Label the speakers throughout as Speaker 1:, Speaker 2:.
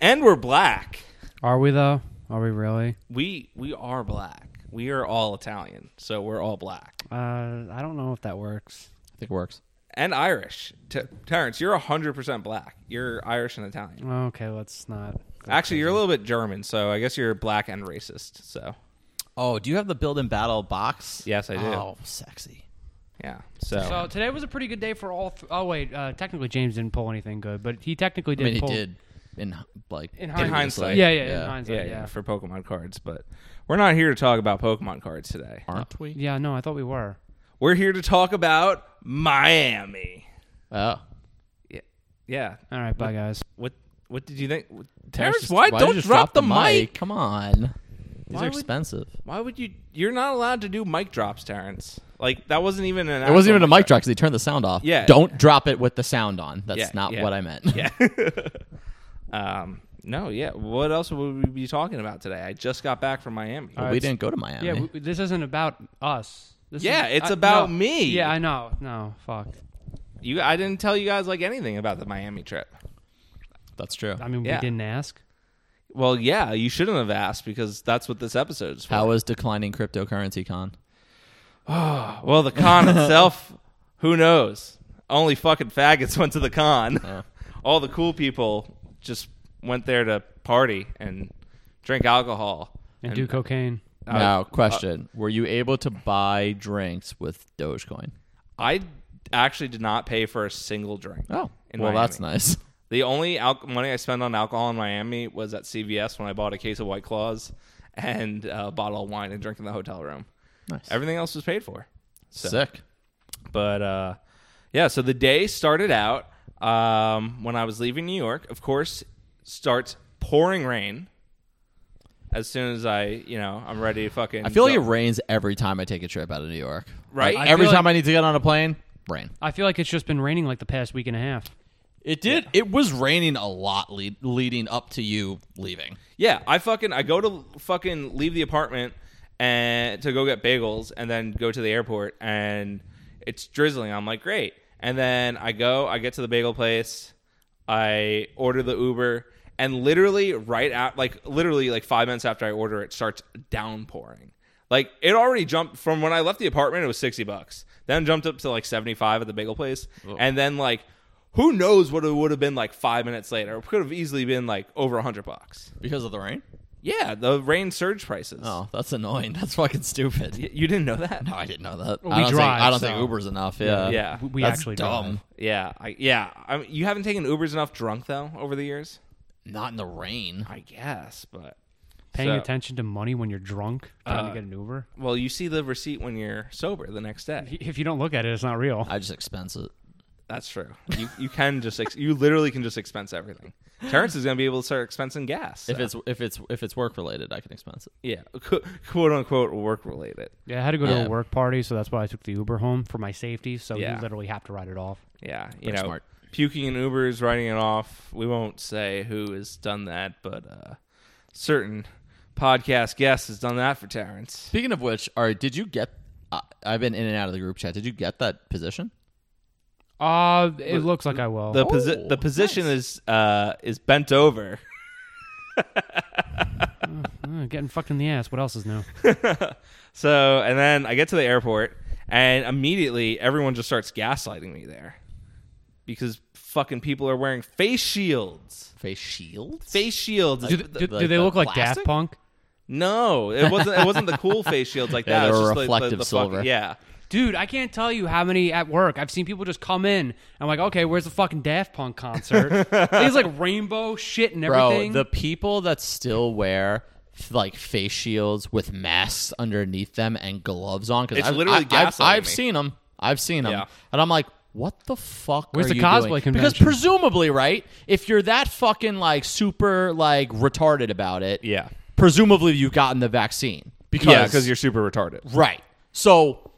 Speaker 1: and we're black.
Speaker 2: Are we though? Are we really?
Speaker 1: We we are black. We are all Italian, so we're all black
Speaker 2: Uh, I don't know if that works.
Speaker 3: I think it works.
Speaker 1: and Irish. T- Terrence, you're hundred percent black. You're Irish and Italian.
Speaker 2: Okay, let's not.
Speaker 1: Actually, you're a little bit German, so I guess you're black and racist. So
Speaker 3: Oh, do you have the build and battle box?
Speaker 1: Yes, I do.
Speaker 3: Oh, sexy.
Speaker 1: yeah, so,
Speaker 2: So today was a pretty good day for all. Th- oh wait, uh, technically James didn't pull anything good, but he technically
Speaker 3: I
Speaker 2: did.
Speaker 3: mean, he
Speaker 2: pull-
Speaker 3: did in like
Speaker 2: In
Speaker 3: previously.
Speaker 1: hindsight.
Speaker 2: Yeah, yeah, in
Speaker 1: yeah,
Speaker 2: hindsight,
Speaker 1: yeah,
Speaker 2: yeah, yeah.
Speaker 1: for Pokemon cards. But we're not here to talk about Pokemon cards today.
Speaker 3: aren't we?
Speaker 2: no, I thought we were.
Speaker 1: We're here to talk about Miami.
Speaker 3: Oh,
Speaker 1: Yeah, yeah.
Speaker 2: All right, bye guys.
Speaker 1: What what did you think,
Speaker 3: Terrence,
Speaker 1: Terrence?
Speaker 3: just-
Speaker 1: Why,
Speaker 3: why'd you
Speaker 1: don't
Speaker 3: just
Speaker 1: drop, the mic?
Speaker 3: Come on, these
Speaker 1: Why
Speaker 3: are
Speaker 1: would-
Speaker 3: expensive.
Speaker 1: Why would you? You're not allowed to do mic drops, Terrence. Like that wasn't even an.
Speaker 3: It wasn't even a mic drop because he turned the sound off.
Speaker 1: Yeah.
Speaker 3: Don't drop it with the sound on. That's
Speaker 1: Yeah,
Speaker 3: not
Speaker 1: yeah.
Speaker 3: what I meant.
Speaker 1: Yeah. um. No. Yeah. What else would we be talking about today? I just got back from Miami.
Speaker 3: But we didn't go to Miami.
Speaker 2: Yeah, w this isn't about us. This
Speaker 1: Yeah,
Speaker 2: is,
Speaker 1: it's
Speaker 2: I-
Speaker 1: about
Speaker 2: no.
Speaker 1: me.
Speaker 2: Yeah, I know. No, fuck.
Speaker 1: You. I didn't tell you guys like anything about the Miami trip.
Speaker 3: That's true.
Speaker 2: I mean,
Speaker 1: Yeah.
Speaker 2: we didn't ask.
Speaker 1: Well, yeah. You shouldn't have asked because that's what this episode's for.
Speaker 3: How is declining cryptocurrency con?
Speaker 1: Well, the con itself, who knows? Only fucking faggots went to the con.
Speaker 3: Oh.
Speaker 1: All the cool people just went there to party and drink alcohol.
Speaker 2: And, do cocaine.
Speaker 1: Uh,
Speaker 3: now, question: Were you able to buy drinks with Dogecoin?
Speaker 1: I actually did not pay for a single drink.
Speaker 3: Oh,
Speaker 1: in
Speaker 3: well, that's
Speaker 1: Miami.
Speaker 3: nice.
Speaker 1: The only al- money I spent on alcohol in Miami was at CVS when I bought a case of White Claws and a bottle of wine and drink in the hotel room.
Speaker 3: Nice.
Speaker 1: Everything else was paid for. So.
Speaker 3: Sick.
Speaker 1: But uh, yeah, so the day started out um, when I was leaving New York. Of course, starts pouring rain. As soon as I, you know, I'm ready to fucking.
Speaker 3: I feel like
Speaker 1: go-
Speaker 3: it rains every time I take a trip out of New York.
Speaker 1: Right.
Speaker 3: Like,
Speaker 1: I
Speaker 3: every
Speaker 2: feel
Speaker 3: time I need to get on a plane, rain.
Speaker 2: I feel like it's just been raining like the past week and a half.
Speaker 3: It did. It was raining a lot lead, leading up to you leaving.
Speaker 1: Yeah, I fucking I go to fucking leave the apartment and to go get bagels and then go to the airport and it's drizzling. I'm like, great. And then I go, I get to the bagel place, I order the Uber, and literally right out like literally like five minutes after I order it starts downpouring. Like it already jumped from when I left the apartment, it was sixty bucks. Then jumped up to like seventy five at the bagel place. And then like who knows what it would have been like five minutes later. It could have easily been like over a hundred bucks.
Speaker 3: Because of the rain?
Speaker 1: Yeah, the rain surge prices.
Speaker 3: Oh, that's annoying. That's fucking stupid.
Speaker 1: Y- you didn't know that?
Speaker 3: No, I didn't know that.
Speaker 2: Well,
Speaker 3: I
Speaker 2: we
Speaker 3: don't,
Speaker 2: drive,
Speaker 3: think, I don't
Speaker 2: so-
Speaker 3: think Uber's enough. Yeah.
Speaker 1: Yeah.
Speaker 2: We
Speaker 3: That's
Speaker 2: actually
Speaker 3: dumb.
Speaker 2: drive.
Speaker 1: Yeah, I, yeah. I mean, you haven't taken Ubers enough drunk though over the years.
Speaker 3: Not in the rain.
Speaker 1: I guess, but
Speaker 2: Paying
Speaker 1: So-
Speaker 2: attention to money when you're drunk trying to get an Uber.
Speaker 1: Well, you see the receipt when you're sober the next day.
Speaker 2: If you don't look at it, it's not real.
Speaker 3: I just expense it.
Speaker 1: That's true. You you can just ex- you literally can just expense everything. Terrence is gonna be able to start expensing gas. so-
Speaker 3: If it's if it's if it's work related, I can expense it.
Speaker 1: yeah, qu- quote unquote work related.
Speaker 2: Yeah, I had to go to
Speaker 3: Yeah.
Speaker 2: a work party, so that's why I took the Uber home for my safety. So
Speaker 1: Yeah.
Speaker 2: you literally have to write it off.
Speaker 1: Yeah, you
Speaker 3: Pretty
Speaker 1: know,
Speaker 3: smart.
Speaker 1: puking in Ubers, writing it off. We won't say who has done that, but uh, certain podcast guest has done that for Terrence.
Speaker 3: Speaking of which, are did you get? Uh, I've been in and out of the group chat. Did you get that position?
Speaker 2: Uh, it looks like I will.
Speaker 1: The posi-
Speaker 3: Oh,
Speaker 1: the position is uh is bent over.
Speaker 2: Uh, getting fucked in the ass. What else is new?
Speaker 1: So and then I get to the airport and immediately everyone just starts gaslighting me there. Because fucking people are wearing face shields.
Speaker 3: Face shields.
Speaker 1: Face shields.
Speaker 2: Do, do- do
Speaker 3: like
Speaker 2: they
Speaker 3: the
Speaker 2: look like
Speaker 3: plastic?
Speaker 2: Daft Punk?
Speaker 1: no, it wasn't it wasn't the cool face shields like that.
Speaker 3: Yeah, they
Speaker 1: It's
Speaker 3: were
Speaker 1: just like the-
Speaker 3: reflective
Speaker 1: the fucking-
Speaker 3: silver.
Speaker 1: yeah.
Speaker 2: Dude, I can't tell you how many at work I've seen people just come in. I'm like, okay, where's the fucking Daft Punk concert? It's like rainbow shit and
Speaker 3: Bro,
Speaker 2: everything.
Speaker 3: the people that still wear f- like face shields with masks underneath them and gloves on because
Speaker 1: It's
Speaker 3: I've,
Speaker 1: literally
Speaker 3: I, have
Speaker 1: gaslighting
Speaker 3: I've
Speaker 1: me.
Speaker 3: seen them. I've seen them,
Speaker 1: Yeah.
Speaker 3: and I'm like, what the fuck?
Speaker 2: Where's
Speaker 3: are
Speaker 2: the
Speaker 3: you
Speaker 2: cosplay
Speaker 3: doing? Because
Speaker 2: convention?
Speaker 3: presumably, right? If you're that fucking like super like retarded about it,
Speaker 1: Yeah.
Speaker 3: Presumably, you've gotten the vaccine because
Speaker 1: Yeah, because you're super retarded.
Speaker 3: right. So,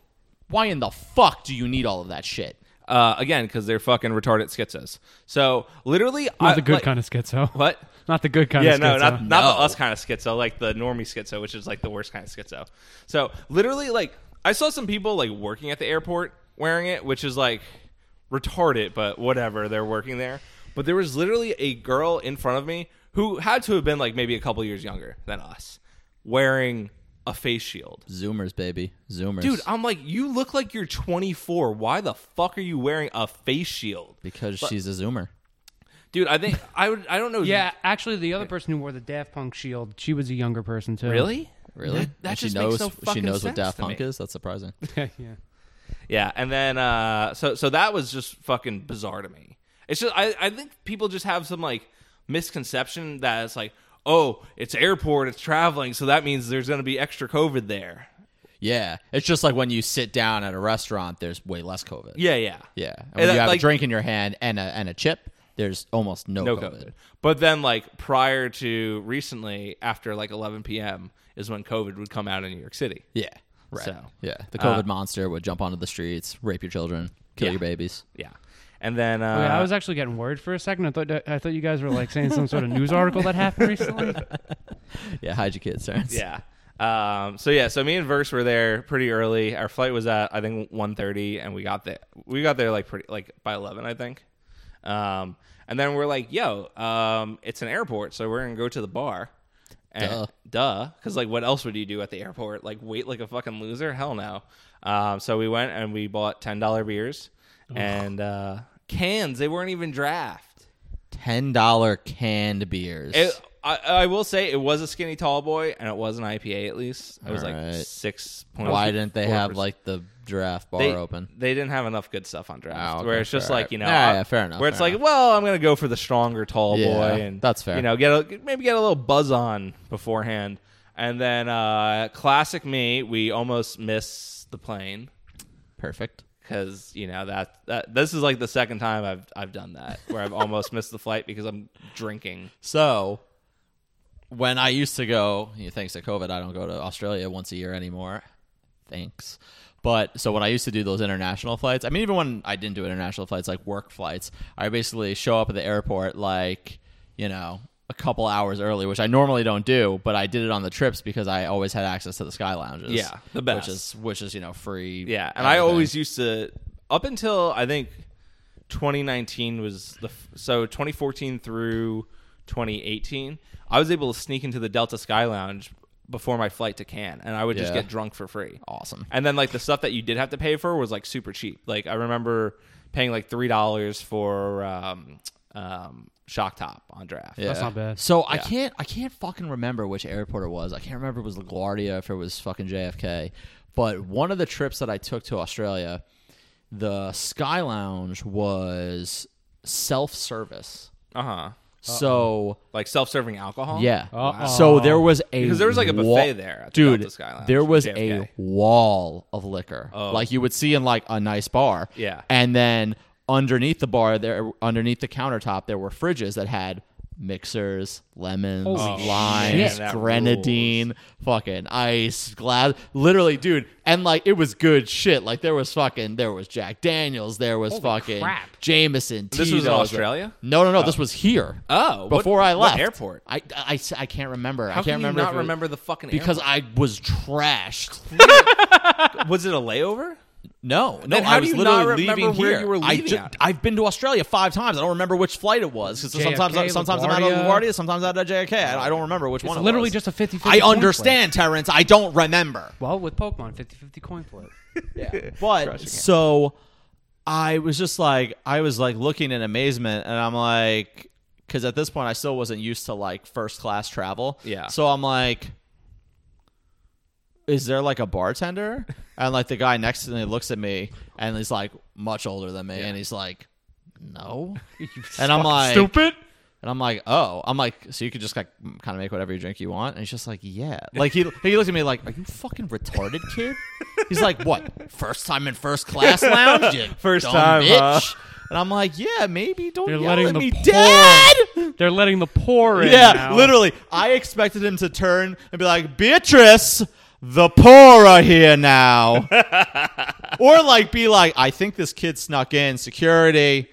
Speaker 3: why in the fuck do you need all of that shit?
Speaker 1: Uh, again, because they're fucking retarded schizos. So literally,
Speaker 2: not
Speaker 1: I,
Speaker 2: the good
Speaker 1: like-
Speaker 2: kind of schizo.
Speaker 1: What?
Speaker 2: Not the good kind
Speaker 1: yeah,
Speaker 2: of
Speaker 1: no,
Speaker 2: schizo.
Speaker 1: not, not the
Speaker 3: No.
Speaker 1: us kind of schizo, like the normie schizo, which is like the worst kind of schizo. So literally, like I saw some people like working at the airport wearing it, which is like retarded, but whatever, they're working there. But there was literally a girl in front of me who had to have been like maybe a couple years younger than us, wearing a face shield.
Speaker 3: Zoomers, baby. Zoomers.
Speaker 1: Dude, I'm like, you look like you're 24. Why the fuck are you wearing a face shield?
Speaker 3: because she's a Zoomer.
Speaker 1: Dude, I think I would. I don't know.
Speaker 2: Yeah, actually, the other person who wore the Daft Punk shield, she was a younger person too.
Speaker 1: really,
Speaker 3: Really?
Speaker 1: That, that
Speaker 3: And
Speaker 1: just
Speaker 3: she knows,
Speaker 1: makes no fucking
Speaker 3: She knows
Speaker 1: sense
Speaker 3: what Daft
Speaker 1: to me.
Speaker 3: Punk is? That's surprising.
Speaker 2: yeah.
Speaker 1: Yeah, and then uh, so so that was just fucking bizarre to me. It's just I I think people just have some like misconception that it's like oh it's airport it's traveling so that means there's gonna be extra COVID there.
Speaker 3: yeah. It's just like when you sit down at a restaurant, there's way less COVID.
Speaker 1: Yeah, yeah,
Speaker 3: Yeah. And
Speaker 1: And
Speaker 3: when
Speaker 1: that,
Speaker 3: you have
Speaker 1: like-
Speaker 3: a drink in your hand and a, and a chip, there's almost no,
Speaker 1: No
Speaker 3: COVID.
Speaker 1: COVID. But then like prior to recently after like 11 p.m. is when COVID would come out in New York City.
Speaker 3: Yeah. Right.
Speaker 1: So, uh,
Speaker 3: yeah. The COVID monster would jump onto the streets, rape your children, kill
Speaker 1: Yeah.
Speaker 3: your babies.
Speaker 1: Yeah, and then uh,
Speaker 2: Okay, Oh, I was actually getting worried for a second. I thought that- I thought you guys were like saying some sort of news article that happened recently.
Speaker 3: Yeah. Hide your kids, Terrence.
Speaker 1: Yeah. Um, so yeah, so me and Verse were there pretty early. Our flight was at I think 1.30 and we got there we got there like pretty like by eleven, I think. Um, and then we're like, yo, um, it's an airport, so we're gonna go to the bar. And, duh. Because like what else would you do at the airport? Like wait like a fucking loser? Hell no. Um, so we went and we bought ten dollar beers and uh, cans, they weren't even draft.
Speaker 3: $10 canned beers.
Speaker 1: It, I, I will say it was a skinny tall boy and it was an IPA at least. It was like
Speaker 3: Alright.
Speaker 1: six point.
Speaker 3: Why didn't they have like the draft bar
Speaker 1: they,
Speaker 3: open?
Speaker 1: They didn't have enough good stuff on draft.
Speaker 3: Oh, okay,
Speaker 1: where it's just
Speaker 3: fair.
Speaker 1: like you know,
Speaker 3: Yeah,
Speaker 1: uh,
Speaker 3: yeah, fair enough,
Speaker 1: Where it's
Speaker 3: fair
Speaker 1: like, well, I'm gonna go for the stronger tall
Speaker 3: Yeah,
Speaker 1: boy, and
Speaker 3: that's fair.
Speaker 1: You know, get a, maybe get a little buzz on beforehand, and then uh, classic me, we almost miss the plane
Speaker 3: Perfect.
Speaker 1: because you know that, that this is like the second time I've I've done that where I've almost missed the flight because I'm drinking.
Speaker 3: So when I used to go, you know, thanks to COVID, I don't go to Australia once a year anymore. Thanks. But so when I used to do those international flights, I mean, even when I didn't do international flights, like work flights, I basically show up at the airport like, you know, a couple hours early, which I normally don't do, but I did it on the trips because I always had access to the sky lounges.
Speaker 1: Yeah, the best.
Speaker 3: Which is, which is you know, free.
Speaker 1: Yeah, and I
Speaker 3: everything.
Speaker 1: always used to up until I think 2019 was the f- so 2014 through 2018, I was able to sneak into the Delta Sky Lounge before my flight to Cannes, and I would just
Speaker 3: Yeah.
Speaker 1: get drunk for free.
Speaker 3: Awesome.
Speaker 1: And then like the stuff that you did have to pay for was like super cheap. Like I remember paying like three dollars for um, um, Shock Top on draft.
Speaker 3: Yeah.
Speaker 2: That's not bad.
Speaker 3: So I can't I can't fucking remember which airport it was. I can't remember if it was LaGuardia if it was fucking JFK. But one of the trips that I took to Australia, the Sky Lounge was self service.
Speaker 1: Uh huh.
Speaker 3: So
Speaker 1: Like self-serving alcohol.
Speaker 3: yeah.
Speaker 2: Uh-oh.
Speaker 3: So there was a
Speaker 1: Because there was, like, a
Speaker 3: wa-
Speaker 1: buffet there at the
Speaker 3: dude.
Speaker 1: Delta Sky Lounge
Speaker 3: there
Speaker 1: in
Speaker 3: was
Speaker 1: JFK.
Speaker 3: a wall of liquor, like you would see in like a nice bar.
Speaker 1: Oh. Yeah.
Speaker 3: and then underneath the bar, there underneath the countertop, there were fridges that had mixers, lemons,
Speaker 2: Holy
Speaker 3: limes,
Speaker 1: shit. That
Speaker 3: grenadine, fucking ice, glass. Literally, dude, and like it was good shit. Like there was fucking there was Jack Daniels, there was fucking
Speaker 2: crap.
Speaker 3: Jameson.
Speaker 1: This was in
Speaker 3: Tito's.
Speaker 1: Australia?
Speaker 3: No, no, no. This was here.
Speaker 1: Oh, what-
Speaker 3: before I
Speaker 1: what
Speaker 3: left
Speaker 1: airport?
Speaker 3: I, I, s- I can't remember.
Speaker 1: How
Speaker 3: I can't
Speaker 1: can you
Speaker 3: remember. if
Speaker 1: not
Speaker 3: it was-
Speaker 1: remember the fucking
Speaker 3: because I was trashed.
Speaker 1: airport? was it a layover?
Speaker 3: No, no,
Speaker 1: Then how
Speaker 3: I
Speaker 1: do
Speaker 3: was
Speaker 1: you
Speaker 3: literally
Speaker 1: not remember
Speaker 3: leaving
Speaker 1: where
Speaker 3: here.
Speaker 1: you were
Speaker 3: I
Speaker 1: leaving
Speaker 3: ju-
Speaker 1: at?
Speaker 3: I've been to Australia five times. I don't remember which flight it was because sometimes, I,
Speaker 2: JFK,
Speaker 3: sometimes I'm out of
Speaker 2: LaGuardia.
Speaker 3: LaGuardia, sometimes out of JFK. I, I don't remember which one. it
Speaker 2: literally
Speaker 3: was.
Speaker 2: just a 50-50
Speaker 3: I
Speaker 2: coin
Speaker 3: understand, Terrence. I don't remember.
Speaker 2: Well, with Pokemon, 50-50 coin flip.
Speaker 3: But so I was just like, I was like looking in amazement, and I'm like, because at this point I still wasn't used to like first class travel.
Speaker 1: Yeah.
Speaker 3: So I'm like, is there like a bartender? And like the guy next to me looks at me, and he's like much older than me, and he's like, no. and I'm like,
Speaker 2: Stupid.
Speaker 3: and I'm like, oh, I'm like, so you could just like kind of make whatever you drink you want. And he's just like, yeah. Like he he looked at me like, are you fucking retarded, kid? he's like, what? First time in first class lounge? You
Speaker 1: First
Speaker 3: dumb
Speaker 1: time, huh?
Speaker 3: bitch. And I'm like, yeah, maybe. Don't
Speaker 2: They're
Speaker 3: yell
Speaker 2: letting
Speaker 3: at
Speaker 2: the
Speaker 3: me,
Speaker 2: poor
Speaker 3: dad.
Speaker 2: They're letting the poor in.
Speaker 3: Yeah,
Speaker 2: now.
Speaker 3: literally. I expected him to turn and be like, Beatrice, the poor are here now. or like be like, I think this kid snuck in security.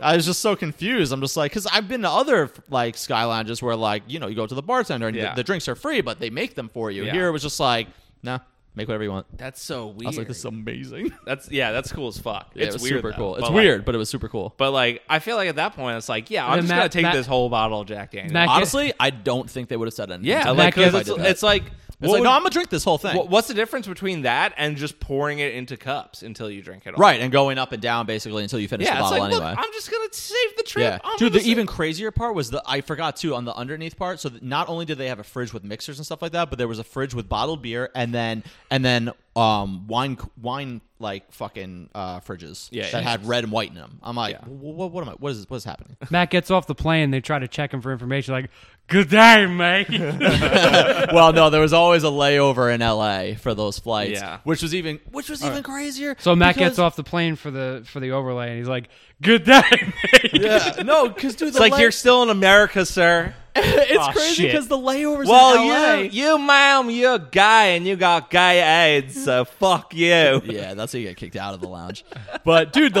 Speaker 3: I was just so confused. I'm just like, because I've been to other like sky lounges where like you know you go to the bartender and
Speaker 1: Yeah.
Speaker 3: the, the drinks are free, but they make them for you.
Speaker 1: Yeah.
Speaker 3: Here it was just like, nah, Make whatever you want.
Speaker 1: That's so weird.
Speaker 3: I was like, this is amazing.
Speaker 1: that's yeah, that's cool as fuck.
Speaker 3: Yeah,
Speaker 1: it's
Speaker 3: it was
Speaker 1: weird,
Speaker 3: super
Speaker 1: though.
Speaker 3: cool. It's
Speaker 1: But, like-
Speaker 3: weird, but it was super cool.
Speaker 1: but like, I feel like at that point, it's like, yeah, I'm
Speaker 2: Then
Speaker 1: just
Speaker 2: Matt-
Speaker 1: gonna take
Speaker 2: Matt-
Speaker 1: this whole bottle of Jack Daniel's.
Speaker 2: Matt-
Speaker 3: Honestly, I don't think they would have said anything.
Speaker 1: yeah,
Speaker 3: to me
Speaker 1: like
Speaker 3: if I
Speaker 1: 'cause
Speaker 3: did
Speaker 1: it's,
Speaker 3: that.
Speaker 1: it's like,
Speaker 3: It's
Speaker 1: what
Speaker 3: like,
Speaker 1: would-
Speaker 3: no, I'm gonna drink this whole thing.
Speaker 1: Wha- What's the difference between that and just pouring it into cups until you drink it all?
Speaker 3: right, and going up and down basically until you finish
Speaker 1: Yeah,
Speaker 3: the
Speaker 1: it's
Speaker 3: bottle
Speaker 1: like, look,
Speaker 3: anyway.
Speaker 1: I'm just gonna save the trip.
Speaker 3: yeah,
Speaker 1: I'm
Speaker 3: dude.
Speaker 1: gonna
Speaker 3: The
Speaker 1: sa-
Speaker 3: even crazier part was the I forgot too on the underneath part. So that not only did they have a fridge with mixers and stuff like that, but there was a fridge with bottled beer and then and then um wine wine like fucking uh fridges
Speaker 1: Yeah,
Speaker 3: that
Speaker 1: yeah.
Speaker 3: had red and white in them. I'm like,
Speaker 1: Yeah.
Speaker 3: what, what am I? What is what is happening?
Speaker 2: Matt gets off the plane. They try to check him for information. Like, good day, mate.
Speaker 3: well, no, there was always a layover in L.A. for those flights,
Speaker 1: Yeah.
Speaker 3: which was even which was even crazier.
Speaker 2: so Matt
Speaker 3: because-
Speaker 2: gets off the plane for the for the overlay, and he's like, good day, mate.
Speaker 3: Yeah, no, because dude,
Speaker 1: It's like you're still in America, sir.
Speaker 3: it's
Speaker 2: Aw,
Speaker 3: crazy
Speaker 2: shit.
Speaker 3: because the layovers. in LA.
Speaker 1: well, you, you, ma'am, you're a guy and you got gay AIDS, so fuck you.
Speaker 3: Yeah, that's how you get kicked out of the lounge. But dude, the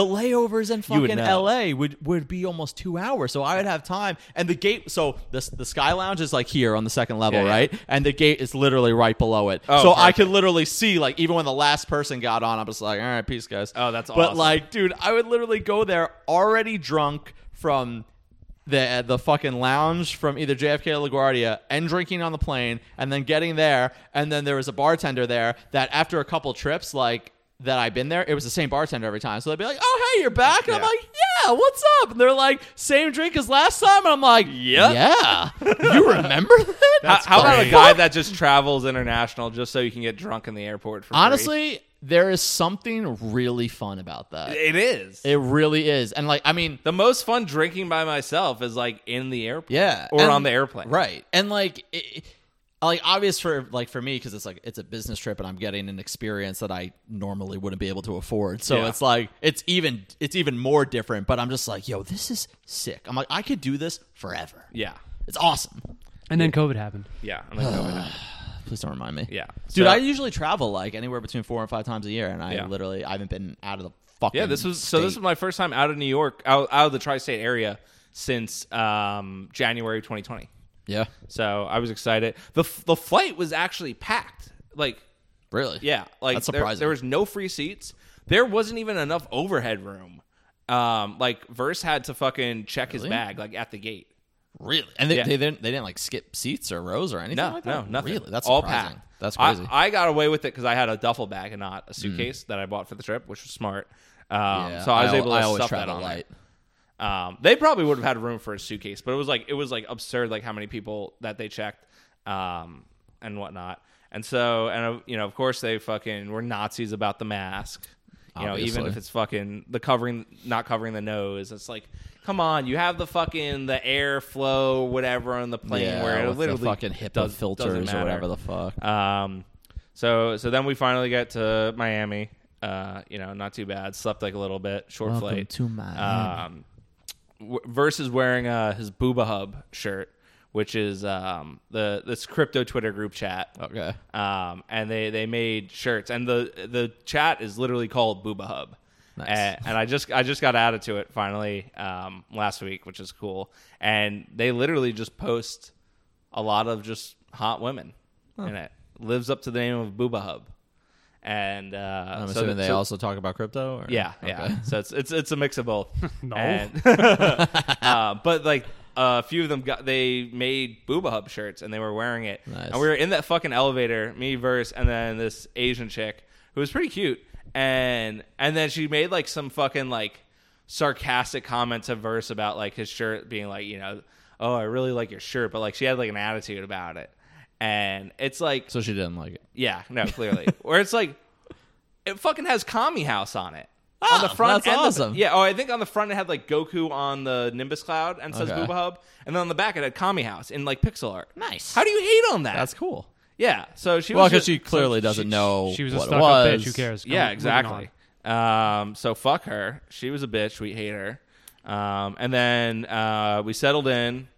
Speaker 3: layovers in
Speaker 1: would
Speaker 3: fucking
Speaker 1: know.
Speaker 3: LA would would be almost two hours, so I would have time. And the gate, so the the Sky Lounge is like here on the second level,
Speaker 1: Yeah, yeah.
Speaker 3: right? And the gate is literally right below it,
Speaker 1: Oh,
Speaker 3: so I
Speaker 1: perfect.
Speaker 3: could literally see like even when the last person got on, I'm just like, all right, peace, guys.
Speaker 1: Oh, that's
Speaker 3: But
Speaker 1: awesome.
Speaker 3: like, dude, I would literally go there already drunk from. The, uh, the fucking lounge from either JFK or LaGuardia and drinking on the plane and then getting there and then there was a bartender there that after a couple trips like that I've been there it was the same bartender every time so they'd be like oh hey you're back and I'm
Speaker 1: Yeah.
Speaker 3: like yeah what's up and they're like same drink as last time and I'm like
Speaker 1: Yep.
Speaker 3: yeah you remember that
Speaker 1: How, how about a
Speaker 3: great.
Speaker 1: guy that just travels international just so you can get drunk in the airport? For free?
Speaker 3: honestly there is something really fun about that
Speaker 1: it is.
Speaker 3: it really is and like I mean
Speaker 1: the most fun drinking by myself is like in the airport,
Speaker 3: Yeah,
Speaker 1: or
Speaker 3: and-
Speaker 1: on the airplane,
Speaker 3: right? And like, it, like obvious for like for me because it's like it's a business trip and I'm getting an experience that I normally wouldn't be able to afford. So
Speaker 1: Yeah.
Speaker 3: it's like it's even it's even more different. But I'm just like, yo, this is sick. I'm like, I could do this forever.
Speaker 1: Yeah,
Speaker 3: It's awesome.
Speaker 2: And then COVID happened.
Speaker 1: yeah. I'm like, oh, yeah.
Speaker 3: Please don't remind me.
Speaker 1: Yeah.
Speaker 3: dude,
Speaker 1: So-
Speaker 3: I usually travel like anywhere between four and five times a year, and I
Speaker 1: Yeah.
Speaker 3: literally I haven't been out of the fucking
Speaker 1: Yeah, this was so. This was
Speaker 3: state.
Speaker 1: my first time out of New York, out, out of the tri-state area since um, January 2020.
Speaker 3: yeah,
Speaker 1: So I was excited. the f- The flight was actually packed. Like,
Speaker 3: really
Speaker 1: yeah, like
Speaker 3: That's
Speaker 1: there-
Speaker 3: surprising.
Speaker 1: There, was no free seats. There wasn't even enough overhead room. Um, like Verse had to fucking check his bag like at the gate.
Speaker 3: really, and they,
Speaker 1: Yeah.
Speaker 3: they didn't they didn't like skip seats or rows or anything.
Speaker 1: No,
Speaker 3: like
Speaker 1: no,
Speaker 3: that?
Speaker 1: nothing.
Speaker 3: Really, that's
Speaker 1: all
Speaker 3: surprising.
Speaker 1: packed.
Speaker 3: That's
Speaker 1: I-
Speaker 3: crazy. Mm.
Speaker 1: I, got away with it because I had a duffel bag and not a suitcase that I bought for the trip, which was smart. Um,
Speaker 3: Yeah,
Speaker 1: so I was
Speaker 3: al-
Speaker 1: able to
Speaker 3: I always
Speaker 1: stuff that
Speaker 3: travel
Speaker 1: on there.
Speaker 3: light.
Speaker 1: Um, they probably would have had room for a suitcase, but it was like it was like absurd, like how many people that they checked, um, and whatnot. And so, and uh, you know, of course, they fucking were Nazis about the mask. You know, even
Speaker 3: Obviously.
Speaker 1: if it's fucking the covering, not covering the nose, it's like, come on, you have the fucking the airflow, whatever, on the plane
Speaker 3: Yeah,
Speaker 1: where it
Speaker 3: with the
Speaker 1: literally
Speaker 3: fucking
Speaker 1: does,
Speaker 3: HIPAA
Speaker 1: doesn't
Speaker 3: filters or
Speaker 1: matter.
Speaker 3: whatever the fuck.
Speaker 1: Um, so so then we finally get to Miami. Uh, you know, not too bad. Slept like a little bit. Short
Speaker 3: Welcome
Speaker 1: flight
Speaker 3: to Miami.
Speaker 1: Um, w- Verse is wearing uh, his Booba Hub shirt, which is um, the this crypto Twitter group chat.
Speaker 3: Okay.
Speaker 1: Um, and they they made shirts, and the the chat is literally called Booba Hub.
Speaker 3: Nice.
Speaker 1: And, and I just I just got added to it finally um, last week, which is cool. And they literally just post a lot of just hot women, and it lives up to the name of Booba Hub. And uh,
Speaker 3: I'm
Speaker 1: so
Speaker 3: assuming
Speaker 1: th-
Speaker 3: they
Speaker 1: so-
Speaker 3: also talk about crypto. Or?
Speaker 1: yeah,
Speaker 3: Okay.
Speaker 1: yeah. So it's it's it's a mix of both.
Speaker 2: No.
Speaker 1: And- uh, but like a few of them got they made Booba Hub shirts and they were wearing it.
Speaker 3: Nice.
Speaker 1: And we were in that fucking elevator, me verse, and then this Asian chick who was pretty cute, and and then she made like some fucking like sarcastic comment to verse about like his shirt being like you know oh I really like your shirt, but like she had like an attitude about it, and it's like
Speaker 3: So she didn't like it.
Speaker 1: yeah, no, clearly. Where it's like, it fucking has Kami House on it. on the
Speaker 3: Oh,
Speaker 1: front, and
Speaker 3: that's
Speaker 1: the-
Speaker 3: awesome.
Speaker 1: yeah. Oh, I think on the front it had like Goku on the Nimbus cloud and says
Speaker 3: Okay.
Speaker 1: Booba Hub, and then on the back it had Kami House in like pixel art.
Speaker 3: Nice.
Speaker 1: How do you hate on that?
Speaker 3: That's cool.
Speaker 1: yeah. So she
Speaker 3: Well,
Speaker 1: was
Speaker 3: because
Speaker 1: just-
Speaker 3: she clearly
Speaker 1: so
Speaker 3: doesn't know
Speaker 2: She was
Speaker 3: Oh, what
Speaker 2: a
Speaker 3: it
Speaker 2: stuck up bitch.
Speaker 3: was.
Speaker 2: Who cares? Come
Speaker 1: Yeah,
Speaker 2: on,
Speaker 1: exactly.
Speaker 2: moving
Speaker 1: Um, so fuck her. She was a bitch. We hate her. Um, and then uh, we settled in,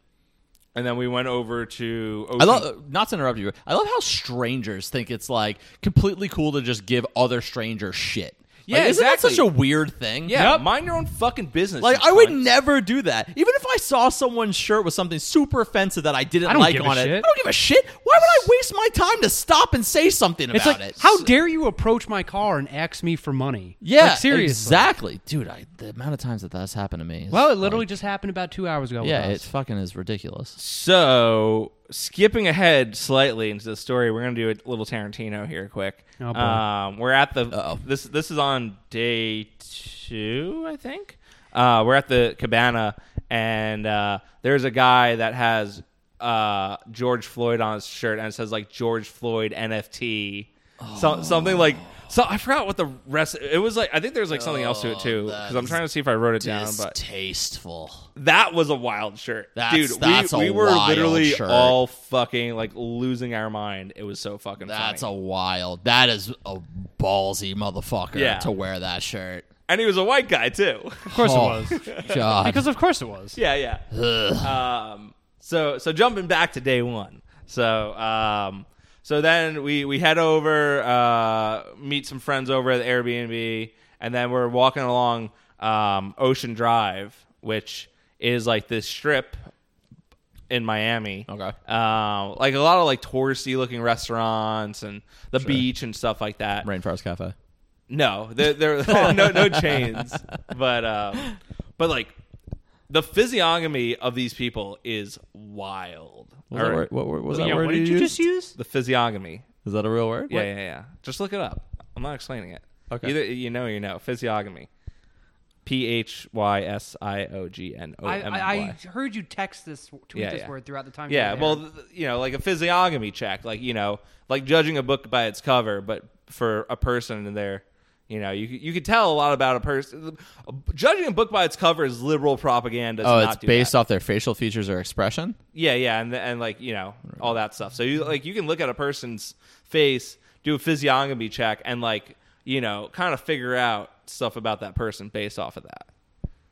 Speaker 1: and then we went over to. Ocean-
Speaker 3: I love not to interrupt you. I love how strangers think it's like completely cool to just give other strangers shit.
Speaker 1: Yeah,
Speaker 3: isn't
Speaker 1: exactly.
Speaker 3: that such a weird thing?
Speaker 1: Yeah,
Speaker 2: Yep.
Speaker 1: mind your own fucking business.
Speaker 3: Like
Speaker 1: you
Speaker 3: I would
Speaker 1: cunt.
Speaker 3: never do that. Even if I saw someone's shirt with something super offensive that I didn't
Speaker 2: I don't
Speaker 3: like
Speaker 2: give a
Speaker 3: on it,
Speaker 2: shit.
Speaker 3: I don't give a shit. Why would I waste my time to stop and say something
Speaker 2: It's
Speaker 3: about
Speaker 2: like,
Speaker 3: it?
Speaker 2: how dare you approach my car and ask me for money?
Speaker 3: Yeah,
Speaker 2: like, seriously.
Speaker 3: exactly, dude. I, the amount of times that that's happened to me. is,
Speaker 2: Well, it literally
Speaker 3: like,
Speaker 2: just happened about two hours ago.
Speaker 3: yeah,
Speaker 2: with
Speaker 3: it
Speaker 2: us.
Speaker 3: fucking is ridiculous.
Speaker 1: So, skipping ahead slightly into the story, we're gonna do a little Tarantino here, quick.
Speaker 2: Oh, boy.
Speaker 1: um, we're at the
Speaker 3: Uh-oh.
Speaker 1: this this is on day two, I think. Uh, we're at the cabana, and uh, there's a guy that has uh, George Floyd on his shirt, and it says like George Floyd NFT, so, something like. So I forgot what the rest. It was like I think there's like something else to it too, because I'm
Speaker 3: that's
Speaker 1: trying to see if I wrote it down. But
Speaker 3: Distasteful.
Speaker 1: that was a wild shirt,
Speaker 3: That's-
Speaker 1: dude.
Speaker 3: that's a
Speaker 1: we, we were
Speaker 3: wild
Speaker 1: literally
Speaker 3: shirt.
Speaker 1: all fucking like losing our mind. It was so fucking.
Speaker 3: That's
Speaker 1: funny.
Speaker 3: a wild. That is a ballsy motherfucker
Speaker 1: Yeah.
Speaker 3: to wear that shirt.
Speaker 1: and he was a white guy too.
Speaker 2: of course
Speaker 3: Oh,
Speaker 2: it was.
Speaker 3: God.
Speaker 2: Because of course it was.
Speaker 1: yeah, yeah. Um, so so jumping back to day one. So um, so then we we head over, uh, meet some friends over at the Airbnb, and then we're walking along um, Ocean Drive, which is like this strip in Miami.
Speaker 3: Okay.
Speaker 1: Um, like a lot of like touristy looking restaurants and the beach and stuff like that.
Speaker 3: Rainforest Cafe.
Speaker 1: No, there, there, no, no chains. But, um, but like the physiognomy of these people is wild.
Speaker 3: Was
Speaker 1: All
Speaker 3: that
Speaker 1: right.
Speaker 3: word- what, word- was
Speaker 2: Yeah,
Speaker 3: that word
Speaker 2: what did you just use?
Speaker 1: The physiognomy.
Speaker 3: Is that a real word?
Speaker 1: Yeah, yeah, yeah. Just look it up. I'm not explaining it.
Speaker 3: Okay.
Speaker 1: Either you know, or you know. Physiognomy. P H Y S I O G N O
Speaker 2: I,
Speaker 1: M Y.
Speaker 2: I, I heard you text this, tweet
Speaker 1: Yeah,
Speaker 2: this
Speaker 1: yeah.
Speaker 2: word throughout the time. you
Speaker 1: Yeah,
Speaker 2: were there.
Speaker 1: well, th- you know, like a physiognomy check, like you know, like judging a book by its cover, but for a person in there, you know, you c- you could tell a lot about a person. Judging a book by its cover is liberal propaganda. to
Speaker 3: Oh,
Speaker 1: not
Speaker 3: it's
Speaker 1: do
Speaker 3: based
Speaker 1: that.
Speaker 3: off their facial features or expression.
Speaker 1: Yeah, yeah, and and like you know all that stuff. So you like you can look at a person's face, do a physiognomy check, and like you know, kind of figure out stuff about that person based off of that.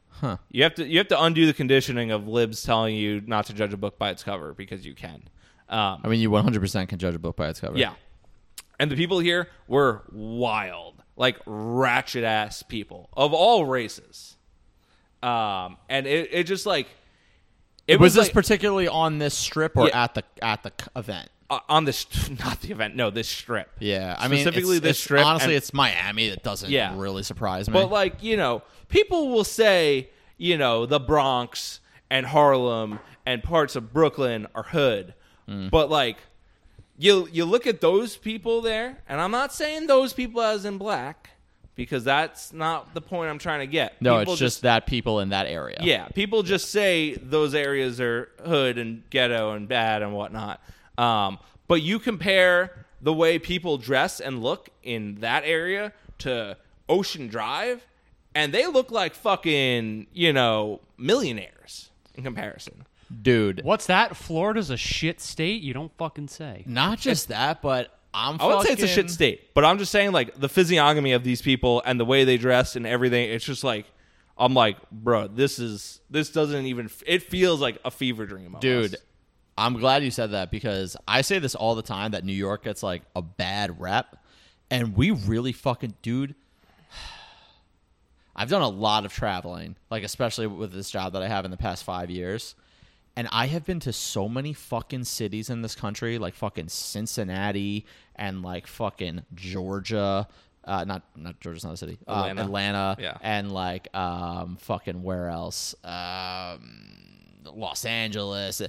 Speaker 3: Huh.
Speaker 1: You have to you have to undo the conditioning of libs telling you not to judge a book by its cover because you can. Um,
Speaker 3: I mean, you 100% can judge a book by its cover.
Speaker 1: Yeah. And the people here were wild, like ratchet ass people of all races. Um, and it, it just like it
Speaker 3: Was,
Speaker 1: was,
Speaker 3: this
Speaker 1: like,
Speaker 3: particularly on this strip or
Speaker 1: Yeah.
Speaker 3: at the at the c- event?
Speaker 1: uh, on this not the event, no, this strip.
Speaker 3: Yeah, I mean,
Speaker 1: specifically
Speaker 3: it's-
Speaker 1: this
Speaker 3: it's-
Speaker 1: strip.
Speaker 3: Honestly,
Speaker 1: and-
Speaker 3: it's Miami that doesn't
Speaker 1: Yeah.
Speaker 3: really surprise me.
Speaker 1: but like you know, people will say you know the Bronx and Harlem and parts of Brooklyn are hood,
Speaker 3: Mm.
Speaker 1: but like you you look at those people there, and I'm not saying those people as in black because that's not the point I'm trying to get.
Speaker 3: no,
Speaker 1: People
Speaker 3: it's just that people in that area.
Speaker 1: yeah, people just say those areas are hood and ghetto and bad and whatnot. Um, but you compare the way people dress and look in that area to Ocean Drive, and they look like fucking, you know, millionaires in comparison.
Speaker 3: dude.
Speaker 2: what's that? Florida's a shit state. You don't fucking say.
Speaker 3: Not just that, but I'm.
Speaker 1: I wouldn't say it's a
Speaker 3: fucking-
Speaker 1: shit state, but I'm just saying, like, the physiognomy of these people and the way they dress and everything, it's just like, I'm like, bro, this is, this doesn't even, it feels like a fever dream. Almost.
Speaker 3: dude. I'm glad you said that because I say this all the time that New York gets like a bad rep, and we really fucking dude. I've done a lot of traveling, like especially with this job that I have in the past five years. And I have been to so many fucking cities in this country, like fucking Cincinnati and like fucking Georgia. Uh, not not Georgia's not a city. Uh,
Speaker 1: Atlanta.
Speaker 3: Atlanta.
Speaker 1: Yeah.
Speaker 3: And like um fucking where else? Um Los Angeles,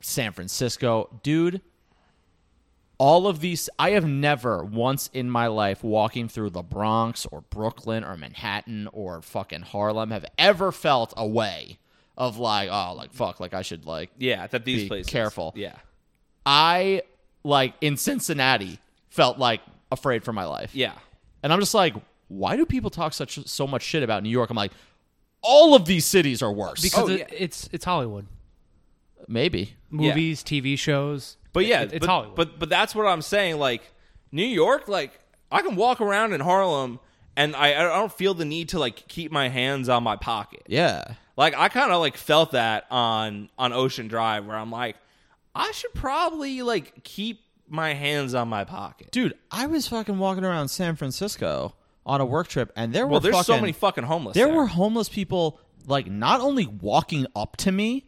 Speaker 3: San Francisco. Dude, all of these i have never once in my life walking through the bronx or brooklyn or manhattan or fucking harlem have ever felt a way of like oh like fuck like i should like
Speaker 1: Yeah, that these
Speaker 3: Be
Speaker 1: places.
Speaker 3: careful.
Speaker 1: Yeah.
Speaker 3: i like in cincinnati felt like afraid for my life
Speaker 1: Yeah.
Speaker 3: and i'm just like why do people talk such so much shit about new york i'm like all of these cities are worse
Speaker 2: Because
Speaker 1: Oh,
Speaker 2: it,
Speaker 1: yeah.
Speaker 2: it's it's Hollywood.
Speaker 3: maybe
Speaker 2: Movies, TV shows.
Speaker 1: But
Speaker 2: It-
Speaker 1: yeah,
Speaker 2: it- it's
Speaker 1: but,
Speaker 2: Hollywood.
Speaker 1: But but that's what I'm saying. Like New York, like I can walk around in Harlem and I, I don't feel the need to like keep my hands on my pocket.
Speaker 3: yeah
Speaker 1: Like I kind of like felt that on on Ocean Drive where I'm like, I should probably like keep my hands on my pocket.
Speaker 3: Dude, I was fucking walking around San Francisco on a work trip, and there
Speaker 1: Well,
Speaker 3: were
Speaker 1: there's
Speaker 3: fucking,
Speaker 1: so many fucking homeless.
Speaker 3: there were homeless people like not only walking up to me,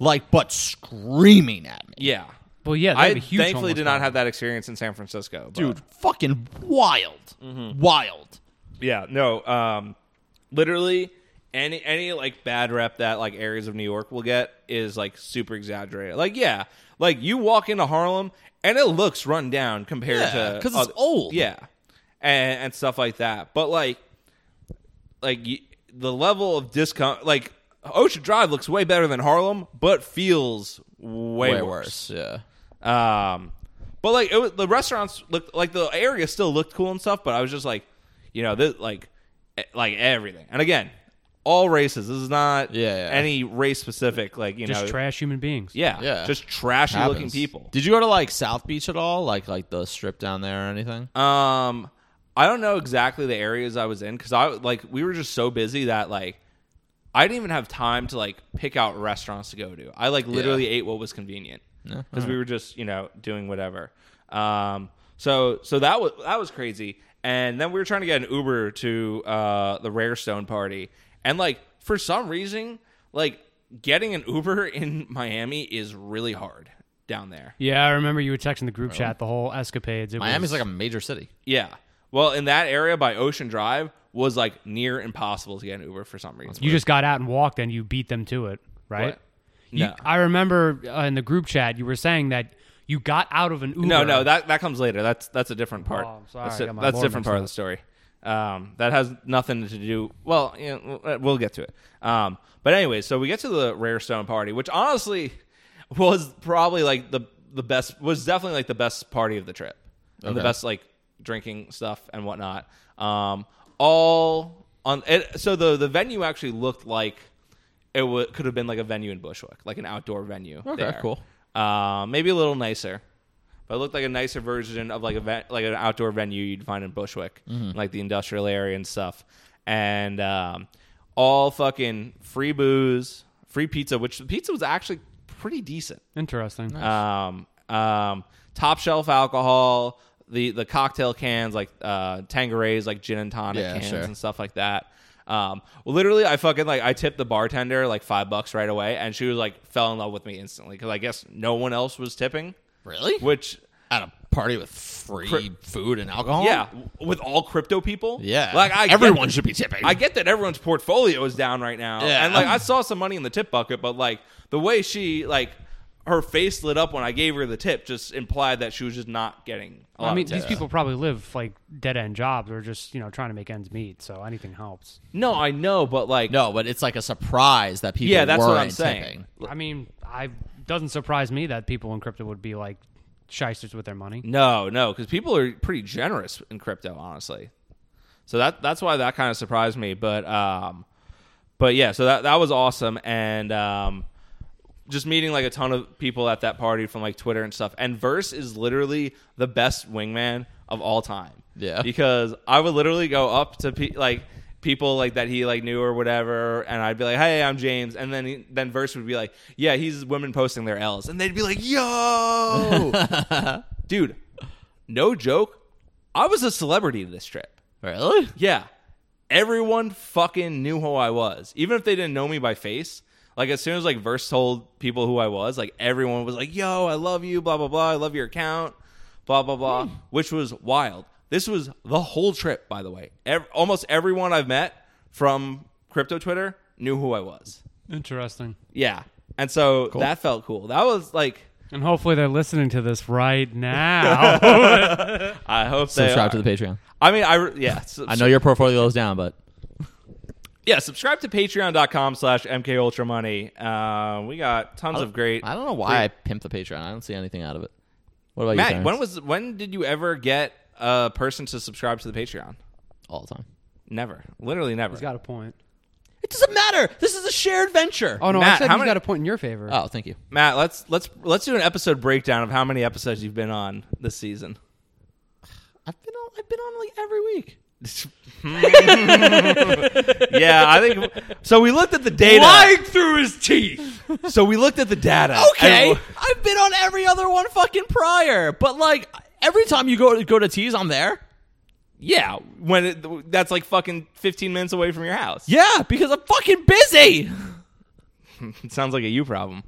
Speaker 3: like but screaming at me.
Speaker 1: Yeah.
Speaker 2: Well, yeah, they
Speaker 1: I
Speaker 2: have a huge
Speaker 1: thankfully
Speaker 2: homeless
Speaker 1: did not
Speaker 2: problem.
Speaker 1: have that experience in San Francisco, but-
Speaker 3: Dude, fucking wild,
Speaker 1: Mm-hmm.
Speaker 3: wild.
Speaker 1: Yeah, no. Um, literally, any any like bad rep that like areas of New York will get is like super exaggerated. Like, yeah, like you walk into Harlem and it looks run down compared
Speaker 3: Yeah,
Speaker 1: to
Speaker 3: 'cause it's
Speaker 1: other-
Speaker 3: old.
Speaker 1: Yeah, and and stuff like that. But like, like y- the level of discount, like Ocean Drive looks way better than Harlem, but feels way, worse.
Speaker 3: yeah.
Speaker 1: Um, but like it was, the restaurants looked like the area still looked cool and stuff. But I was just like, you know, this like e- like everything. And again, all races. This is not
Speaker 3: Yeah, yeah.
Speaker 1: any race specific. Like you
Speaker 2: Just
Speaker 1: know,
Speaker 2: trash human beings.
Speaker 1: yeah,
Speaker 3: Yeah.
Speaker 1: just trashy looking
Speaker 3: Happens.
Speaker 1: people.
Speaker 3: Did you go to like South Beach at all? Like like the strip down there or anything?
Speaker 1: Um, I don't know exactly the areas I was in because I like we were just so busy that like I didn't even have time to like pick out restaurants to go to. I like literally ate what was convenient because we were just you know doing whatever. Um, so so that was that was crazy. And then we were trying to get an Uber to uh, the Rare Stone party, and like for some reason, like getting an Uber in Miami is really hard down there.
Speaker 2: Yeah, I remember you were texting the group
Speaker 1: Oh.
Speaker 2: chat the whole escapades. It
Speaker 3: Miami's
Speaker 2: was,
Speaker 3: like a major city.
Speaker 1: Yeah. Well, in that area by Ocean Drive was like near impossible to get an Uber for some reason.
Speaker 2: you just got out and walked and you beat them to it, right?
Speaker 1: What?
Speaker 2: You-
Speaker 1: No.
Speaker 2: I remember uh, in the group chat you were saying that you got out of an Uber.
Speaker 1: no, no, that that comes later. That's that's a different part.
Speaker 2: Oh, I'm sorry,
Speaker 1: That's
Speaker 2: I
Speaker 1: a,
Speaker 2: got my
Speaker 1: that's a
Speaker 2: lore
Speaker 1: different
Speaker 2: mixed
Speaker 1: part of
Speaker 2: up.
Speaker 1: the story. Um, that has nothing to do. Well, you know, we'll get to it. Um, but anyway, so we get to the Rare Stone party, which honestly was probably like the the best was definitely like the best party of the trip and the
Speaker 3: Okay.
Speaker 1: best like drinking stuff and whatnot. Um, all on it. So the the venue actually looked like it wa could have been like a venue in Bushwick, like an outdoor venue.
Speaker 3: Okay,
Speaker 1: there.
Speaker 3: cool.
Speaker 1: Uh, maybe a little nicer, but it looked like a nicer version of like a ve- like an outdoor venue you'd find in Bushwick, like the industrial area and stuff. And um, all fucking free booze, free pizza, which the pizza was actually pretty decent.
Speaker 2: Interesting.
Speaker 1: Um, um, top shelf alcohol, the the cocktail cans like uh, Tangerais, like gin and tonic
Speaker 3: Yeah,
Speaker 1: cans
Speaker 3: sure.
Speaker 1: and stuff like that. Um, well, literally, I fucking like I tipped the bartender like five bucks right away, and she was like fell in love with me instantly because I guess no one else was tipping,
Speaker 3: Really?
Speaker 1: which
Speaker 3: At a party with free food and alcohol?
Speaker 1: yeah, w- with all crypto people,
Speaker 3: Yeah.
Speaker 1: like I get-
Speaker 3: everyone should be tipping.
Speaker 1: I get that everyone's portfolio is down right now.
Speaker 3: Yeah.
Speaker 1: And like I saw some money in the tip bucket, but like the way she like her face lit up when I gave her the tip just implied that she was just not getting a lot
Speaker 2: I mean,
Speaker 1: of
Speaker 2: these
Speaker 1: tips.
Speaker 2: people probably live like dead end jobs or just you know trying to make ends meet. So anything helps.
Speaker 1: No, I know, but like
Speaker 3: no, but it's like a surprise that people
Speaker 1: Yeah, that's what
Speaker 3: weren't
Speaker 1: I'm saying.
Speaker 3: tipping.
Speaker 2: I mean, I doesn't surprise me that people in crypto would be like shysters with their money.
Speaker 1: No, no, because people are pretty generous in crypto, honestly. So that that's why that kind of surprised me. But um, but yeah, so that that was awesome, and um, just meeting like a ton of people at that party from like Twitter and stuff. And Verse is literally the best wingman of all time.
Speaker 3: Yeah.
Speaker 1: because I would literally go up to pe- like people like that he like knew or whatever and I'd be like hey I'm James and then he, then verse would be like yeah he's women posting their L's and they'd be like yo dude no joke i was a celebrity this trip
Speaker 3: Really?
Speaker 1: yeah everyone fucking knew who i was even if they didn't know me by face like as soon as like verse told people who i was like everyone was like yo i love you blah blah blah i love your account blah blah blah which was wild this was the whole trip by the way Ev- almost everyone i've met from crypto twitter knew who i was
Speaker 2: Interesting.
Speaker 1: yeah and so that felt cool that was like
Speaker 2: And hopefully they're listening to this right now.
Speaker 1: i hope
Speaker 3: Subscribe
Speaker 1: they
Speaker 3: to
Speaker 1: are.
Speaker 3: the Patreon.
Speaker 1: i mean i re- yeah
Speaker 3: I know your portfolio is down, but
Speaker 1: yeah subscribe to patreon.com slash mkultramoney uh, we got tons of great
Speaker 3: I don't know why I pimped the Patreon. I don't see anything out of it. What about you?
Speaker 1: matt
Speaker 3: Terrence?
Speaker 1: when was when did you ever get a person to subscribe to the patreon
Speaker 3: all the time?
Speaker 1: never literally never
Speaker 2: He's got a point.
Speaker 3: It doesn't matter. This is a shared venture.
Speaker 2: Oh no,
Speaker 1: Matt,
Speaker 2: I said
Speaker 1: how
Speaker 2: he's
Speaker 1: many-
Speaker 2: got a point in your favor.
Speaker 3: Oh, thank you.
Speaker 1: matt let's let's let's do an episode breakdown of how many episodes you've been on this season
Speaker 3: I've been on. I've been on like every week.
Speaker 1: yeah i think so we looked at the data
Speaker 2: through his teeth.
Speaker 1: so we looked at the data
Speaker 3: Okay,
Speaker 1: And-
Speaker 3: I've been on every other one fucking prior, but like every time you go to go to tease, I'm there.
Speaker 1: Yeah, when it, that's like fucking 15 minutes away from your house.
Speaker 3: Yeah, because I'm fucking busy.
Speaker 1: It sounds like a you problem.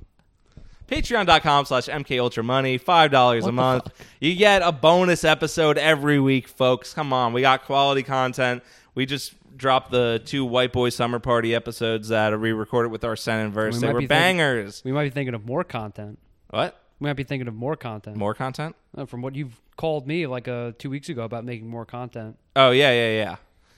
Speaker 1: Patreon.com slash MKUltraMoney, $5 a month. You get a bonus episode every week, folks. Come on, we got quality content. We just dropped the two White Boy Summer Party episodes that we recorded with our Sen and Verse.
Speaker 2: We
Speaker 1: they
Speaker 2: might
Speaker 1: were
Speaker 2: be thinking-
Speaker 1: bangers.
Speaker 2: We might be thinking of more content.
Speaker 1: what?
Speaker 2: We might be thinking of more content.
Speaker 1: More content?
Speaker 2: Uh, From what you've called me like uh, two weeks ago about making more content.
Speaker 1: Oh, yeah, yeah, yeah.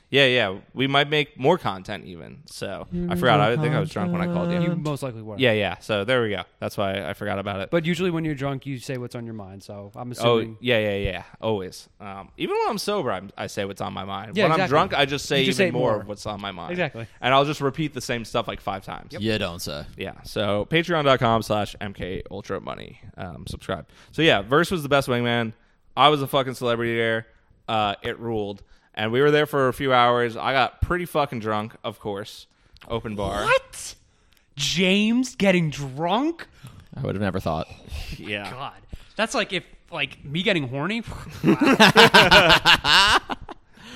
Speaker 1: Yeah, yeah. We might make more content even. So I forgot. I think I was drunk when I called
Speaker 2: You
Speaker 1: you.
Speaker 2: most likely were.
Speaker 1: Yeah, yeah. So there we go. That's why I forgot about it.
Speaker 2: But usually when you're drunk, you say what's on your mind. So I'm
Speaker 1: Oh
Speaker 2: assuming.
Speaker 1: yeah, yeah, yeah. Always. Um, even when I'm sober, I'm, I say what's on my mind.
Speaker 2: Yeah,
Speaker 1: when I'm
Speaker 2: exactly.
Speaker 1: drunk, I just say
Speaker 2: You just
Speaker 1: even
Speaker 2: say it
Speaker 1: more
Speaker 2: more.
Speaker 1: of what's on my mind.
Speaker 2: Exactly.
Speaker 1: And I'll just repeat the same stuff like five times.
Speaker 3: You don't say.
Speaker 1: Yeah. So patreon.com slash MK Ultra Money. Um, subscribe. So yeah, Verse was the best wingman. I was a fucking celebrity there. Uh, it ruled. And we were there for a few hours. I got pretty fucking drunk, of course. Open bar.
Speaker 2: What? James getting drunk?
Speaker 3: I would have never thought.
Speaker 1: Yeah.
Speaker 2: God, that's like if like me getting horny.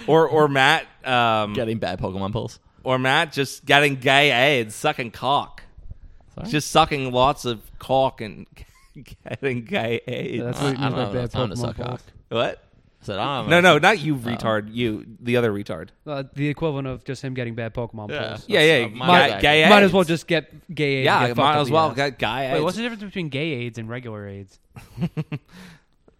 Speaker 1: Or or Matt um,
Speaker 3: Getting bad Pokemon pulls.
Speaker 1: or Matt just getting gay AIDS, sucking cock.
Speaker 3: Sorry?
Speaker 1: Just sucking lots of cock and getting gay AIDS.
Speaker 2: That's
Speaker 3: I-
Speaker 2: what it means
Speaker 3: I don't
Speaker 2: by
Speaker 3: know,
Speaker 2: bad
Speaker 3: it's time to
Speaker 2: Pokemon
Speaker 3: suck
Speaker 2: balls.
Speaker 3: cock.
Speaker 1: what?
Speaker 3: I said, I don't
Speaker 1: No,
Speaker 3: know.
Speaker 1: no, not you, retard. You, the other retard.
Speaker 2: Uh, the equivalent of just him getting bad Pokemon
Speaker 3: Yeah.
Speaker 2: balls.
Speaker 1: yeah, yeah.
Speaker 3: not
Speaker 1: Gay,
Speaker 3: my bag.
Speaker 1: gay
Speaker 2: Might as
Speaker 1: AIDS.
Speaker 2: well just get gay AIDS. and
Speaker 1: Yeah,
Speaker 2: get fucked
Speaker 1: might
Speaker 2: up
Speaker 1: as
Speaker 2: the
Speaker 1: well
Speaker 2: ass.
Speaker 1: get guy AIDS.
Speaker 2: Wait, what's the difference between gay AIDS and regular AIDS?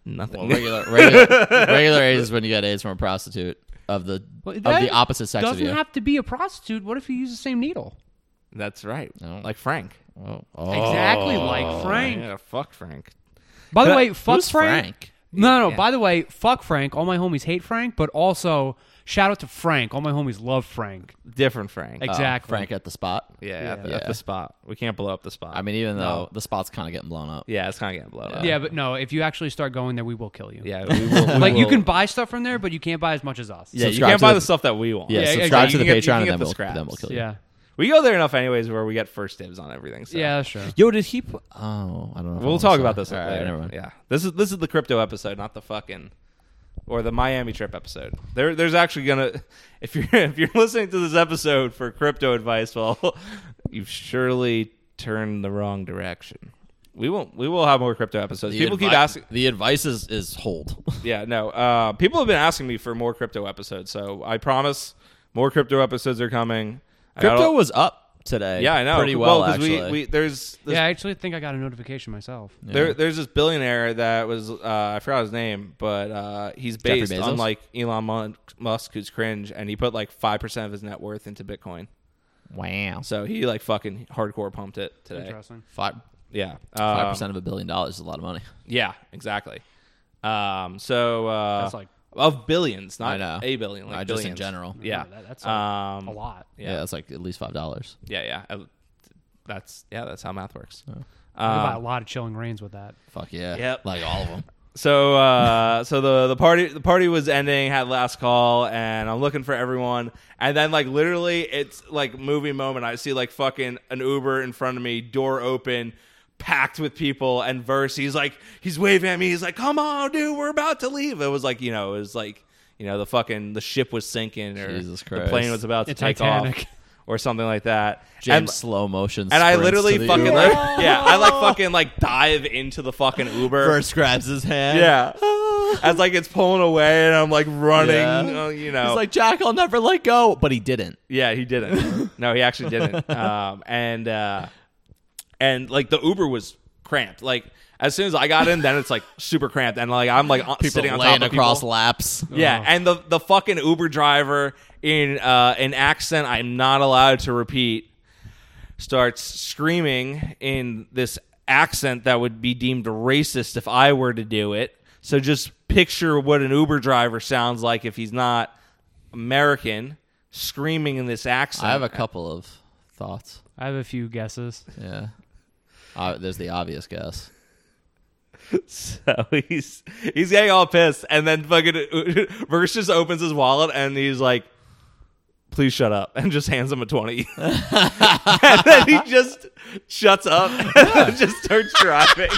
Speaker 1: Nothing.
Speaker 3: Well, regular, regular, regular AIDS is when you get AIDS from a prostitute of the
Speaker 2: Well,
Speaker 3: of
Speaker 2: that
Speaker 3: the opposite sex of
Speaker 2: Doesn't
Speaker 3: you.
Speaker 2: have to be a prostitute. What if you use the same needle?
Speaker 1: That's right.
Speaker 3: No.
Speaker 1: Like Frank.
Speaker 3: oh, oh.
Speaker 2: Exactly like Frank.
Speaker 1: Yeah, fuck Frank.
Speaker 2: By the
Speaker 1: Who-
Speaker 2: way, fuck
Speaker 3: Who's Frank?
Speaker 2: No, no.
Speaker 1: Yeah.
Speaker 2: By the way, fuck Frank. All my homies hate Frank, but also shout out to Frank. All my homies love Frank.
Speaker 1: Different Frank.
Speaker 3: Oh,
Speaker 2: Exactly.
Speaker 3: Frank at the spot.
Speaker 1: yeah, At, the,
Speaker 3: Yeah.
Speaker 1: at the spot. We can't blow up the spot.
Speaker 3: I mean, even though the spot's kind of getting blown up.
Speaker 1: yeah, it's kind of getting blown up.
Speaker 2: yeah, but no. If you actually start going there, we will kill you.
Speaker 1: yeah. We will, we
Speaker 2: like you
Speaker 1: will-
Speaker 2: can buy stuff from there, but you can't buy as much as us.
Speaker 3: Yeah,
Speaker 1: You
Speaker 3: Subscribe
Speaker 1: can't
Speaker 3: to
Speaker 1: buy the
Speaker 3: the-
Speaker 1: stuff that we want.
Speaker 3: Yeah,
Speaker 2: Yeah,
Speaker 3: subscribe
Speaker 2: exactly.
Speaker 3: to the
Speaker 1: You can get- you
Speaker 3: Patreon
Speaker 1: can
Speaker 3: and
Speaker 1: get
Speaker 3: then
Speaker 1: the
Speaker 3: we'll,
Speaker 1: scraps.
Speaker 3: then we'll kill you.
Speaker 2: yeah,
Speaker 1: We go there enough, anyways, where we get first dibs on everything. So.
Speaker 2: yeah. Sure.
Speaker 3: Yo, did he? Put, oh, I don't know. if I
Speaker 1: We'll
Speaker 3: wanna
Speaker 1: talk
Speaker 3: say.
Speaker 1: about this
Speaker 3: All
Speaker 1: later.
Speaker 3: right, never mind.
Speaker 1: Yeah, this is this is the crypto episode, not the fucking or the Miami trip episode. There, there's actually gonna if you're if you're listening to this episode for crypto advice, well, you've surely turned the wrong direction. We won't. We will have more crypto episodes.
Speaker 3: The
Speaker 1: people keep
Speaker 3: advi-
Speaker 1: asking.
Speaker 3: The advice is is hold.
Speaker 1: Yeah, no. Uh, people have been asking me for more crypto episodes, so I promise more crypto episodes are coming. I got
Speaker 3: Crypto
Speaker 1: a-
Speaker 3: was up today.
Speaker 1: Yeah, I know.
Speaker 3: Pretty well,
Speaker 1: 'cause
Speaker 3: actually.
Speaker 1: We, we, there's, there's
Speaker 2: Yeah, I actually think I got a notification myself.
Speaker 1: There, there's this billionaire that was uh, I forgot his name, but uh, he's
Speaker 3: Jeffrey
Speaker 1: based
Speaker 3: Bezos?
Speaker 1: on like Elon Mon- Musk, who's cringe, and he put like five percent of his net worth into Bitcoin.
Speaker 3: wow.
Speaker 1: So he like fucking hardcore pumped it today.
Speaker 2: Interesting.
Speaker 3: Five
Speaker 1: Yeah,
Speaker 3: five
Speaker 1: five
Speaker 3: percent of a billion dollars is a lot of money.
Speaker 1: Yeah, exactly. Um, so uh,
Speaker 2: That's like-
Speaker 1: of billions,
Speaker 3: I
Speaker 1: not
Speaker 3: know.
Speaker 1: a billion, like
Speaker 3: I just
Speaker 1: billions.
Speaker 3: in general.
Speaker 1: Yeah,
Speaker 2: That- that's like
Speaker 1: um,
Speaker 2: A lot.
Speaker 3: Yeah, that's like at least five dollars.
Speaker 1: Yeah, yeah. I- that's yeah, that's how math works.
Speaker 2: I could
Speaker 1: Um,
Speaker 2: buy a lot of chilling rains with that.
Speaker 3: Fuck yeah.
Speaker 1: Yep.
Speaker 3: Like all of them.
Speaker 1: So uh so the the party the party was ending, had last call, and I'm looking for everyone. And then like literally it's like movie moment. I see like fucking an Uber in front of me, door open, packed with people, and verse he's like he's waving at me, he's like, Come on, dude, we're about to leave. It was like, you know, it was like you know, the fucking the ship was sinking or
Speaker 3: Jesus
Speaker 1: the
Speaker 3: Christ.
Speaker 1: plane was about to
Speaker 2: The
Speaker 1: take
Speaker 2: Titanic.
Speaker 1: off or something like that.
Speaker 3: James
Speaker 1: And-
Speaker 3: slow motion.
Speaker 1: and I
Speaker 3: sprints
Speaker 1: literally
Speaker 3: to the
Speaker 1: fucking
Speaker 3: Uber.
Speaker 1: like, yeah, I like fucking like dive into the fucking Uber.
Speaker 3: first grabs his hand.
Speaker 1: Yeah. As like it's pulling away and I'm like running,
Speaker 3: Yeah.
Speaker 1: uh, you know.
Speaker 3: He's like Jack, I'll never let go, but he didn't.
Speaker 1: yeah, he didn't. no, he actually didn't. Um, and uh, and like the Uber was cramped. Like as soon as I got in, then it's like super cramped, and like I'm like on-
Speaker 3: People
Speaker 1: sitting on
Speaker 3: laying
Speaker 1: top of
Speaker 3: across
Speaker 1: people.
Speaker 3: laps.
Speaker 1: Yeah, and the the fucking Uber driver in uh, an accent I'm not allowed to repeat starts screaming in this accent that would be deemed racist if I were to do it. So just picture what an Uber driver sounds like if he's not American screaming in this accent.
Speaker 3: I have a couple of thoughts.
Speaker 2: I have a few guesses.
Speaker 3: Yeah. Uh, there's the obvious guess.
Speaker 1: So he's he's getting all pissed, and then fucking Verse just opens his wallet and he's like, "Please shut up," and just hands him a twenty. and then he just shuts up and just starts driving.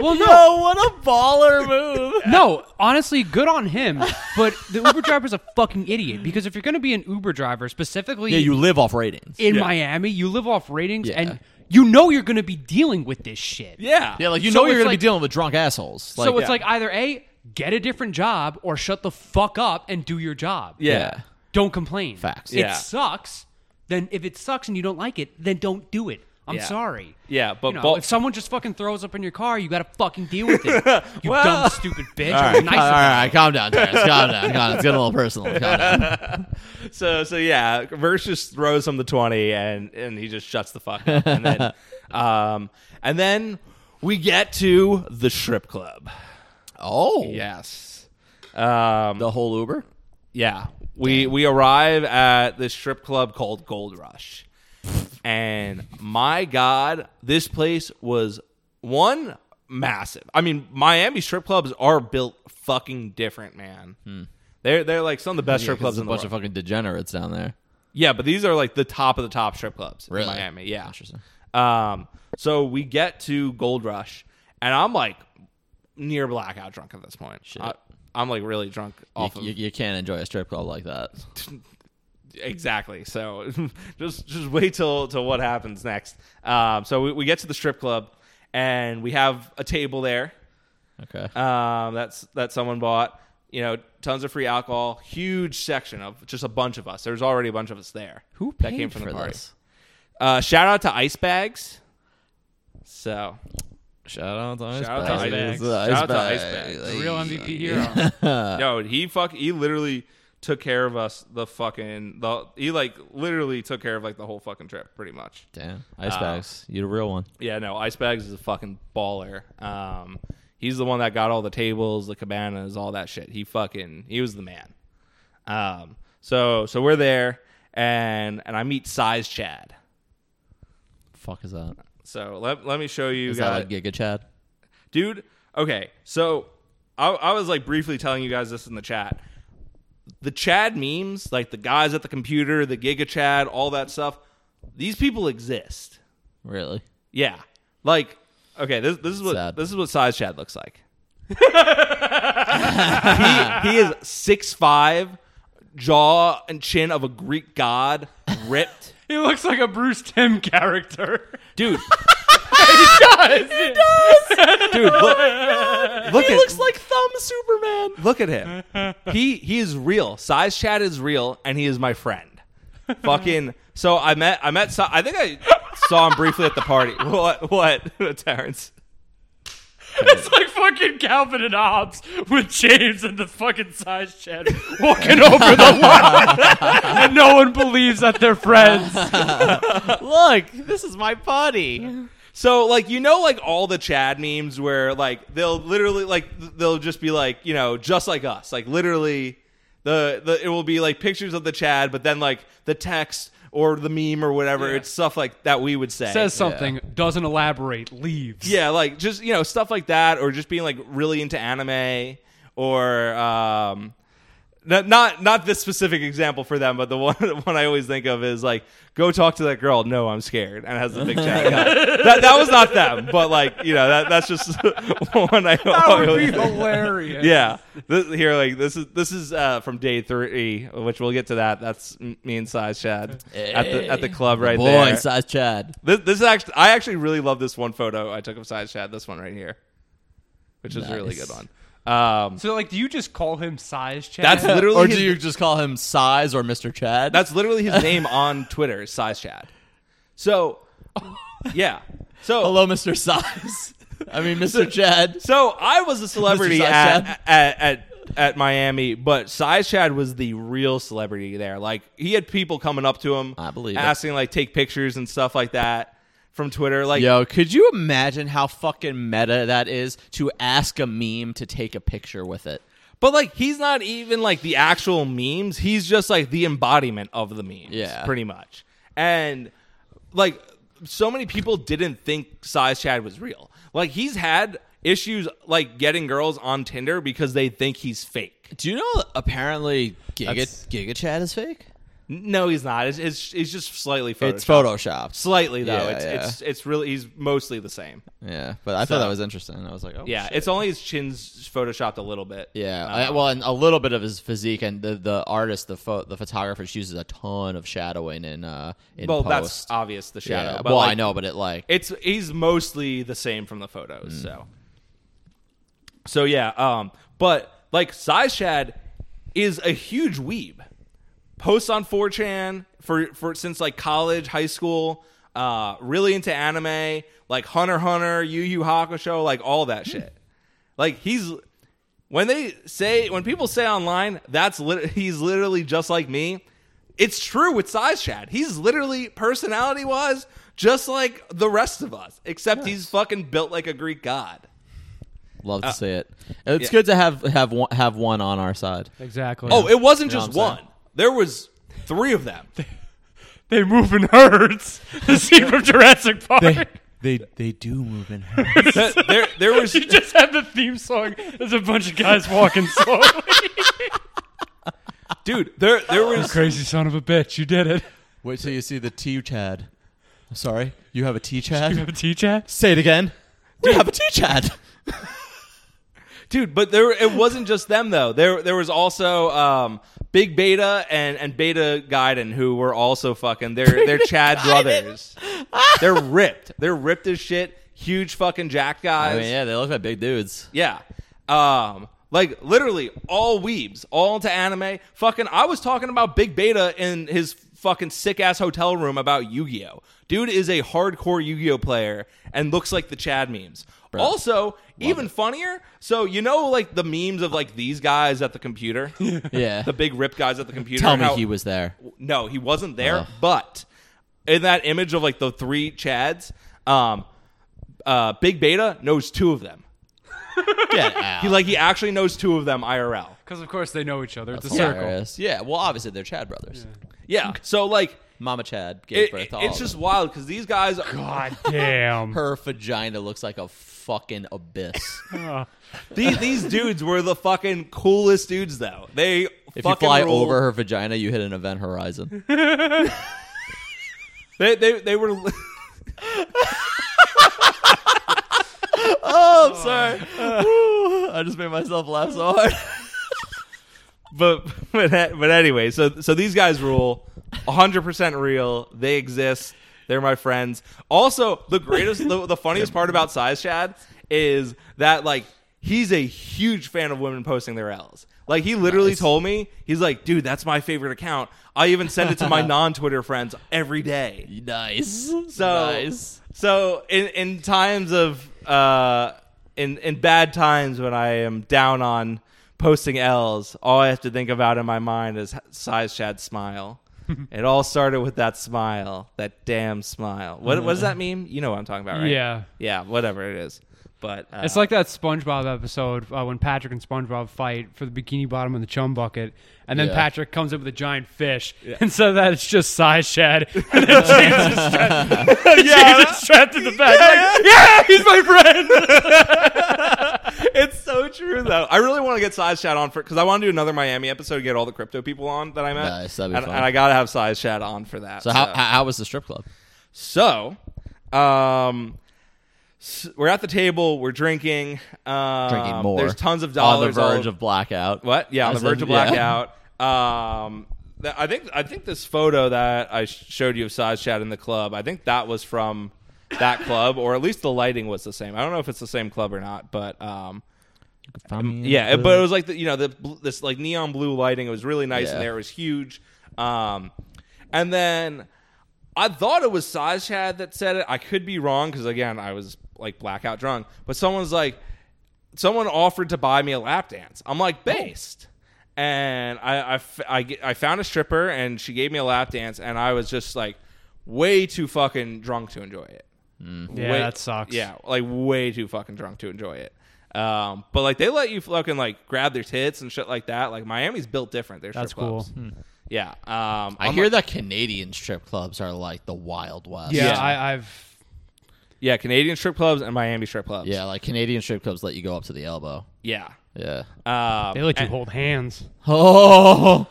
Speaker 2: Well, no.
Speaker 3: Yo, what a baller move.
Speaker 2: No, honestly, good on him. But the Uber driver's a fucking idiot because if you're going to be an Uber driver, specifically
Speaker 3: yeah, you live off ratings.
Speaker 2: in
Speaker 1: Yeah.
Speaker 2: Miami, you live off ratings
Speaker 3: Yeah.
Speaker 2: and you know you're going to be dealing with this shit.
Speaker 1: yeah,
Speaker 3: Yeah, like you
Speaker 2: So
Speaker 3: know you're
Speaker 2: it's
Speaker 3: gonna
Speaker 2: like-
Speaker 3: be dealing with drunk assholes. Like,
Speaker 2: so it's
Speaker 1: yeah.
Speaker 2: like either A, get a different job or shut the fuck up and do your job.
Speaker 1: yeah.
Speaker 3: yeah.
Speaker 2: Don't complain.
Speaker 3: Facts.
Speaker 2: It
Speaker 1: Yeah.
Speaker 2: sucks. Then if it sucks and you don't like it, then don't do it. I'm
Speaker 1: Yeah.
Speaker 2: sorry.
Speaker 1: Yeah, but
Speaker 2: You know,
Speaker 1: Bal-
Speaker 2: if someone just fucking throws up in your car, you got to fucking deal with it. You
Speaker 1: Well-
Speaker 2: dumb stupid bitch.
Speaker 3: All
Speaker 2: I
Speaker 3: right,
Speaker 2: was
Speaker 3: all
Speaker 2: nice about it.
Speaker 3: right, calm down, Terrence. Calm down, calm down. It's getting a little personal. Calm down.
Speaker 1: So so yeah, Verse just throws him the twenty, and and he just shuts the fuck up, and then um and then we get to the strip club.
Speaker 3: Oh,
Speaker 1: Yes. Um.
Speaker 3: the whole Uber.
Speaker 1: Yeah. We we arrive at this strip club called Gold Rush. And my god, this place was one massive. I mean, Miami strip clubs are built fucking different, man.
Speaker 3: Hmm.
Speaker 1: They're they're like some of the best strip clubs
Speaker 3: There's a
Speaker 1: in the
Speaker 3: bunch
Speaker 1: world.
Speaker 3: of fucking degenerates down there.
Speaker 1: yeah, but these are like the top of the top strip clubs
Speaker 3: Really?
Speaker 1: in Miami. Yeah.
Speaker 3: Interesting.
Speaker 1: Um so we get to Gold Rush and I'm like near blackout drunk at this point. I, I'm like really drunk
Speaker 3: You,
Speaker 1: off of
Speaker 3: you, you can't enjoy a strip club like that.
Speaker 1: exactly. So just just wait till till what happens next. Um, so we, we get to the strip club and we have a table there
Speaker 3: Okay.
Speaker 1: um, that's that someone bought. You know, tons of free alcohol. Huge section of just a bunch of us. There's already a bunch of us there.
Speaker 2: Who
Speaker 1: that
Speaker 2: paid
Speaker 1: came from the
Speaker 3: for
Speaker 1: party?
Speaker 3: this.
Speaker 1: Uh, shout out to Ice Bags. So
Speaker 3: Shout out to Ice
Speaker 1: Shout out to
Speaker 3: Bags.
Speaker 1: Ice Bags.
Speaker 3: The
Speaker 1: Shout out to Ice
Speaker 3: Bags.
Speaker 1: Bags.
Speaker 2: Real MVP hero.
Speaker 1: no, he fuck. He literally took care of us. The fucking the he like literally took care of like the whole fucking trip, pretty much.
Speaker 3: Damn, Ice
Speaker 1: Ah.
Speaker 3: Bags. You the real one.
Speaker 1: Yeah, no, Ice Bags is a fucking baller. Um, he's the one that got all the tables, the cabanas, all that shit. He fucking he was the man. Um, so so we're there, and and I meet Size Chad.
Speaker 3: Fuck is that?
Speaker 1: So let, let me show you
Speaker 3: Is
Speaker 1: guys,
Speaker 3: that like Giga Chad?
Speaker 1: dude. Okay, so I, I was like briefly telling you guys this in the chat. The Chad memes, like the guys at the computer, the Giga Chad, all that stuff. These people exist.
Speaker 3: Really?
Speaker 1: Yeah. Like, okay, this this is what
Speaker 3: Sad.
Speaker 1: this is what size Chad looks like. he, he is six five, jaw and chin of a Greek god, ripped.
Speaker 2: He looks like a Bruce Tim character.
Speaker 1: Dude. he does. He does. Dude, look. look at,
Speaker 3: like Thumb Superman.
Speaker 1: look at him. He he is real. Size Chad is real, and he is my friend. Fucking. So I met I met. Si- I think I saw him briefly at the party. What what Terrence?
Speaker 2: It's like fucking Calvin and Hobbes with James and the fucking size Chad walking over the line, and no one believes that they're friends.
Speaker 3: Look, this is my buddy.
Speaker 1: So like you know like all the Chad memes where like they'll literally like th- they'll just be like you know just like us like literally the the it will be like pictures of the Chad but then like the text or the meme or whatever
Speaker 2: Yeah.
Speaker 1: it's stuff like that we would say
Speaker 2: Says something, doesn't elaborate, leaves.
Speaker 1: yeah like just you know stuff like that or just being like really into anime or um not not, not this specific example for them but the one the one I always think of is like go talk to that girl no I'm scared and has the big Chad guy. that that was not them but like you know that that's just one I
Speaker 2: That would
Speaker 1: always-
Speaker 2: be hilarious.
Speaker 1: yeah this, here like this is this is uh from day three which we'll get to that that's m- me and size Chad at the at the club right
Speaker 3: Boy,
Speaker 1: there
Speaker 3: size Chad.
Speaker 1: this, this is actually, I actually really love this one photo I took of Size Chad. This one right here, which is a really
Speaker 3: Nice.
Speaker 1: good one. Um,
Speaker 2: So like, do you just call him size Chad?
Speaker 1: that's literally
Speaker 3: Or
Speaker 1: his,
Speaker 3: do you just call him Size or Mr. Chad?
Speaker 1: that's literally his name on Twitter, is Size Chad. So, yeah. So
Speaker 3: hello, Mr. Size. I mean, Mr. Chad.
Speaker 1: So I was a celebrity
Speaker 3: Size
Speaker 1: at,
Speaker 3: Chad.
Speaker 1: at at at Miami, but Size Chad was the real celebrity there. Like he had people coming up to him,
Speaker 3: I believe it.
Speaker 1: asking like take pictures and stuff like that from Twitter. Like
Speaker 3: Yo, could you imagine how fucking meta that is to ask a meme to take a picture with it?
Speaker 1: But like he's not even like the actual memes. He's just like the embodiment of the memes.
Speaker 3: Yeah.
Speaker 1: Pretty much. And like so many people didn't think Size Chad was real. Like he's had issues like getting girls on Tinder because they think he's fake.
Speaker 3: Do you know apparently Giga
Speaker 2: That's-
Speaker 3: Giga Chad is fake?
Speaker 1: No, he's not. It's, it's, it's just slightly photoshopped.
Speaker 3: It's photoshopped.
Speaker 1: slightly though.
Speaker 3: Yeah,
Speaker 1: it's,
Speaker 3: yeah.
Speaker 1: it's it's really he's mostly the same.
Speaker 3: Yeah, but I thought that was interesting. I was like, oh,
Speaker 1: Yeah,
Speaker 3: shit.
Speaker 1: it's only his chin's photoshopped a little bit.
Speaker 3: Yeah,
Speaker 1: Uh,
Speaker 3: I- well, and a little bit of his physique, and the, the artist, the pho- the photographer, she uses a ton of shadowing in uh in
Speaker 1: well,
Speaker 3: post.
Speaker 1: that's obvious the
Speaker 3: yeah.
Speaker 1: shadow. But
Speaker 3: well, I
Speaker 1: like,
Speaker 3: know, but it like
Speaker 1: it's he's mostly the same from the photos. So, so yeah. Um, but like Size Shad is a huge weeb. Posts on 4chan for for since like college, high school. Uh, really into anime, like Hunter x Hunter, Yu Yu Hakusho, like all that shit. Like he's when they say when people say online that's lit- he's literally just like me it's true with size chad he's literally personality wise just like the rest of us except he's fucking built like a greek god
Speaker 3: love to see it. It's
Speaker 1: yeah.
Speaker 3: good to have have one, have one on our side.
Speaker 2: Exactly.
Speaker 1: oh it wasn't
Speaker 3: You know
Speaker 1: just
Speaker 3: what I'm
Speaker 1: one
Speaker 3: saying?
Speaker 1: there was three of them
Speaker 2: they move in herds. The scene from Jurassic Park.
Speaker 4: They, they they do move in. herds.
Speaker 1: there, there was
Speaker 2: you just had the theme song. There's a bunch of guys walking slowly.
Speaker 1: dude there there was
Speaker 2: Crazy son of a bitch, you did it.
Speaker 4: Wait till you see the T Chad. Sorry, you have a T
Speaker 2: You
Speaker 4: Chad.
Speaker 2: have a tea chat?
Speaker 3: Say it again. We have a tea chat.
Speaker 1: dude but there it wasn't just them though there there was also um big beta and and beta gaiden who were also fucking they're they're chad brothers they're ripped they're ripped as shit huge fucking jack guys
Speaker 3: I mean, yeah, they look like big dudes.
Speaker 1: Yeah. Um, like literally all weebs, all into anime. Fucking, I was talking about Big Beta in his fucking sick ass hotel room about Yu Gi Oh. Dude is a hardcore Yu Gi Oh player and looks like the Chad memes. Also, even funnier. So you know, like the memes of like these guys at the computer,
Speaker 3: Yeah,
Speaker 1: the big rip guys at the computer.
Speaker 3: tell me
Speaker 1: how-
Speaker 3: he was there.
Speaker 1: no, he wasn't there.
Speaker 3: Oh.
Speaker 1: But in that image of like the three Chads, um, uh, Big Beta knows two of them.
Speaker 3: Get out.
Speaker 1: He like he actually knows two of them IRL.
Speaker 2: Because of course they know each other. It's a circle.
Speaker 3: Hilarious. Yeah, well, obviously they're Chad brothers.
Speaker 1: Yeah. So like
Speaker 3: Mama Chad gave
Speaker 1: it,
Speaker 3: birth. to all
Speaker 1: it's
Speaker 3: of
Speaker 1: just
Speaker 3: them.
Speaker 1: wild because these guys.
Speaker 2: God damn.
Speaker 3: her vagina looks like a fucking abyss.
Speaker 1: These these dudes were the fucking coolest dudes though. They
Speaker 3: if you
Speaker 1: fucking
Speaker 3: fly
Speaker 1: ruled.
Speaker 3: over her vagina, you hit an event horizon.
Speaker 1: They they they were.
Speaker 3: oh, I'm sorry. Woo, I just made myself laugh so hard.
Speaker 1: but but but anyway, so so these guys rule, hundred percent real. They exist. They're my friends. Also, the greatest, the, the funniest part about Size Chad is that like he's a huge fan of women posting their L's. Like he literally told me, he's like, dude, that's my favorite account. I even send it to my non-Twitter friends every day.
Speaker 3: nice.
Speaker 1: So,
Speaker 3: nice.
Speaker 1: so in in times of uh, in in bad times when I am down on posting L's, all I have to think about in my mind is size Chad's smile. it all started with that smile, that damn smile. What what does that mean? You know what I'm talking about, right?
Speaker 2: Uh-huh. Yeah.
Speaker 1: yeah, whatever it is. But uh,
Speaker 2: It's like that SpongeBob episode uh, when Patrick and SpongeBob fight for the Bikini Bottom and the Chum Bucket, and then
Speaker 3: Yeah.
Speaker 2: Patrick comes up with a giant fish, and so that it's just size shad. And then James is strapped, James is strapped to the back. like, Yeah, he's my friend.
Speaker 1: it's so true though. I really want to get Size Chat on for because I want to do another Miami episode, get all the crypto people on that I met,
Speaker 3: Nice, that'd be
Speaker 1: and,
Speaker 3: fun.
Speaker 1: and I gotta have Size Chat on for that.
Speaker 3: So how, how how was the strip club?
Speaker 1: So, um, s- we're at the table. We're drinking. Um,
Speaker 3: Drinking more.
Speaker 1: There's tons of
Speaker 3: on the
Speaker 1: dollars. all
Speaker 3: verge
Speaker 1: over-
Speaker 3: of blackout.
Speaker 1: what? Yeah, on
Speaker 3: I
Speaker 1: the
Speaker 3: said,
Speaker 1: verge of
Speaker 3: yeah.
Speaker 1: blackout. Um, th- I think I think this photo that I sh- showed you of size chat in the club. I think that was from that club, or at least the lighting was the same. I don't know if it's the same club or not, but um, yeah, it- but it was like the, you know the bl- this like neon blue lighting. It was really nice in
Speaker 3: Yeah.
Speaker 1: there. It was huge. Um, and then I thought it was Size Chad that said it. I could be wrong because again I was like blackout drunk. But someone's like, someone offered to buy me a lap dance. I'm like based. And I I f- I ge- I found a stripper and she gave me a lap dance and I was just like way too fucking drunk to enjoy it.
Speaker 2: Yeah,
Speaker 1: Way-
Speaker 2: that sucks.
Speaker 1: Yeah, like way too fucking drunk to enjoy it. Um, but like they let you fucking like grab their tits and shit like that. Like Miami's built different. Their
Speaker 2: That's
Speaker 1: strip clubs.
Speaker 2: cool. Hmm.
Speaker 1: Yeah. Um,
Speaker 3: I
Speaker 1: I'm
Speaker 3: hear
Speaker 1: like-
Speaker 3: that Canadian strip clubs are like the wild west.
Speaker 2: Yeah,
Speaker 1: Yeah.
Speaker 2: I, I've.
Speaker 1: yeah, Canadian strip clubs and Miami strip clubs.
Speaker 3: yeah, like Canadian strip clubs let you go up to the elbow.
Speaker 1: yeah.
Speaker 3: Yeah.
Speaker 1: Um,
Speaker 2: They let you
Speaker 1: and-
Speaker 2: hold hands.
Speaker 3: Oh,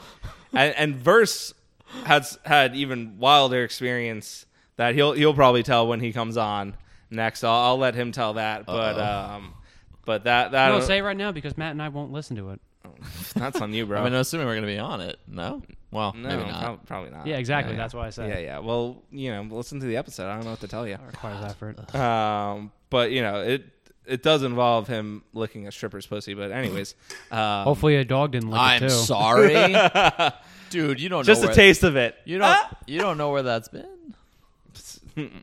Speaker 1: and, and verse had s- had even wilder experience that he'll he'll probably tell when he comes on next. I'll, I'll let him tell that, but um, but that that uh,
Speaker 2: No, say it right now because Matt and I won't listen to it.
Speaker 1: that's on you, bro.
Speaker 3: I mean, I'm assuming we're gonna be on it. No, well,
Speaker 1: no,
Speaker 3: maybe not.
Speaker 1: prob- probably not.
Speaker 2: Yeah, exactly.
Speaker 3: yeah.
Speaker 2: That's why I said
Speaker 1: Yeah, yeah. Well, you know, listen to the episode. I don't know what to tell you.
Speaker 2: it requires effort.
Speaker 1: Um, but you know, it it does involve him licking a stripper's pussy. But anyways, uh,
Speaker 2: Hopefully, a dog didn't lick it
Speaker 3: I'm
Speaker 2: too.
Speaker 3: sorry, dude. You don't
Speaker 1: just Ah!
Speaker 3: know
Speaker 1: a
Speaker 3: where-
Speaker 1: taste of it.
Speaker 3: You don't. You don't know where that's been.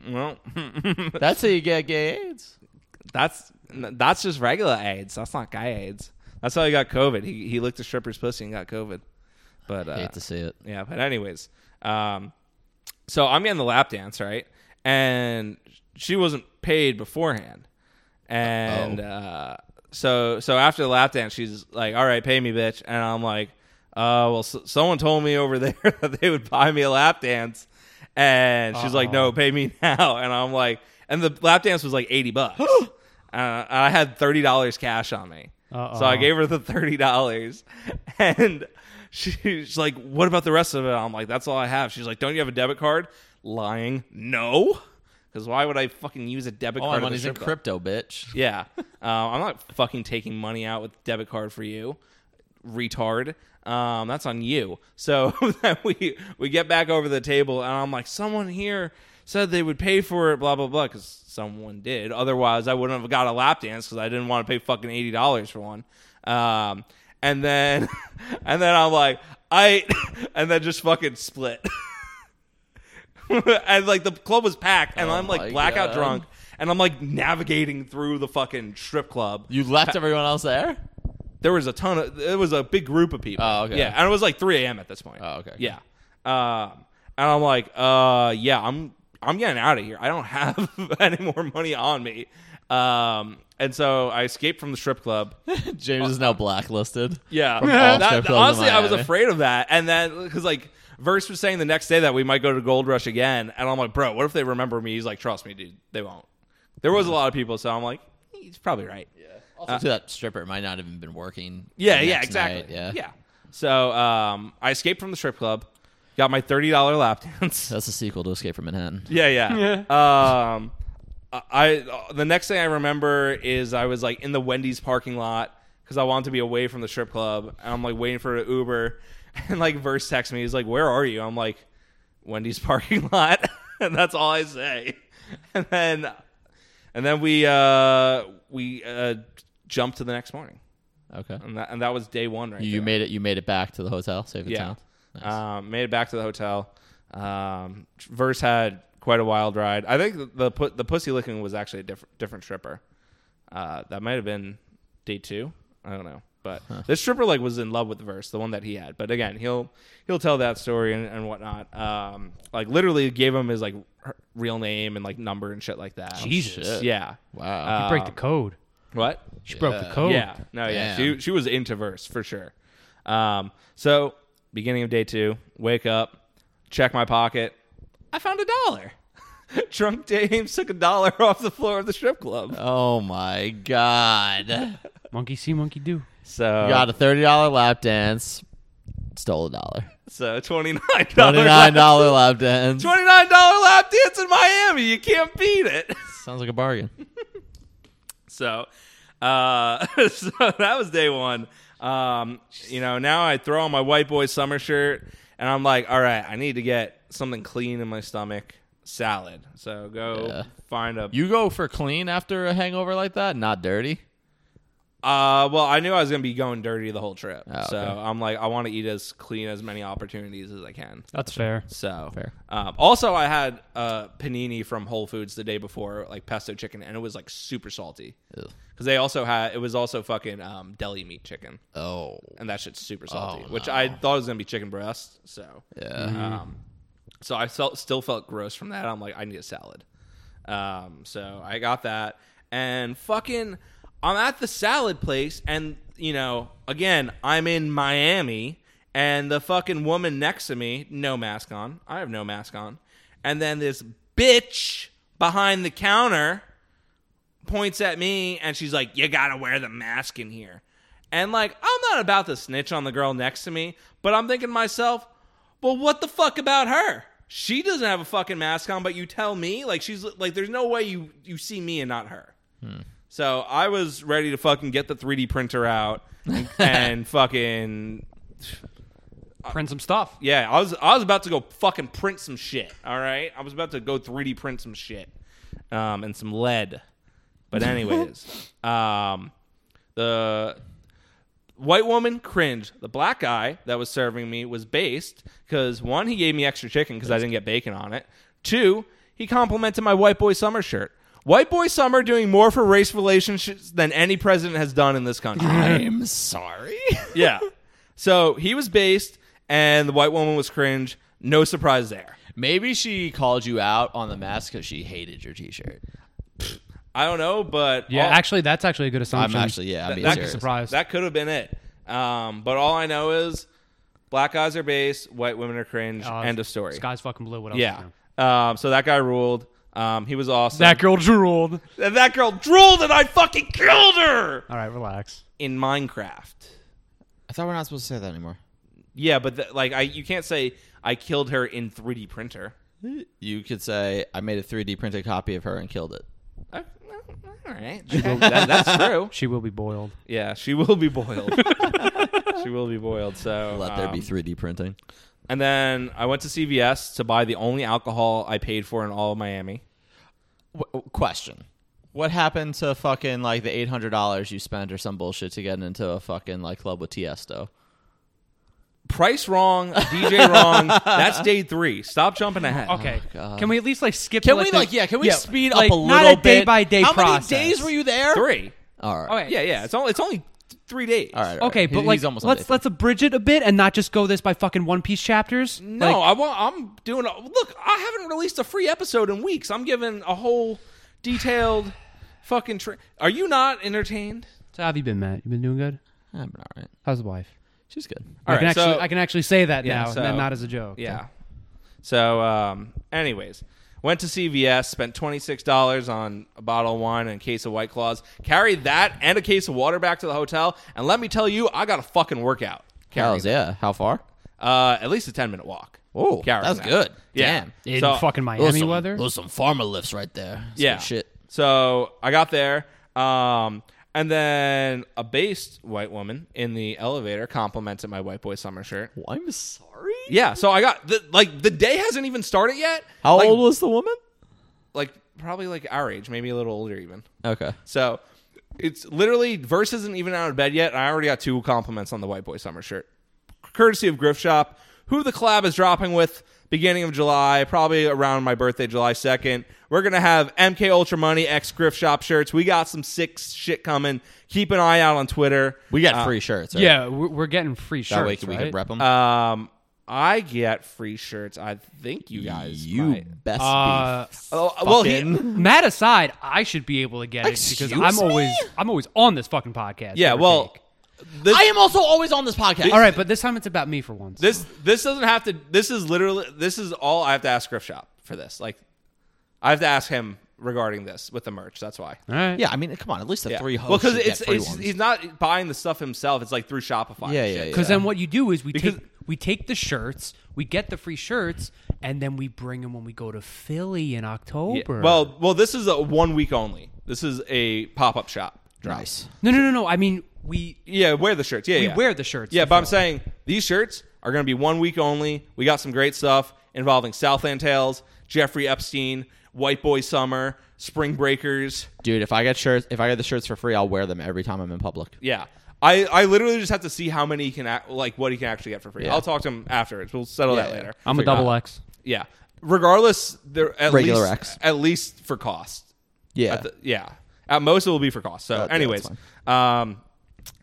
Speaker 1: Well,
Speaker 3: That's how you get gay AIDS.
Speaker 1: that's that's just regular AIDS. That's not guy AIDS. That's how he got COVID. He he licked a stripper's pussy and got COVID. But uh,
Speaker 3: Hate to see it.
Speaker 1: Yeah, but anyways, um, so I'm getting the lap dance right, and she wasn't paid beforehand, and uh, so so after the lap dance, she's like, "All right, pay me, bitch," and I'm like, "Uh, well, s someone told me over there that they would buy me a lap dance," and she's like, "No, pay me now," and I'm like, and the lap dance was like eighty bucks. Uh, and I had thirty dollars cash on me, so I
Speaker 2: Uh-oh.
Speaker 1: gave gave her the thirty dollars, and she's like, "What about the rest of it?" I'm like, "That's all I have." She's like, "Don't you have a debit card?" Lying, no, because why would I fucking use a debit
Speaker 3: All
Speaker 1: card?
Speaker 3: my
Speaker 1: at the
Speaker 3: money's in
Speaker 1: strip club?
Speaker 3: crypto, bitch.
Speaker 1: Yeah, uh, I'm not fucking taking money out with debit card for you, retard. Um, that's on you. So then we we get back over the table, and I'm like, someone here said they would pay for it, blah blah blah, because someone did. Otherwise, I wouldn't have got a lap dance because I didn't want to pay fucking eighty dollars for one. Um, and then and then I'm like, I and then just fucking split. and like the club was packed, and
Speaker 3: Oh
Speaker 1: I'm
Speaker 3: my
Speaker 1: like blackout
Speaker 3: God.
Speaker 1: drunk, and I'm like navigating through the fucking strip club.
Speaker 3: You left everyone else there.
Speaker 1: There was a ton of, it was a big group of people.
Speaker 3: Oh, okay.
Speaker 1: Yeah, and it was like 3 a.m. at this point.
Speaker 3: Oh, okay, okay.
Speaker 1: Yeah, um, and I'm like, uh, yeah, I'm I'm getting out of here. I don't have any more money on me, um, and so I escaped from the strip club.
Speaker 3: James is now blacklisted.
Speaker 1: Yeah,
Speaker 3: From all
Speaker 1: That-
Speaker 3: strip clubs in
Speaker 1: honestly, I was
Speaker 3: Miami.
Speaker 1: afraid of that, and then because like Verse was saying the next day that we might go to Gold Rush again, and I'm like, bro, what if they remember me? He's like, trust me, dude, they won't. There was a lot of people, so I'm like, he's probably right. Yeah,
Speaker 3: Also, too, that stripper might not have even been working.
Speaker 1: yeah,
Speaker 3: the
Speaker 1: yeah
Speaker 3: next
Speaker 1: exactly.
Speaker 3: night, Yeah,
Speaker 1: yeah. So um, I escaped from the strip club, got my thirty dollar lap dance.
Speaker 3: That's the sequel to Escape from Manhattan.
Speaker 1: Yeah, yeah. um, I I- the next thing I remember is I was like in the Wendy's parking lot because I wanted to be away from the strip club, and I'm like waiting for an Uber, and like Verse texts me, he's like, "Where are you?" I'm like, "Wendy's parking lot," and that's all I say. And then, and then we uh, we uh, jumped to the next morning,
Speaker 3: Okay,
Speaker 1: and that and that was day one, right?
Speaker 3: you
Speaker 1: there.
Speaker 3: made it. You made it back to the hotel, safe and
Speaker 1: Yeah.
Speaker 3: sound. Nice.
Speaker 1: Um, made it back to the hotel. Um, Verse had quite a wild ride. I think the the, pu- the pussy licking was actually a different different stripper. Uh, that might have been day two. I don't know, but this stripper like was in love with Verse, the one that he had. But again, he'll he'll tell that story and, and whatnot. Um, like literally gave him his like her- real name and like number and shit like that.
Speaker 2: Jesus.
Speaker 3: Shit.
Speaker 1: Yeah. Uh,
Speaker 3: Wow.
Speaker 2: You break the code.
Speaker 1: What?
Speaker 2: She broke the code.
Speaker 1: Yeah, no, yeah.
Speaker 3: Damn.
Speaker 1: She she was into verse for sure. Um, so beginning of day two, wake up, check my pocket. I found a dollar. Drunk James took a dollar off the floor of the strip club.
Speaker 3: oh my god. you
Speaker 2: Monkey see, monkey do.
Speaker 1: So
Speaker 3: got a thirty dollar lap dance. Stole a dollar.
Speaker 1: so twenty nine
Speaker 3: Twenty
Speaker 1: dollar
Speaker 3: nine dollar lap dance.
Speaker 1: twenty nine dollar lap dance in Miami. You can't beat it.
Speaker 3: Sounds like a bargain.
Speaker 1: So, uh, so that was day one. Um, you know, now I throw on my white boy summer shirt, and I'm like, all right, I need to get something clean in my stomach. Salad. So go
Speaker 3: Yeah.
Speaker 1: find a.
Speaker 3: You go for clean after a hangover like that, not dirty.
Speaker 1: uh, well, I knew I was gonna be going dirty the whole trip,
Speaker 3: Oh,
Speaker 1: so
Speaker 3: okay.
Speaker 1: I'm like, I want to eat as clean as many opportunities as I can.
Speaker 2: That's fair.
Speaker 1: So
Speaker 3: Fair.
Speaker 1: Um, also, I had uh, panini from Whole Foods the day before, like pesto chicken, and it was like super salty
Speaker 3: Ugh.
Speaker 1: because they also had it was also fucking um, deli meat chicken.
Speaker 3: Oh,
Speaker 1: and that shit's super salty,
Speaker 3: Oh,
Speaker 1: which
Speaker 3: no.
Speaker 1: I thought was gonna be chicken breast. So,
Speaker 3: yeah.
Speaker 1: um, so I felt still felt gross from that. I'm like, I need a salad. Um, so I got that, and fucking, I'm at the salad place, and you know, again, I'm in Miami, and the fucking woman next to me, no mask on. I have no mask on, and then this bitch behind the counter points at me and she's like, "You gotta wear the mask in here." And like, I'm not about to snitch on the girl next to me, but I'm thinking to myself, Well, what the fuck about her? She doesn't have a fucking mask on, but you tell me like she's like there's no way you you see me and not her. So I was ready to fucking get the 3D printer out and, and fucking
Speaker 2: Print some stuff.
Speaker 1: yeah, I was I was about to go fucking print some shit. All right, I was about to go 3D print some shit, um, and some lead. But anyways, um, the white woman cringe. The black guy that was serving me was based because one, he gave me extra chicken because I didn't get bacon on it. Two, he complimented my white boy summer shirt. White boy summer doing more for race relationships than any president has done in this country.
Speaker 3: I'm sorry.
Speaker 1: Yeah. So he was based, and the white woman was cringe. No surprise there.
Speaker 3: Maybe she called you out on the mask because she hated your T-shirt.
Speaker 1: I don't know, but
Speaker 2: Yeah,
Speaker 1: all-
Speaker 2: actually, that's actually a good assumption.
Speaker 3: actually- yeah, I'm being
Speaker 2: that
Speaker 3: serious.
Speaker 2: surprised.
Speaker 1: that could have been it. Um, but all I know is black guys are based, white women are cringe.
Speaker 2: Uh,
Speaker 1: end of story.
Speaker 2: Sky's fucking blue. What else? is
Speaker 1: yeah.
Speaker 2: new?
Speaker 1: Um, so that guy ruled. Um, he was awesome.
Speaker 2: That girl drooled.
Speaker 1: and that girl drooled, and I fucking killed her
Speaker 2: All right, relax.
Speaker 1: in Minecraft.
Speaker 3: I thought we're not supposed to say that anymore.
Speaker 1: Yeah, but th- like I, you can't say I killed her in 3D printer.
Speaker 3: You could say I made a 3D printed copy of her and killed it.
Speaker 1: I- Uh, all right, That- that's true.
Speaker 2: She will be boiled.
Speaker 1: Yeah, she will be boiled. she will be boiled. So
Speaker 3: Let there be
Speaker 1: um,
Speaker 3: 3D printing.
Speaker 1: And then I went to CVS to buy the only alcohol I paid for in all of Miami.
Speaker 3: W- question: What happened to fucking like the eight hundred dollars you spent or some bullshit to get into a fucking like club with Tiesto?
Speaker 1: Price wrong, DJ wrong. That's day three. Stop jumping ahead.
Speaker 2: Okay. can we at least like skip?
Speaker 3: Oh, Can
Speaker 2: to,
Speaker 3: we
Speaker 2: the-
Speaker 3: like yeah? Can we speed
Speaker 2: like,
Speaker 3: up a little
Speaker 2: not
Speaker 3: bit?
Speaker 2: a day by day
Speaker 3: How
Speaker 2: process.
Speaker 3: many days were you there?
Speaker 1: Three.
Speaker 3: All right.
Speaker 2: Okay.
Speaker 1: Yeah, yeah. It's only it's only three days.
Speaker 3: All right. all
Speaker 2: Okay,
Speaker 3: right.
Speaker 2: but
Speaker 3: He-
Speaker 2: like,
Speaker 3: he's almost on
Speaker 2: let's
Speaker 3: day
Speaker 2: let's abridge it a bit and not just go this by fucking One Piece chapters.
Speaker 1: No, I want. I'm doing. A, look, I haven't released a free episode in weeks. I'm giving a whole detailed fucking. Tra- Are you not entertained?
Speaker 2: So how have you been, Matt? You been doing good?
Speaker 3: three. I'm all right.
Speaker 2: How's the wife?
Speaker 3: She's good.
Speaker 1: All
Speaker 2: I can
Speaker 1: right,
Speaker 2: actually
Speaker 1: so-
Speaker 2: I can actually say that
Speaker 1: Yeah,
Speaker 2: now,
Speaker 1: so-
Speaker 2: and not as a joke.
Speaker 1: Yeah. So, um, anyways, went to CVS, spent twenty six dollars on a bottle of wine and a case of White Claws. Carried that and a case of water back to the hotel, and let me tell you, I got a fucking workout. Carrying
Speaker 3: Cows. Yeah. How far?
Speaker 1: uh, at least a ten minute walk.
Speaker 3: Oh,
Speaker 1: Carrying
Speaker 3: that's
Speaker 1: that.
Speaker 3: good.
Speaker 1: Yeah.
Speaker 3: Damn.
Speaker 2: in
Speaker 1: So-
Speaker 2: fucking Miami
Speaker 3: some,
Speaker 2: weather.
Speaker 3: Those some farmer lifts right there. That's
Speaker 1: yeah.
Speaker 3: good Shit.
Speaker 1: So I got there, um, and then a based white woman in the elevator complimented my white boy summer shirt.
Speaker 3: I'm sorry.
Speaker 1: Yeah. So I got the like the day hasn't even started yet.
Speaker 3: How
Speaker 1: Like-
Speaker 3: old was the woman?
Speaker 1: Like probably like our age, maybe a little older even.
Speaker 3: Okay.
Speaker 1: So it's literally verse isn't even out of bed yet, and I already got two compliments on the white boy summer shirt, courtesy of Griff Shop, who the collab is dropping with beginning of July, probably around my birthday, July second. We're gonna have MK Ultra Money X Griff Shop shirts. We got some sick shit coming. Keep an eye out on Twitter.
Speaker 3: We got free shirts. Right?
Speaker 2: yeah, we're, we're getting free shirts.
Speaker 3: That way we
Speaker 2: right?
Speaker 3: could rep them.
Speaker 1: Um, I get free shirts. I think you guys.
Speaker 3: you
Speaker 1: might.
Speaker 3: best
Speaker 2: Uh,
Speaker 1: Oh, well, he-
Speaker 3: fucking-
Speaker 2: Matt aside, I should be able to get it
Speaker 3: Excuse
Speaker 2: because I'm
Speaker 3: me?
Speaker 2: always I'm always on this fucking podcast.
Speaker 1: yeah.
Speaker 2: give or
Speaker 1: Well,
Speaker 2: take.
Speaker 1: this-
Speaker 3: be. I am also always on this podcast.
Speaker 2: all right, but this time it's about me for once.
Speaker 1: This this doesn't have to. This is literally. This is all I have to ask Griff Shop for this. Like, I have to ask him regarding this with the merch. That's why.
Speaker 2: all right.
Speaker 3: Yeah, I mean, come on. At least the
Speaker 1: Yeah.
Speaker 3: three hosts.
Speaker 1: well, because
Speaker 3: should
Speaker 1: it's,
Speaker 3: get free
Speaker 1: it's
Speaker 3: ones.
Speaker 1: he's not buying the stuff himself. It's like through Shopify. and
Speaker 3: Yeah,
Speaker 1: shit.
Speaker 3: yeah, yeah.
Speaker 2: Because then what you do is we
Speaker 1: Because-
Speaker 2: take we take the shirts, we get the free shirts, and then we bring them when we go to Philly in
Speaker 1: Yeah.
Speaker 2: October.
Speaker 1: Well, well, this is a one week only. This is a pop up shop.
Speaker 3: Nice.
Speaker 2: no, no, no, no. I mean, we
Speaker 1: Yeah, wear the shirts. Yeah,
Speaker 2: we
Speaker 1: yeah.
Speaker 2: wear the shirts.
Speaker 1: Yeah,
Speaker 2: to
Speaker 1: but I'm
Speaker 2: Philly.
Speaker 1: saying these shirts are going to be one week only. We got some great stuff involving Southland Tales, Jeffrey Epstein, White Boy Summer, Spring Breakers.
Speaker 3: Dude, if I get shirts, if I get the shirts for free, I'll wear them every time I'm in public.
Speaker 1: Yeah. I, I literally just have to see how many he can act, like what he can actually get for free.
Speaker 3: Yeah.
Speaker 1: I'll talk to him afterwards. We'll settle
Speaker 3: Yeah,
Speaker 1: that
Speaker 3: yeah. Um,
Speaker 1: later.
Speaker 2: I'm a
Speaker 3: Figure it
Speaker 2: double
Speaker 3: out.
Speaker 2: X.
Speaker 1: Yeah. Regardless, there at
Speaker 3: Regular
Speaker 1: least
Speaker 3: X.
Speaker 1: at least for cost.
Speaker 3: Yeah.
Speaker 1: At the- yeah. At most, it will be for cost. So,
Speaker 3: Uh, yeah, that's
Speaker 1: anyways, um,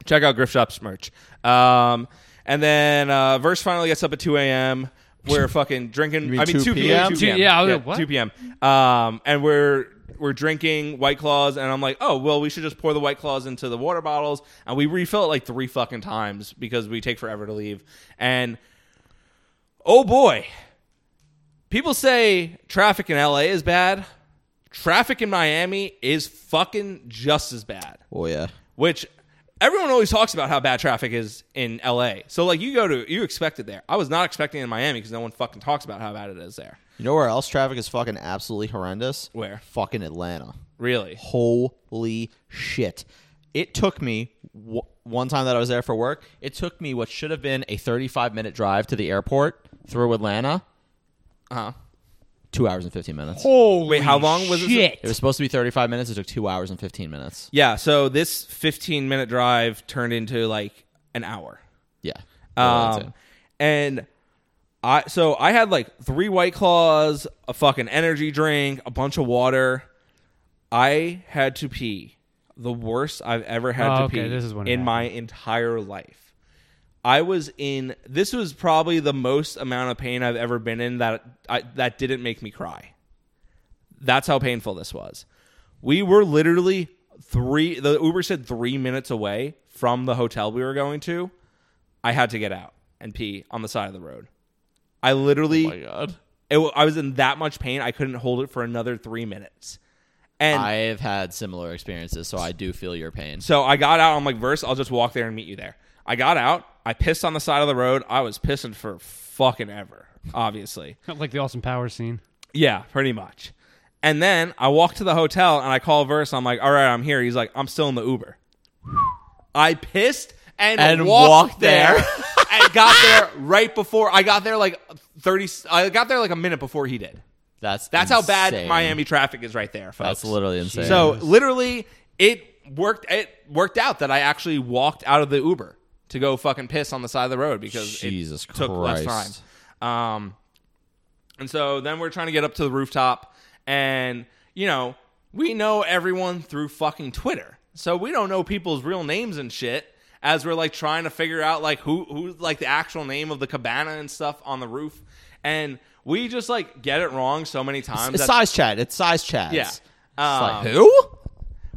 Speaker 1: check out Griff Shop's merch. Um, and then uh, verse finally gets up at 2 a.m. We're fucking drinking.
Speaker 3: mean
Speaker 1: I mean,
Speaker 3: 2
Speaker 1: 2 p.m.
Speaker 3: Two-
Speaker 2: yeah, I was like, what?
Speaker 1: 2 p.m. Um, and we're we're drinking White Claws, and I'm like, oh well, we should just pour the White Claws into the water bottles, and we refill it like three fucking times because we take forever to leave. And oh boy, people say traffic in LA is bad. Traffic in Miami is fucking just as bad.
Speaker 3: Oh yeah.
Speaker 1: Which everyone always talks about how bad traffic is in LA. So like you go to you expect it there. I was not expecting it in Miami because no one fucking talks about how bad it is there.
Speaker 5: You know where else traffic is fucking absolutely horrendous?
Speaker 1: Where?
Speaker 5: Fucking Atlanta.
Speaker 1: Really.
Speaker 5: Holy shit. It took me w- one time that I was there for work, it took me what should have been a 35 minute drive to the airport through Atlanta,
Speaker 1: Uh-huh.
Speaker 5: 2 hours and 15 minutes.
Speaker 2: Holy
Speaker 1: Wait, how long was it?
Speaker 5: It was supposed to be 35 minutes, it took 2 hours and 15 minutes.
Speaker 1: Yeah, so this 15 minute drive turned into like an hour.
Speaker 5: Yeah. Really,
Speaker 1: Um,
Speaker 5: too.
Speaker 1: and I so I had like three white claws, a fucking energy drink, a bunch of water. I had to pee. The worst I've ever had
Speaker 2: Oh,
Speaker 1: to
Speaker 2: okay,
Speaker 1: pee
Speaker 2: this is when it
Speaker 1: in my entire life. I was in this was probably the most amount of pain I've ever been in that I, that didn't make me cry. That's how painful this was. We were literally three the Uber said 3 minutes away from the hotel we were going to. I had to get out and pee on the side of the road. I literally,
Speaker 3: Oh my god.
Speaker 1: it wa- I was in that much pain, I couldn't hold it for another three minutes. And
Speaker 3: I have had similar experiences, so I do feel your pain.
Speaker 1: so I got out. I'm like, Verse, I'll just walk there and meet you there. I got out. I pissed on the side of the road. I was pissing for fucking ever, obviously.
Speaker 2: Like the Austin Powers scene.
Speaker 1: Yeah, pretty much. And then I walk to the hotel and I call Verse. I'm like, all right, I'm here. He's like, I'm still in the Uber. I pissed and,
Speaker 3: And
Speaker 1: walked,
Speaker 3: walked
Speaker 1: there.
Speaker 3: there.
Speaker 1: and got there right before I got there like 30 I got there like a minute before he did.
Speaker 3: That's
Speaker 1: That's how bad
Speaker 3: insane.
Speaker 1: Miami traffic is right there, folks.
Speaker 3: That's literally insane.
Speaker 1: So literally it worked it worked out that I actually walked out of the Uber to go fucking piss on the side of the road because
Speaker 5: Jesus
Speaker 1: it took less
Speaker 5: Christ.
Speaker 1: time. Um and so then we're trying to get up to the rooftop and you know, we know everyone through fucking Twitter. So we don't know people's real names and shit as we're like trying to figure out like who who's like the actual name of the cabana and stuff on the roof and we just like get it wrong so many
Speaker 3: Um,
Speaker 1: times
Speaker 5: It's
Speaker 1: that-
Speaker 5: size chat. It's size chat.
Speaker 1: yeah. Um,
Speaker 5: who?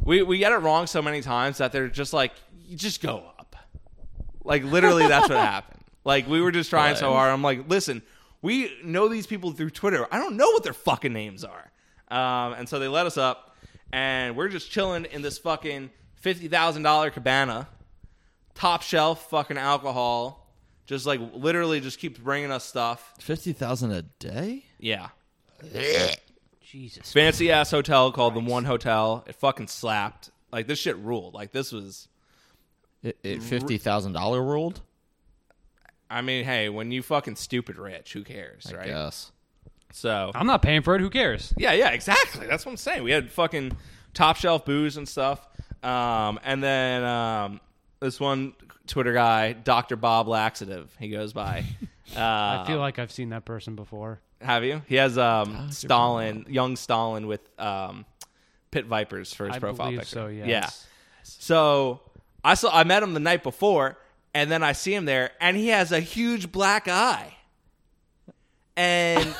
Speaker 1: we we get it wrong so many times that they're just like, "You just go up. Like literally, that's what happened. Like we were just trying so hard. I'm like, listen, we know these people through Twitter. I don't know what their fucking names are. Um, and so they let us up, and we're just chilling in this fucking fifty thousand dollar cabana, top shelf fucking alcohol. Just like literally, just keeps bringing us stuff.
Speaker 3: fifty thousand a day.
Speaker 1: Yeah,
Speaker 2: Jesus.
Speaker 1: fancy ass hotel called the One Hotel. It fucking slapped. Like this shit ruled. Like this was
Speaker 5: It, it fifty thousand dollar ruled.
Speaker 1: I mean, hey, when you fucking stupid rich, who cares, right?
Speaker 5: Yes.
Speaker 1: So
Speaker 2: I'm not paying for it. Who cares?
Speaker 1: yeah, yeah, exactly. That's what I'm saying. We had fucking top shelf booze and stuff, um, and then um, this one Twitter guy, Doctor Bob Laxative, he goes by. Uh,
Speaker 2: I feel like I've seen that person before.
Speaker 1: have you? He has um, Stalin, young Stalin, with um, pit vipers for his
Speaker 2: I
Speaker 1: profile
Speaker 2: believe
Speaker 1: picture.
Speaker 2: so, yes.
Speaker 1: Yeah. So I saw I met him the night before, and then I see him there, and he has a huge black eye, and.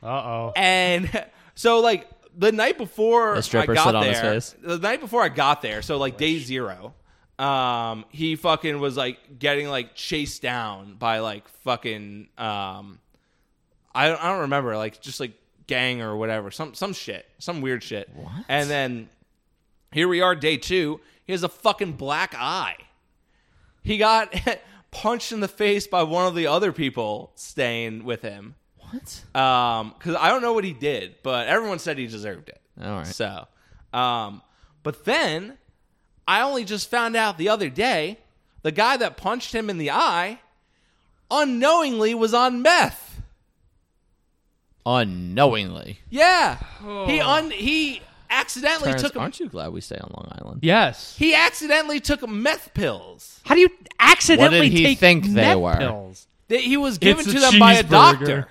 Speaker 2: Uh oh.
Speaker 1: And so like the night before
Speaker 3: The stripper
Speaker 1: I got
Speaker 3: sit
Speaker 1: there,
Speaker 3: on his face.
Speaker 1: the night before I got there, so like day zero, um, he fucking was like getting like chased down by like fucking um, I don't, I don't remember like just like gang or whatever, some some shit, some weird shit. What? And then here we are, day two. He has a fucking black eye. He got punched in the face by one of the other people staying with him.
Speaker 3: What?
Speaker 1: Um, because I don't know what he did, but everyone said he deserved it.
Speaker 3: All right.
Speaker 1: So, um, but then I only just found out the other day the guy that punched him in the eye unknowingly was on meth.
Speaker 3: Unknowingly.
Speaker 1: Yeah, he un he accidentally
Speaker 3: Terrence,
Speaker 1: took a-
Speaker 3: aren't you glad we stay on Long Island?
Speaker 2: Yes.
Speaker 1: he accidentally took meth pills.
Speaker 2: How do you accidentally
Speaker 3: What did he
Speaker 2: take
Speaker 3: think they
Speaker 2: meth
Speaker 3: were?
Speaker 2: pills?
Speaker 1: That he was given
Speaker 2: It's a
Speaker 1: to them by a
Speaker 2: cheeseburger.
Speaker 1: doctor,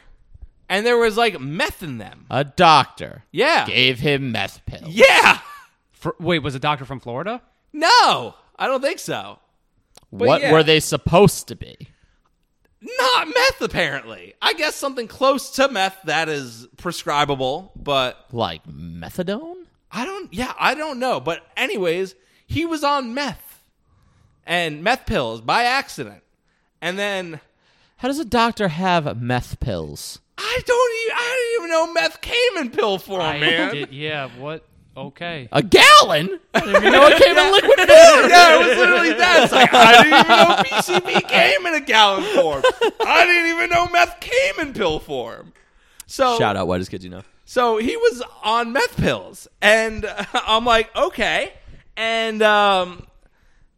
Speaker 1: and there was like meth in them.
Speaker 3: A doctor
Speaker 1: Yeah,
Speaker 3: gave him meth pills.
Speaker 1: yeah.
Speaker 2: For, wait, was a doctor from Florida?
Speaker 1: No, I don't think so.
Speaker 3: What
Speaker 1: yeah.
Speaker 3: were they supposed to be?
Speaker 1: Not meth, apparently. I guess something close to meth that is prescribable, but
Speaker 3: Like methadone?
Speaker 1: I don't, yeah, I don't know. But, anyways, he was on meth and meth pills by accident. And then
Speaker 3: How does a doctor have meth pills?
Speaker 1: I don't even, I didn't even know meth came in pill form,
Speaker 2: I
Speaker 1: man.
Speaker 2: did- yeah. What? Okay.
Speaker 3: Uh, A gallon? I didn't even know it came in liquid form.
Speaker 1: yeah, it was literally that. It's like, I didn't even know PCP came in a gallon form. I didn't even know meth came in pill form. So
Speaker 3: Shout out, why does kids you know?
Speaker 1: so he was on meth pills, and I'm like, okay. And um,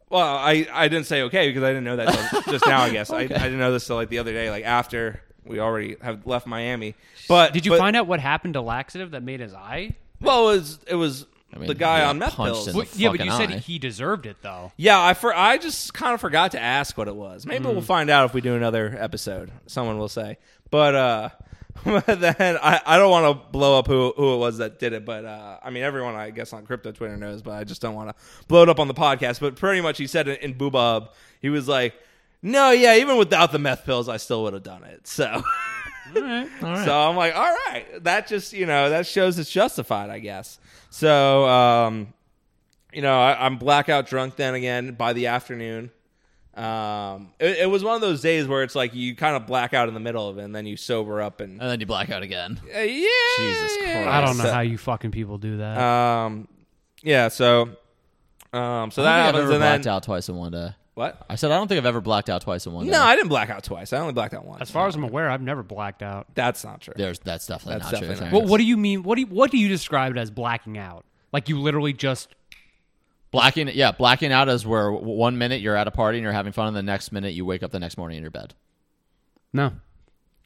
Speaker 1: well, I, I didn't say okay because I didn't know that till just now. I guess I, I didn't know this till like the other day, like after we already have left Miami. But
Speaker 2: Did you
Speaker 1: but,
Speaker 2: find out what happened to laxative that made his eye?
Speaker 1: Well, it was it was
Speaker 3: mean,
Speaker 1: the
Speaker 3: he
Speaker 1: guy
Speaker 3: got
Speaker 1: on meth
Speaker 3: punched
Speaker 1: pills.
Speaker 3: in the Like,
Speaker 2: yeah, but you
Speaker 3: fucking
Speaker 2: said
Speaker 3: eye.
Speaker 2: he deserved it though.
Speaker 1: yeah, I for, I just kind of forgot to ask what it was. Maybe we'll find out if we do another episode. Someone will say, but uh, but then I, I don't want to blow up who who it was that did it. But uh, I mean, everyone I guess on crypto Twitter knows, but I just don't want to blow it up on the podcast. But pretty much, he said it in Boobab. He was like, "No, yeah, even without the meth pills, I still would have done it." So. So I'm like, all right, that just you know that shows it's justified, I guess. So um, you know, I, I'm blackout drunk then again by the afternoon. Um, it, it was one of those days where it's like you kind of black out in the middle of it, and then you sober up and
Speaker 3: And then you black out again.
Speaker 1: Uh, yeah,
Speaker 3: Uh, Jesus Christ.
Speaker 2: I don't know how you fucking people do that.
Speaker 1: Um, yeah, so um, so that
Speaker 3: I don't think I've
Speaker 1: happens,
Speaker 3: ever
Speaker 1: and then
Speaker 3: blacked out twice in one day.
Speaker 1: what?
Speaker 3: I said I don't think I've ever blacked out twice in one day.
Speaker 1: No, I didn't black out twice. I only blacked out once.
Speaker 2: as far as I'm aware, I've never blacked out.
Speaker 1: That's not true.
Speaker 3: There's that's definitely
Speaker 1: That's
Speaker 3: not
Speaker 1: definitely
Speaker 3: true.
Speaker 1: not
Speaker 2: What, what do you mean? What do you, what do you describe it as blacking out? Like you literally just
Speaker 3: Blacking, yeah, blacking out is where w- one minute you're at a party and you're having fun, and the next minute you wake up the next morning in your bed.
Speaker 2: no.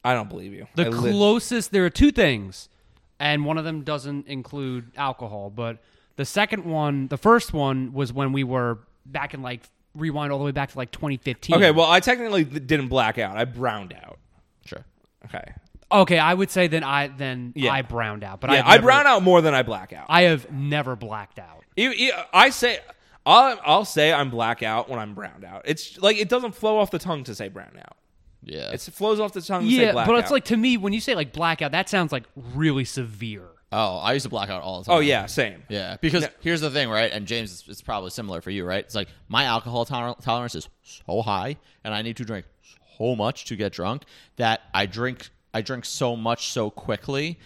Speaker 1: I don't believe you.
Speaker 2: The
Speaker 1: I li-
Speaker 2: closest there are two things, and one of them doesn't include alcohol. But the second one, the first one was when we were back in like rewind all the way back to like 2015.
Speaker 1: okay, well, I technically didn't black out. I browned out.
Speaker 3: Sure.
Speaker 1: Okay.
Speaker 2: okay. I would say then I then
Speaker 1: Yeah.
Speaker 2: I browned out, but
Speaker 1: Yeah,
Speaker 2: I've
Speaker 1: I
Speaker 2: never-
Speaker 1: brown out more than I black out.
Speaker 2: I have never blacked out.
Speaker 1: E- e- I say I'll, I'll say I'm black out when I'm browned out. It's like it doesn't flow off the tongue to say brown out.
Speaker 3: Yeah.
Speaker 1: It's, it flows off the tongue to say
Speaker 2: Yeah,
Speaker 1: black
Speaker 2: but it's
Speaker 1: out.
Speaker 2: like to me when you say like blackout, that sounds like really severe.
Speaker 3: oh, I used to black out all the time.
Speaker 1: oh yeah, same.
Speaker 3: Yeah, because here's the thing, right? And James, it's, it's probably similar for you, right? It's like my alcohol toler- tolerance is so high, and I need to drink so much to get drunk that I drink I drink so much so quickly,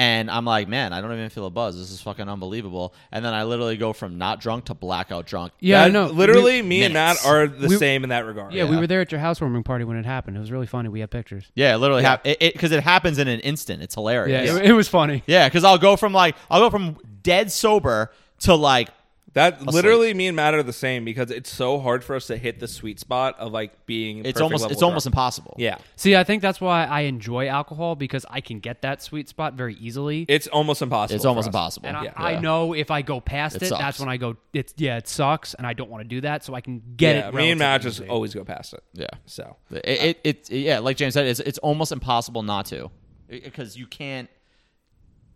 Speaker 3: and I'm like, man, I don't even feel a buzz. This is fucking unbelievable. And then I literally go from not drunk to blackout drunk.
Speaker 2: Yeah,
Speaker 1: That- Literally, me and Matt
Speaker 3: minutes.
Speaker 1: are the
Speaker 2: We-
Speaker 1: same in that regard.
Speaker 2: Yeah, we were there at your housewarming party when it happened. It was really funny. We had pictures.
Speaker 3: Yeah, it literally hap- it because it, happens in an instant. It's hilarious.
Speaker 2: it, was funny.
Speaker 3: Yeah, because I'll go from like I'll go from dead sober to like
Speaker 1: That literally, me and Matt are the same because it's so hard for us to hit the sweet spot of like being.
Speaker 3: it's
Speaker 1: perfect
Speaker 3: almost
Speaker 1: level
Speaker 3: it's almost
Speaker 1: drunk.
Speaker 3: impossible.
Speaker 1: yeah.
Speaker 2: See, I think that's why I enjoy alcohol because I can get that sweet spot very easily.
Speaker 1: It's almost impossible.
Speaker 3: it's
Speaker 1: for
Speaker 3: almost
Speaker 1: us.
Speaker 3: impossible.
Speaker 2: and I,
Speaker 1: yeah.
Speaker 2: I know if I go past it,
Speaker 3: It sucks.
Speaker 2: that's when I go. It's yeah, it sucks, and I don't want to do that, so I can get
Speaker 1: yeah,
Speaker 2: it.
Speaker 1: me and Matt
Speaker 2: relatively
Speaker 1: just
Speaker 2: easy.
Speaker 1: always go past it.
Speaker 3: Yeah.
Speaker 1: So
Speaker 3: It, it, it, yeah, like James said, it's it's almost impossible not to, because you can't,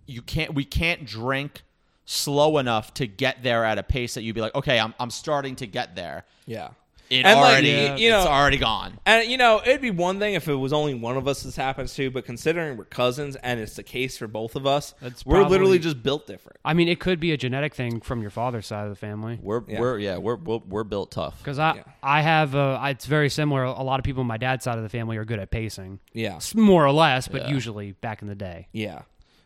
Speaker 3: you can't, we can't drink slow enough to get there at a pace that you'd be like, okay, I'm I'm starting to get there.
Speaker 1: yeah,
Speaker 3: It
Speaker 1: And, like,
Speaker 3: already,
Speaker 1: y- you
Speaker 3: it's
Speaker 1: know-
Speaker 3: already gone.
Speaker 1: And you know, it'd be one thing if it was only one of us this happens to, but considering we're cousins and it's the case for both of us,
Speaker 2: That's
Speaker 1: we're literally
Speaker 2: probably-
Speaker 1: just built different.
Speaker 2: I mean, it could be a genetic thing from your father's side of the family.
Speaker 3: We're
Speaker 1: Yeah.
Speaker 3: we're yeah we're we're, we're built tough.
Speaker 2: Because I,
Speaker 1: Yeah.
Speaker 2: I have, uh, it's very similar. A lot of people on my dad's side of the family are good at pacing,
Speaker 1: Yeah,
Speaker 2: S- more or less, but usually back in the day.
Speaker 1: yeah.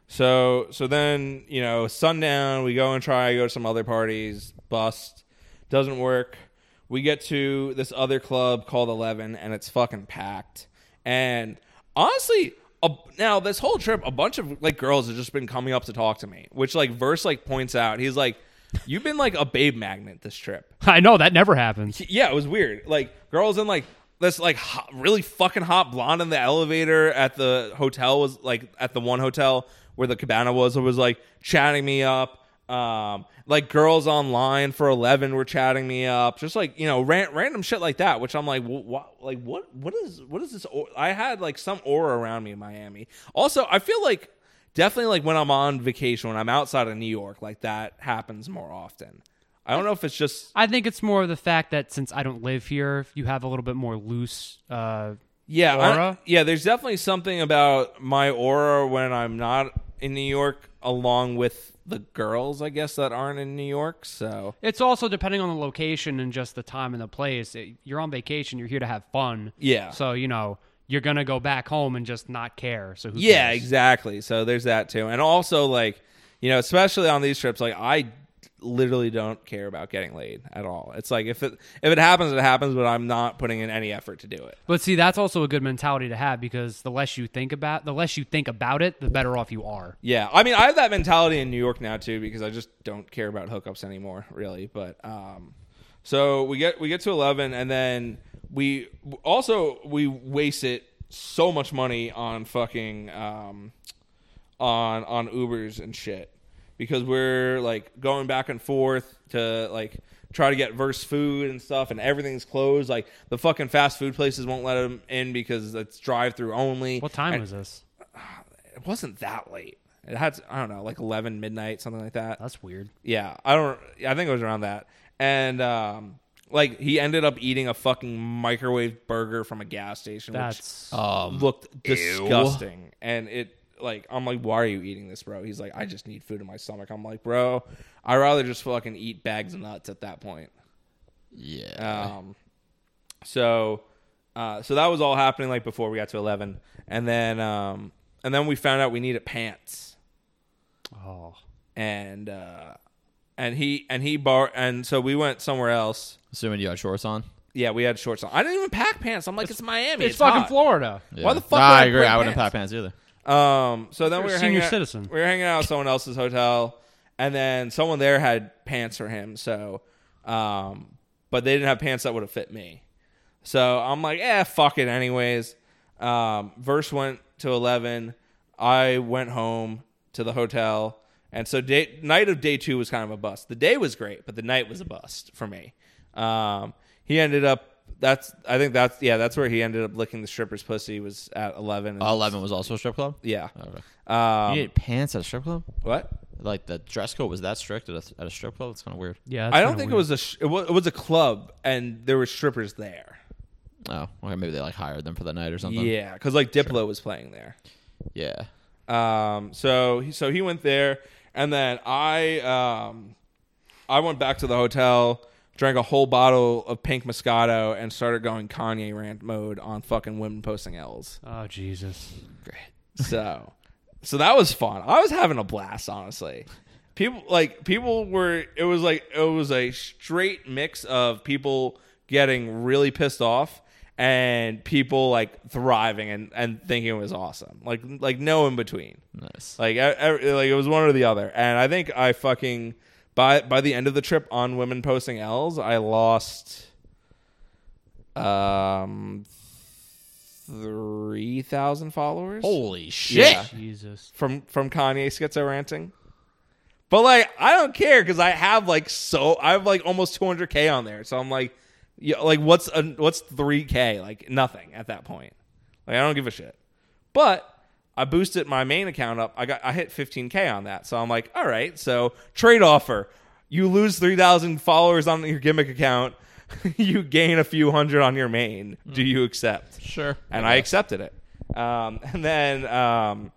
Speaker 1: So so then you know, sundown, we go and try go to some other parties, bust, doesn't work. We get to this other club called Eleven, and it's fucking packed. And honestly. A, now this whole trip, a bunch of like girls have just been coming up to talk to me, which like verse like points out. He's like, "You've been like a babe magnet this trip."
Speaker 2: I know that never happens.
Speaker 1: yeah, it was weird. Like girls in like this like hot, really fucking hot blonde in the elevator at the hotel was like at the one hotel where the cabana was it was like chatting me up. Um, like girls online for eleven were chatting me up. Just like you know, ran, random shit like that. Which I'm like, what? Like what? What is? What is this? au- I had like some aura around me in Miami. Also, I feel like definitely like when I'm on vacation, when I'm outside of New York, like that happens more often. I don't know if it's just
Speaker 2: I think it's more of the fact that since I don't live here, you have a little bit more loose. Uh,
Speaker 1: yeah, I-
Speaker 2: aura?
Speaker 1: yeah, there's definitely something about my aura when I'm not in New York, along with the girls, I guess, that aren't in New York. So
Speaker 2: it's also depending on the location and just the time and the place. It- you're on vacation, you're here to have fun.
Speaker 1: Yeah.
Speaker 2: So, you know, you're going to go back home and just not care. So, who
Speaker 1: yeah,
Speaker 2: cares?
Speaker 1: exactly. So there's that too, and also like you know, especially on these trips, like I literally don't care about getting laid at all. It's like if it if it happens, it happens, but I'm not putting in any effort to do it.
Speaker 2: But see, that's also a good mentality to have because the less you think about, the less you think about it, the better off you are.
Speaker 1: Yeah, I mean, I have that mentality in New York now too because I just don't care about hookups anymore, really. But um, so we get we get to eleven, and then we also we waste it so much money on fucking um, on on Ubers and shit because we're like going back and forth to like try to get verse food and stuff and everything's closed like the fucking fast food places won't let them in because it's drive through only
Speaker 2: What time
Speaker 1: And-
Speaker 2: was this?
Speaker 1: it wasn't that late. It had to- I don't know, like eleven midnight, something like that.
Speaker 2: That's weird.
Speaker 1: yeah, I don't. I think it was around that. And um, like he ended up eating a fucking microwave burger from a gas station,
Speaker 2: That's
Speaker 1: which looked disgusting. And it like I'm like, why are you eating this, bro? He's like, I just need food in my stomach. I'm like, bro, I'd rather just fucking eat bags of nuts at that point.
Speaker 5: Yeah.
Speaker 1: Um, so, uh, so that was all happening like before we got to eleven, and then um, and then we found out we needed pants,
Speaker 2: oh,
Speaker 1: and uh, and he and he bar and so we went somewhere else.
Speaker 5: Assuming you had shorts on.
Speaker 1: Yeah, we had shorts on. I didn't even pack pants. I'm like, it's, Miami.
Speaker 2: it's,
Speaker 1: It's,
Speaker 2: fucking
Speaker 1: hot.
Speaker 2: Florida.
Speaker 1: Why
Speaker 5: Yeah.
Speaker 1: the
Speaker 5: Nah,
Speaker 1: fuck? would
Speaker 5: I agree.
Speaker 1: bring
Speaker 5: I wouldn't
Speaker 1: pants?
Speaker 5: pack pants either.
Speaker 1: Um, so then
Speaker 2: You're
Speaker 1: we
Speaker 2: a
Speaker 1: were
Speaker 2: senior
Speaker 1: hanging out,
Speaker 2: citizen.
Speaker 1: We were hanging out at someone else's hotel, and then someone there had pants for him. So, um, but they didn't have pants that would have fit me. So I'm like, eh, fuck it, anyways. Um, verse went to eleven. I went home to the hotel, and so day, night of day two was kind of a bust. The day was great, but the night was a bust for me. Um, he ended up. That's I think that's yeah that's where he ended up licking the stripper's pussy was at eleven.
Speaker 3: Oh,
Speaker 1: and-
Speaker 5: Eleven was also a strip club.
Speaker 1: yeah.
Speaker 5: Okay.
Speaker 1: Um,
Speaker 5: you ate pants at a strip club?
Speaker 1: what?
Speaker 5: Like the dress code was that strict at a, at a strip club? It's kind of weird.
Speaker 2: Yeah,
Speaker 1: I don't think it was a sh- it, was, it was a club and there were strippers there.
Speaker 5: Oh, okay. Maybe they like hired them for the night or
Speaker 3: Uh-huh.
Speaker 5: something.
Speaker 1: Yeah, because like Diplo was playing there.
Speaker 5: Yeah.
Speaker 1: Um, so he- so he went there, and then I um, I went back to the hotel, drank a whole bottle of pink Moscato, and started going Kanye rant mode on fucking women posting L's.
Speaker 2: Oh Jesus!
Speaker 1: So, so that was fun. I was having a blast, honestly. People like people were. It was like it was a straight mix of people getting really pissed off and people like thriving and and thinking it was awesome. Like like no in between.
Speaker 5: Nice.
Speaker 1: Like I, I- like it was one or the other. And I think I fucking by by the end of the trip on women posting L's, I lost um three thousand followers
Speaker 5: Holy shit.
Speaker 2: Jesus!
Speaker 1: from from Kanye schizo ranting. But like, I don't care because I have like so I have like almost 200k on there, so I'm like, yeah, like what's a, what's 3k? Like nothing at that point. Like I don't give a shit. But I boosted my main account up. I got I hit 15k on that, so I'm like, all right. So trade offer: you lose 3,000 followers on your gimmick account, you gain a few hundred on your main. Do you accept?
Speaker 5: Sure.
Speaker 1: and I accepted it. Um, and then um,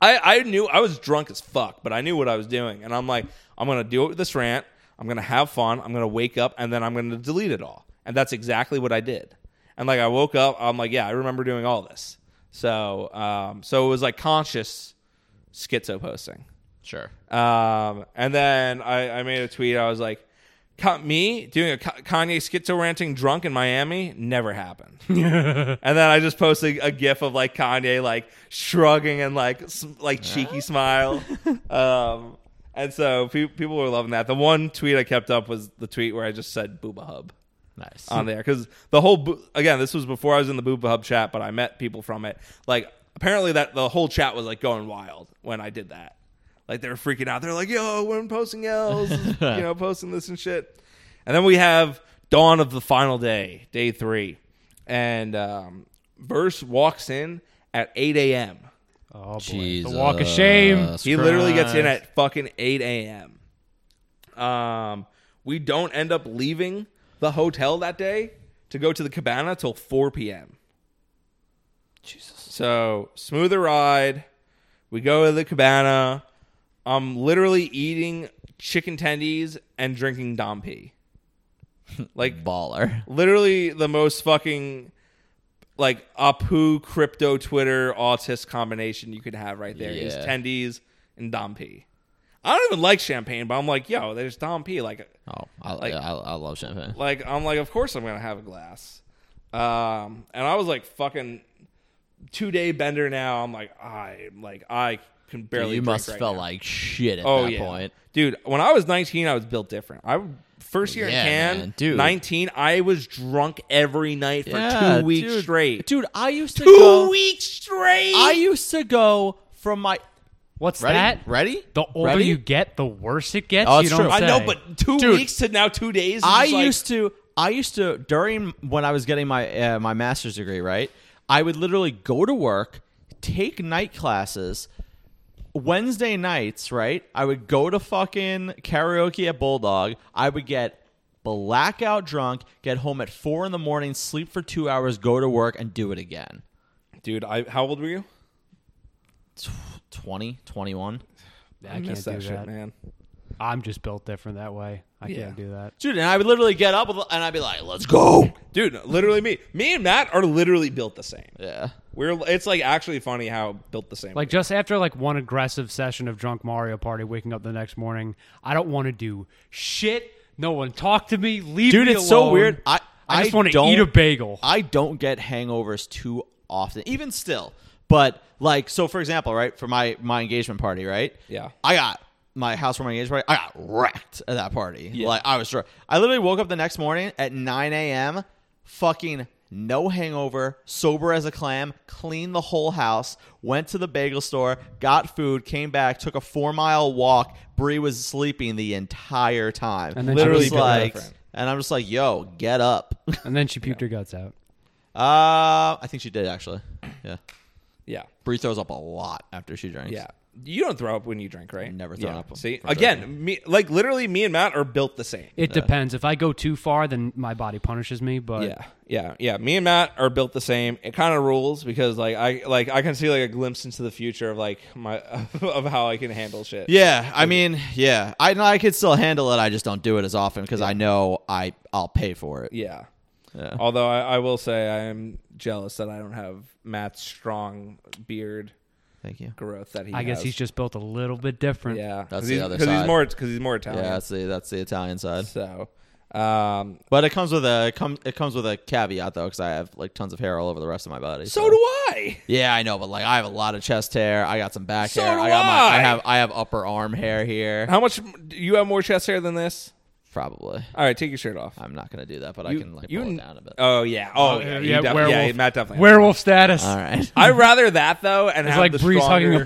Speaker 1: I, I knew I was drunk as fuck, but I knew what I was doing, and I'm like, I'm gonna do it with this rant. I'm gonna have fun. I'm gonna wake up, and then I'm gonna delete it all. And that's exactly what I did. And like, I woke up. I'm like, yeah, I remember doing all this. So, um, so it was like conscious schizo posting.
Speaker 5: Sure.
Speaker 1: Um, and then I, I made a tweet. I was like, "Ca- "Me doing a Ka- Kanye schizo ranting drunk in Miami never happened." and then I just posted a gif of like Kanye like shrugging and like s- like cheeky smile. Um, and so pe- people were loving that. The one tweet I kept up was the tweet where I just said "Booba Hub."
Speaker 5: Nice.
Speaker 1: on there because the whole bo- again this was before I was in the Booba Hub chat, but I met people from it. Like apparently that the whole chat was like going wild when I did that. Like they were freaking out. They're like, "Yo, we're posting L's, you know, posting this and shit." And then we have Dawn of the Final Day, day three, and um, Verse walks in at eight a.m.
Speaker 2: Oh boy,
Speaker 5: Jesus.
Speaker 2: the walk of shame.
Speaker 1: He literally gets in at fucking 8 a.m. Um, we don't end up leaving the hotel that day to go to the cabana till 4 p.m. Jesus. So, smoother ride. We go to the cabana. I'm literally eating chicken tendies and drinking Dompi. Like,
Speaker 5: baller.
Speaker 1: literally the most fucking like Apu crypto Twitter autist combination you could have right there is
Speaker 5: Yeah.
Speaker 1: Tendies and Dompi. I don't even like champagne, but I'm like, yo, there's Dom P. Like,
Speaker 3: Oh, I,
Speaker 1: Like-
Speaker 3: I, I love champagne.
Speaker 1: like I'm like, of course I'm gonna have a glass. Um, and I was like, fucking two day bender. Now I'm like, I like I can barely.
Speaker 3: You
Speaker 1: drink
Speaker 3: must
Speaker 1: right
Speaker 3: felt
Speaker 1: now.
Speaker 3: like shit at
Speaker 1: oh
Speaker 3: that
Speaker 1: yeah,
Speaker 3: point.
Speaker 1: dude. When I was 19, I was built different. I first year
Speaker 3: Yeah,
Speaker 1: in Cannes,
Speaker 3: man, dude.
Speaker 1: 19, I was drunk every night for
Speaker 3: Yeah,
Speaker 1: two weeks
Speaker 3: dude.
Speaker 1: straight.
Speaker 3: Dude, I used to
Speaker 1: two
Speaker 3: go.
Speaker 1: weeks straight.
Speaker 3: I used to go from my
Speaker 2: What's
Speaker 3: ready.
Speaker 2: that?
Speaker 3: Ready?
Speaker 2: The older
Speaker 3: Ready?
Speaker 2: you get, the worse it gets.
Speaker 3: Oh,
Speaker 2: you
Speaker 3: it's
Speaker 2: don't
Speaker 3: true.
Speaker 1: I know,
Speaker 2: say.
Speaker 1: but two weeks to now two days. is
Speaker 3: I
Speaker 1: just like-
Speaker 3: used to. I used to during when I was getting my uh, my master's degree. Right, I would literally go to work, take night classes. Wednesday nights, right? I would go to fucking karaoke at Bulldog. I would get blackout drunk, get home at four in the morning, sleep for two hours, go to work, and do it again.
Speaker 1: dude. I how old were you?
Speaker 3: 20, 21.
Speaker 2: I,
Speaker 1: I
Speaker 2: can't
Speaker 1: missed that
Speaker 2: do
Speaker 1: shit,
Speaker 2: that.
Speaker 1: man.
Speaker 2: I'm just built different that way. I
Speaker 1: Yeah.
Speaker 2: can't do that.
Speaker 3: Dude, and I would literally get up with- and I'd be like, let's go.
Speaker 1: Dude, literally me. Me and Matt are literally built the same.
Speaker 3: Yeah.
Speaker 1: We're it's like actually funny how built the same.
Speaker 2: Like just after like one aggressive session of drunk Mario Party, waking up the next morning, I don't want to do shit. No one talk to me. Leave
Speaker 3: Dude,
Speaker 2: me
Speaker 3: it's so
Speaker 2: alone.
Speaker 3: weird. I,
Speaker 2: I just want to
Speaker 3: don't-
Speaker 2: eat a bagel.
Speaker 3: I don't get hangovers too often, even still. But like, so for example, right for my my engagement party, right?
Speaker 1: Yeah.
Speaker 3: I got my housewarming engagement party. I got wrecked at that party. Like I was drunk. I literally woke up the next morning at 9 a.m. Fucking no hangover, sober as a clam. Cleaned the whole house. Went to the bagel store, got food, came back, took a four mile walk. Bree was sleeping the entire time.
Speaker 2: And then
Speaker 3: I
Speaker 2: she
Speaker 3: was
Speaker 2: puked her
Speaker 3: like,
Speaker 1: friend.
Speaker 3: and I'm just like, yo, get up.
Speaker 2: and then she puked her guts out.
Speaker 3: Uh, I think she did actually. Yeah,
Speaker 1: yeah.
Speaker 3: Bree throws up a lot after she drinks.
Speaker 1: Yeah. You don't throw up when you drink, right?
Speaker 3: Never thrown
Speaker 1: Yeah.
Speaker 3: up
Speaker 1: See?
Speaker 3: from
Speaker 1: Again, me like literally me and Matt are built the same.
Speaker 2: It depends. If I go too far, then my body punishes me. But
Speaker 1: Yeah. Yeah. Yeah. Me and Matt are built the same. It kind of rules because like I like I can see like a glimpse into the future of like my of how I can handle shit.
Speaker 3: yeah. I mean, yeah. I know I could still handle it. I just don't do it as often because I know I I'll pay for it.
Speaker 1: Yeah. Although I, I will say I am jealous that I don't have Matt's strong beard
Speaker 3: Thank you.
Speaker 1: growth that he
Speaker 2: I guess
Speaker 1: has.
Speaker 2: he's just built a little bit different.
Speaker 1: yeah.
Speaker 3: That's the
Speaker 1: he's,
Speaker 3: other
Speaker 1: Because he's
Speaker 3: side.
Speaker 1: more because he's more Italian.
Speaker 3: Yeah, that's the that's the Italian side.
Speaker 1: So, um,
Speaker 3: But it comes with a it comes it comes with a caveat though because I have like tons of hair all over the rest of my body.
Speaker 1: so do I.
Speaker 3: Yeah, I know, but like I have a lot of chest hair. I got some back
Speaker 1: So
Speaker 3: hair.
Speaker 1: do
Speaker 3: I got my
Speaker 1: I.
Speaker 3: I have I have upper arm hair here.
Speaker 1: How much do you have more chest hair than this?
Speaker 3: Probably.
Speaker 1: All right, take your shirt off.
Speaker 3: I'm not gonna do that, but I can like
Speaker 1: you-
Speaker 3: pull it down a bit.
Speaker 1: Oh yeah. Oh yeah.
Speaker 2: yeah,
Speaker 1: you
Speaker 2: yeah,
Speaker 1: def-
Speaker 2: werewolf.
Speaker 1: yeah, Matt definitely.
Speaker 2: Werewolf status.
Speaker 3: all right.
Speaker 1: I'd rather that though, and
Speaker 2: It's
Speaker 1: have
Speaker 2: like
Speaker 1: the
Speaker 2: Breeze
Speaker 1: stronger,
Speaker 2: hugging a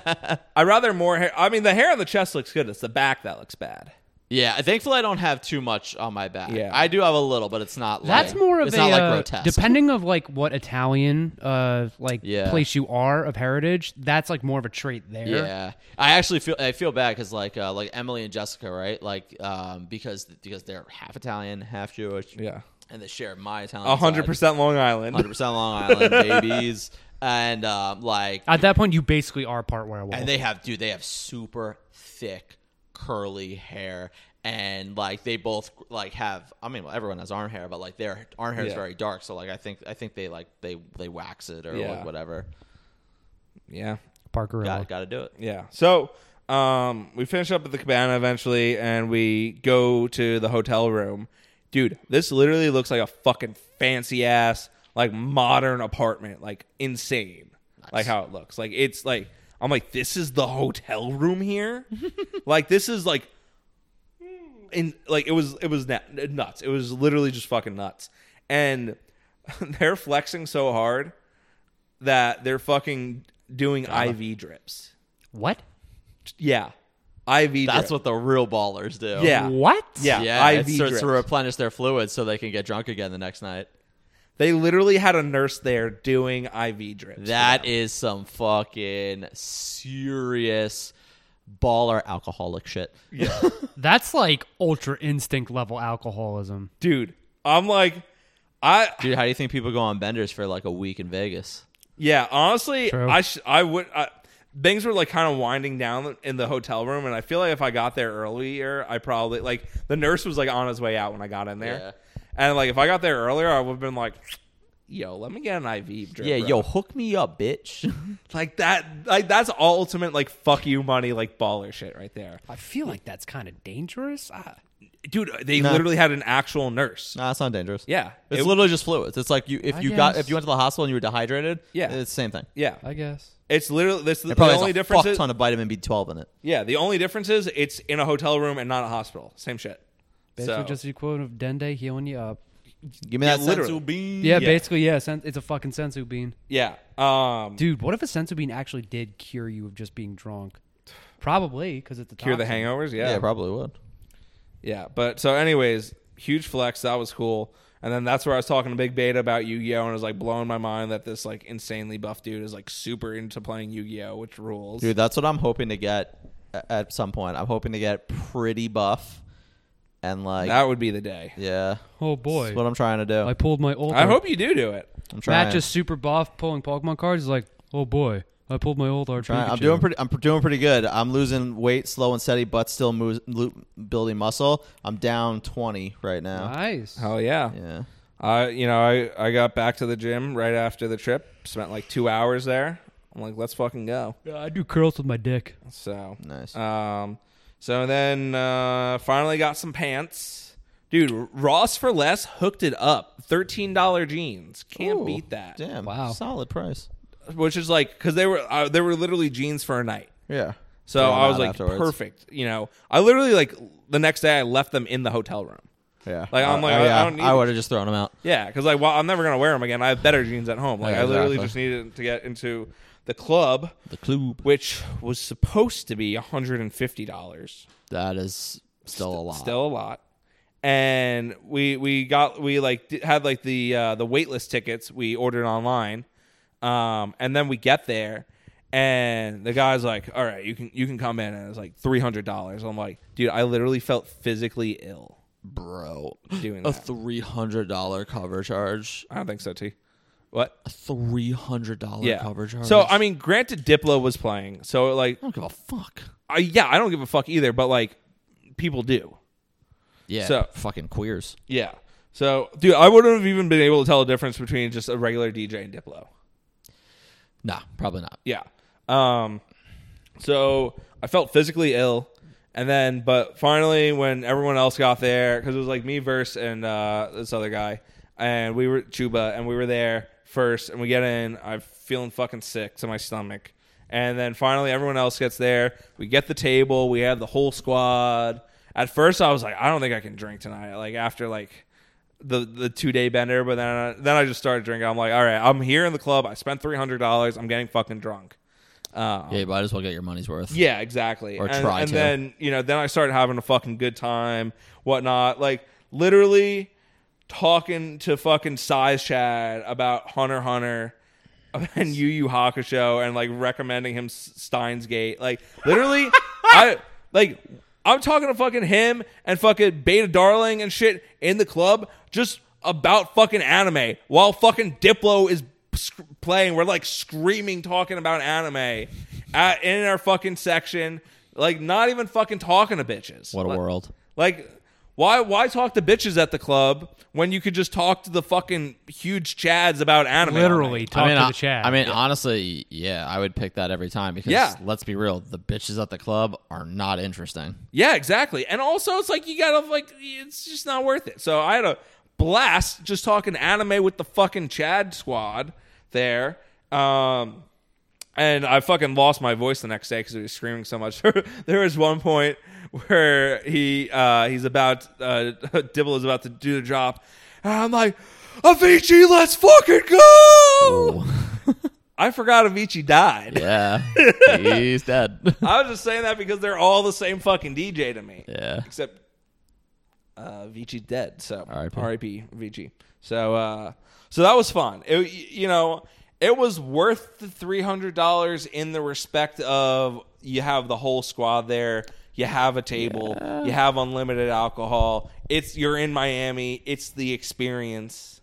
Speaker 2: bear.
Speaker 1: I'd rather more hair. I mean, the hair on the chest looks good. It's the back that looks bad.
Speaker 3: Yeah, thankfully I don't have too much on my back.
Speaker 1: Yeah.
Speaker 3: I do have a little, but it's not.
Speaker 2: That's
Speaker 3: like,
Speaker 2: more of
Speaker 3: it's
Speaker 2: a
Speaker 3: not
Speaker 2: uh,
Speaker 3: like grotesque.
Speaker 2: depending of like what Italian uh like
Speaker 3: Yeah.
Speaker 2: place you are of heritage. That's like more of a trait there.
Speaker 3: yeah, I actually feel I feel bad because like uh, like Emily and Jessica, right? Like um, because because they're half Italian, half Jewish,
Speaker 1: Yeah.
Speaker 3: and they share my Italian.
Speaker 1: A hundred percent Long
Speaker 3: hundred
Speaker 1: Island.
Speaker 3: percent Long Island babies, and um, like
Speaker 2: At that point, you basically are part werewolf.
Speaker 3: And they have, dude, they have super thick, curly hair. And like they both like have, I mean, well, everyone has arm hair, but like their arm hair
Speaker 1: Yeah.
Speaker 3: is very dark. So like I think I think they like they they wax it or
Speaker 1: Yeah.
Speaker 3: like whatever.
Speaker 1: Yeah.
Speaker 2: Parker.
Speaker 3: Got got to do it.
Speaker 1: Yeah. So, um, we finish up at the cabana eventually, and we go to the hotel room. Dude, this literally looks like a fucking fancy ass, like modern apartment, like insane, like how it looks. Like it's like I'm like, this is the hotel room here. like this is like, in like it was it was na- nuts. It was literally just fucking nuts, and they're flexing so hard that they're fucking doing IV drips.
Speaker 2: What?
Speaker 1: Yeah. IV
Speaker 3: That's
Speaker 1: drip.
Speaker 3: what the real ballers do.
Speaker 1: Yeah.
Speaker 2: What?
Speaker 1: Yeah.
Speaker 3: Yeah,
Speaker 1: IV
Speaker 3: it starts
Speaker 1: drips.
Speaker 3: to replenish their fluids so they can get drunk again the next night.
Speaker 1: They literally had a nurse there doing IV drips.
Speaker 3: That is some fucking serious baller alcoholic shit.
Speaker 2: That's like ultra instinct level alcoholism.
Speaker 1: dude. I'm like I
Speaker 3: Dude, how do you think people go on benders for like a week in Vegas?
Speaker 1: yeah, honestly,
Speaker 2: True.
Speaker 1: I sh- I would I, things were like kind of winding down in the hotel room and I feel like if I got there earlier, I probably like the nurse was like on his way out when I got in there. And like if I got there earlier, I would have been like yo, let me get an IV drip.
Speaker 3: Yeah,
Speaker 1: bro.
Speaker 3: yo, hook me up, bitch.
Speaker 1: like that, like that's ultimate like fuck you money, like baller shit right there,
Speaker 2: I feel like that's kind of dangerous. Ah.
Speaker 1: dude. They literally had an actual nurse.
Speaker 3: nah, it's not dangerous.
Speaker 1: Yeah,
Speaker 3: It's
Speaker 1: It-
Speaker 3: literally just fluids. It's like you if
Speaker 2: I
Speaker 3: you got
Speaker 2: guess.
Speaker 3: if you went to the hospital and you were dehydrated,
Speaker 1: Yeah.
Speaker 3: it's the same thing.
Speaker 1: yeah.
Speaker 2: I guess.
Speaker 1: It's literally this. The
Speaker 3: It probably
Speaker 1: only
Speaker 3: has a
Speaker 1: difference
Speaker 3: fuck
Speaker 1: is
Speaker 3: ton of vitamin B12 in it.
Speaker 1: yeah. The only difference is it's in a hotel room and not a hospital. Same shit.
Speaker 2: Basically,
Speaker 1: So-
Speaker 2: just the equivalent of Dende healing you up.
Speaker 3: Give me
Speaker 1: Yeah,
Speaker 3: that
Speaker 1: literally.
Speaker 3: sensu bean.
Speaker 1: Yeah.
Speaker 2: Yeah, basically, yeah. sen- It's a fucking sensu bean,
Speaker 1: yeah. Um,
Speaker 2: dude. What if a sensu bean actually did cure you of just being drunk? Probably because it's the
Speaker 1: cure the
Speaker 2: toxin.
Speaker 1: hangovers.
Speaker 3: Yeah,
Speaker 1: Yeah,
Speaker 3: it probably would.
Speaker 1: yeah. But so, anyways, huge flex. That was cool. And then that's where I was talking to Big Beta about Yu Gi Oh, and it was like blowing my mind that this like insanely buff dude is like super into playing Yu Gi Oh, which rules.
Speaker 3: Dude, that's what I'm hoping to get a- at some point. I'm hoping to get pretty buff and like
Speaker 1: that would be the day.
Speaker 3: yeah.
Speaker 2: Oh
Speaker 3: That's
Speaker 2: boy,
Speaker 3: what I'm trying to do.
Speaker 2: I pulled my old.
Speaker 1: I hope you do do it.
Speaker 3: I'm trying.
Speaker 2: Matt just super buff pulling Pokemon cards. Is like, oh boy, I pulled my old R.
Speaker 3: trying. I'm
Speaker 2: Pikachu."
Speaker 3: doing pretty. I'm pr- doing pretty good. I'm losing weight, slow and steady, but still moves, lo- building muscle. I'm down 20 right now.
Speaker 2: nice.
Speaker 1: Hell yeah.
Speaker 3: Yeah.
Speaker 1: I you know I I got back to the gym right after the trip. Spent like two hours there. I'm like, let's fucking go.
Speaker 2: Yeah, I do curls with my dick.
Speaker 1: So
Speaker 3: Nice.
Speaker 1: Um, so then uh, finally got some pants, dude. Ross for less hooked it up. Thirteen dollar jeans, can't
Speaker 3: Ooh,
Speaker 1: beat that.
Speaker 3: Damn.
Speaker 2: Wow.
Speaker 3: Solid price.
Speaker 1: Which is like because they were uh, they were literally jeans for a night.
Speaker 3: Yeah.
Speaker 1: So
Speaker 3: Throw 'em
Speaker 1: I was
Speaker 3: out
Speaker 1: like,
Speaker 3: afterwards.
Speaker 1: perfect. You know, I literally like the next day I left them in the hotel room.
Speaker 3: Yeah.
Speaker 1: Like, I'm like, I- I don't need-
Speaker 3: would have just thrown them out.
Speaker 1: Yeah, because like well, I'm never gonna wear them again. I have better jeans at home. Like
Speaker 3: Yeah,
Speaker 1: I literally
Speaker 3: exactly.
Speaker 1: just needed to get into the club,
Speaker 3: The club.
Speaker 1: which was supposed to be 150 dollars.
Speaker 3: That is still a lot.
Speaker 1: still a lot and we we got we like d- had like the uh the waitlist tickets we ordered online um and then we get there and the guy's like all right you can you can come in and it's like $300 i'm like dude i literally felt physically ill
Speaker 3: bro.
Speaker 1: doing
Speaker 3: A
Speaker 1: that
Speaker 3: three hundred dollar cover charge.
Speaker 1: i don't think so t what
Speaker 3: A three hundred dollar
Speaker 1: yeah
Speaker 3: cover charge.
Speaker 1: so i mean granted diplo was playing so like
Speaker 3: I don't give a fuck.
Speaker 1: I, yeah i don't give a fuck either but like people do
Speaker 3: Yeah.
Speaker 1: So-
Speaker 3: fucking queers.
Speaker 1: yeah so dude i wouldn't have even been able to tell the difference between just a regular dj and diplo
Speaker 3: Nah, probably not.
Speaker 1: Yeah. Um, so I felt physically ill, and then but finally when everyone else got there, because it was like me, Verse, and uh, this other guy, and we were Chuba, and we were there first, and we get in. I'm feeling fucking sick to my stomach, and then finally everyone else gets there. We get the table. We have the whole squad. At first, I was like, I don't think I can drink tonight. Like after like the the two day bender, but then I, then I just started drinking. I'm like, all right, I'm here in the club. I spent three hundred dollars. I'm getting fucking drunk. Uh, yeah.
Speaker 3: Yeah, you might as well get your money's worth.
Speaker 1: exactly.
Speaker 3: Or
Speaker 1: and,
Speaker 3: try
Speaker 1: and
Speaker 3: to.
Speaker 1: then you know, then I started having a fucking good time, whatnot. Like literally talking to fucking size Chad about Hunter x Hunter and Yu Yu Hakusho and like recommending him S- Steins Gate. Like literally, I like I'm talking to fucking him and fucking Beta Darling and shit in the club just about fucking anime while fucking Diplo is sc- playing. We're like screaming, talking about anime at, in our fucking section. Like not even fucking talking to bitches.
Speaker 3: What a
Speaker 1: Like-
Speaker 3: world.
Speaker 1: like, why why talk to bitches at the club when you could just talk to the fucking huge chads about anime? all
Speaker 2: Literally,
Speaker 1: night?
Speaker 2: talk
Speaker 3: I mean,
Speaker 2: to
Speaker 3: I,
Speaker 2: the chat.
Speaker 3: I mean, honestly, yeah, I would pick that every time because
Speaker 1: Yeah.
Speaker 3: let's be real, the bitches at the club are not interesting.
Speaker 1: Yeah, exactly. And also, it's like you gotta like, it's just not worth it. So I had a blast just talking anime with the fucking Chad squad there. Um, and I fucking lost my voice the next day because he was screaming so much. there was one point where he uh, he's about uh, Dibble is about to do the drop, and I'm like, Avicii, let's fucking go. I forgot Avicii died.
Speaker 3: Yeah, he's dead.
Speaker 1: I was just saying that because they're all the same fucking DJ to me
Speaker 3: yeah,
Speaker 1: except uh Vici dead. So
Speaker 3: R.I.P..
Speaker 1: R.I.P. Vici. So uh so that was fun. It, you know, it was worth the three hundred dollars in the respect of you have the whole squad there, you have a table, you have unlimited alcohol. It's you're in Miami. It's the experience.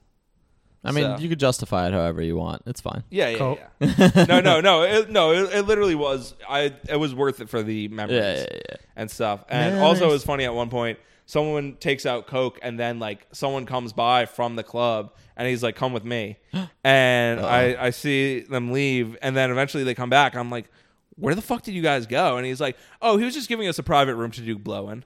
Speaker 3: I mean,
Speaker 1: So-
Speaker 3: you could justify it however you want. It's fine.
Speaker 1: Yeah, yeah,
Speaker 2: Cool.
Speaker 1: yeah. no, no, no, it, no. It, it literally was. I it was worth it for the memories
Speaker 3: Yeah, yeah, yeah.
Speaker 1: and stuff. And also, it was funny at one point. someone takes out coke and then like someone comes by from the club and he's like, "Come with me," and
Speaker 3: Uh-huh.
Speaker 1: I I see them leave and then eventually they come back. I'm like, "Where the fuck did you guys go?" And he's like, "Oh, he was just giving us a private room to do blowing."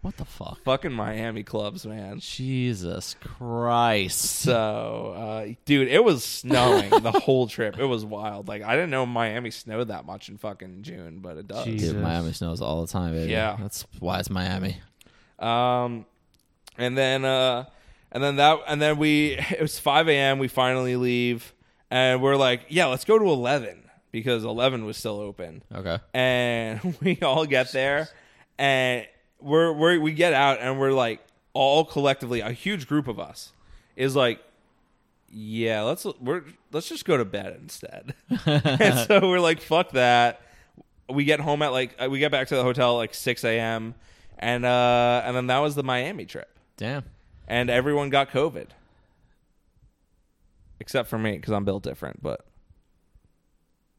Speaker 3: What the fuck?
Speaker 1: Fucking Miami clubs, man.
Speaker 3: Jesus Christ.
Speaker 1: So, uh, dude, it was snowing the whole trip. It was wild. Like I didn't know Miami snowed that much in fucking June, but it does.
Speaker 2: Jeez.
Speaker 3: Dude, Miami snows all the time, baby.
Speaker 1: Yeah.
Speaker 3: That's why it's Miami.
Speaker 1: Um, and then uh, and then that and then we it was five a.m. We finally leave, and we're like, yeah, let's go to eleven because eleven was still open.
Speaker 3: Okay.
Speaker 1: And we all get there, and we're, we're we get out, and we're like all collectively a huge group of us is like. Yeah, let's we're let's just go to bed instead. and so we're like, fuck that. We get home at like uh, we get back to the hotel at like six a.m. and uh and then that was the Miami trip,
Speaker 3: Damn.
Speaker 1: and everyone got COVID, except for me because I'm built different. But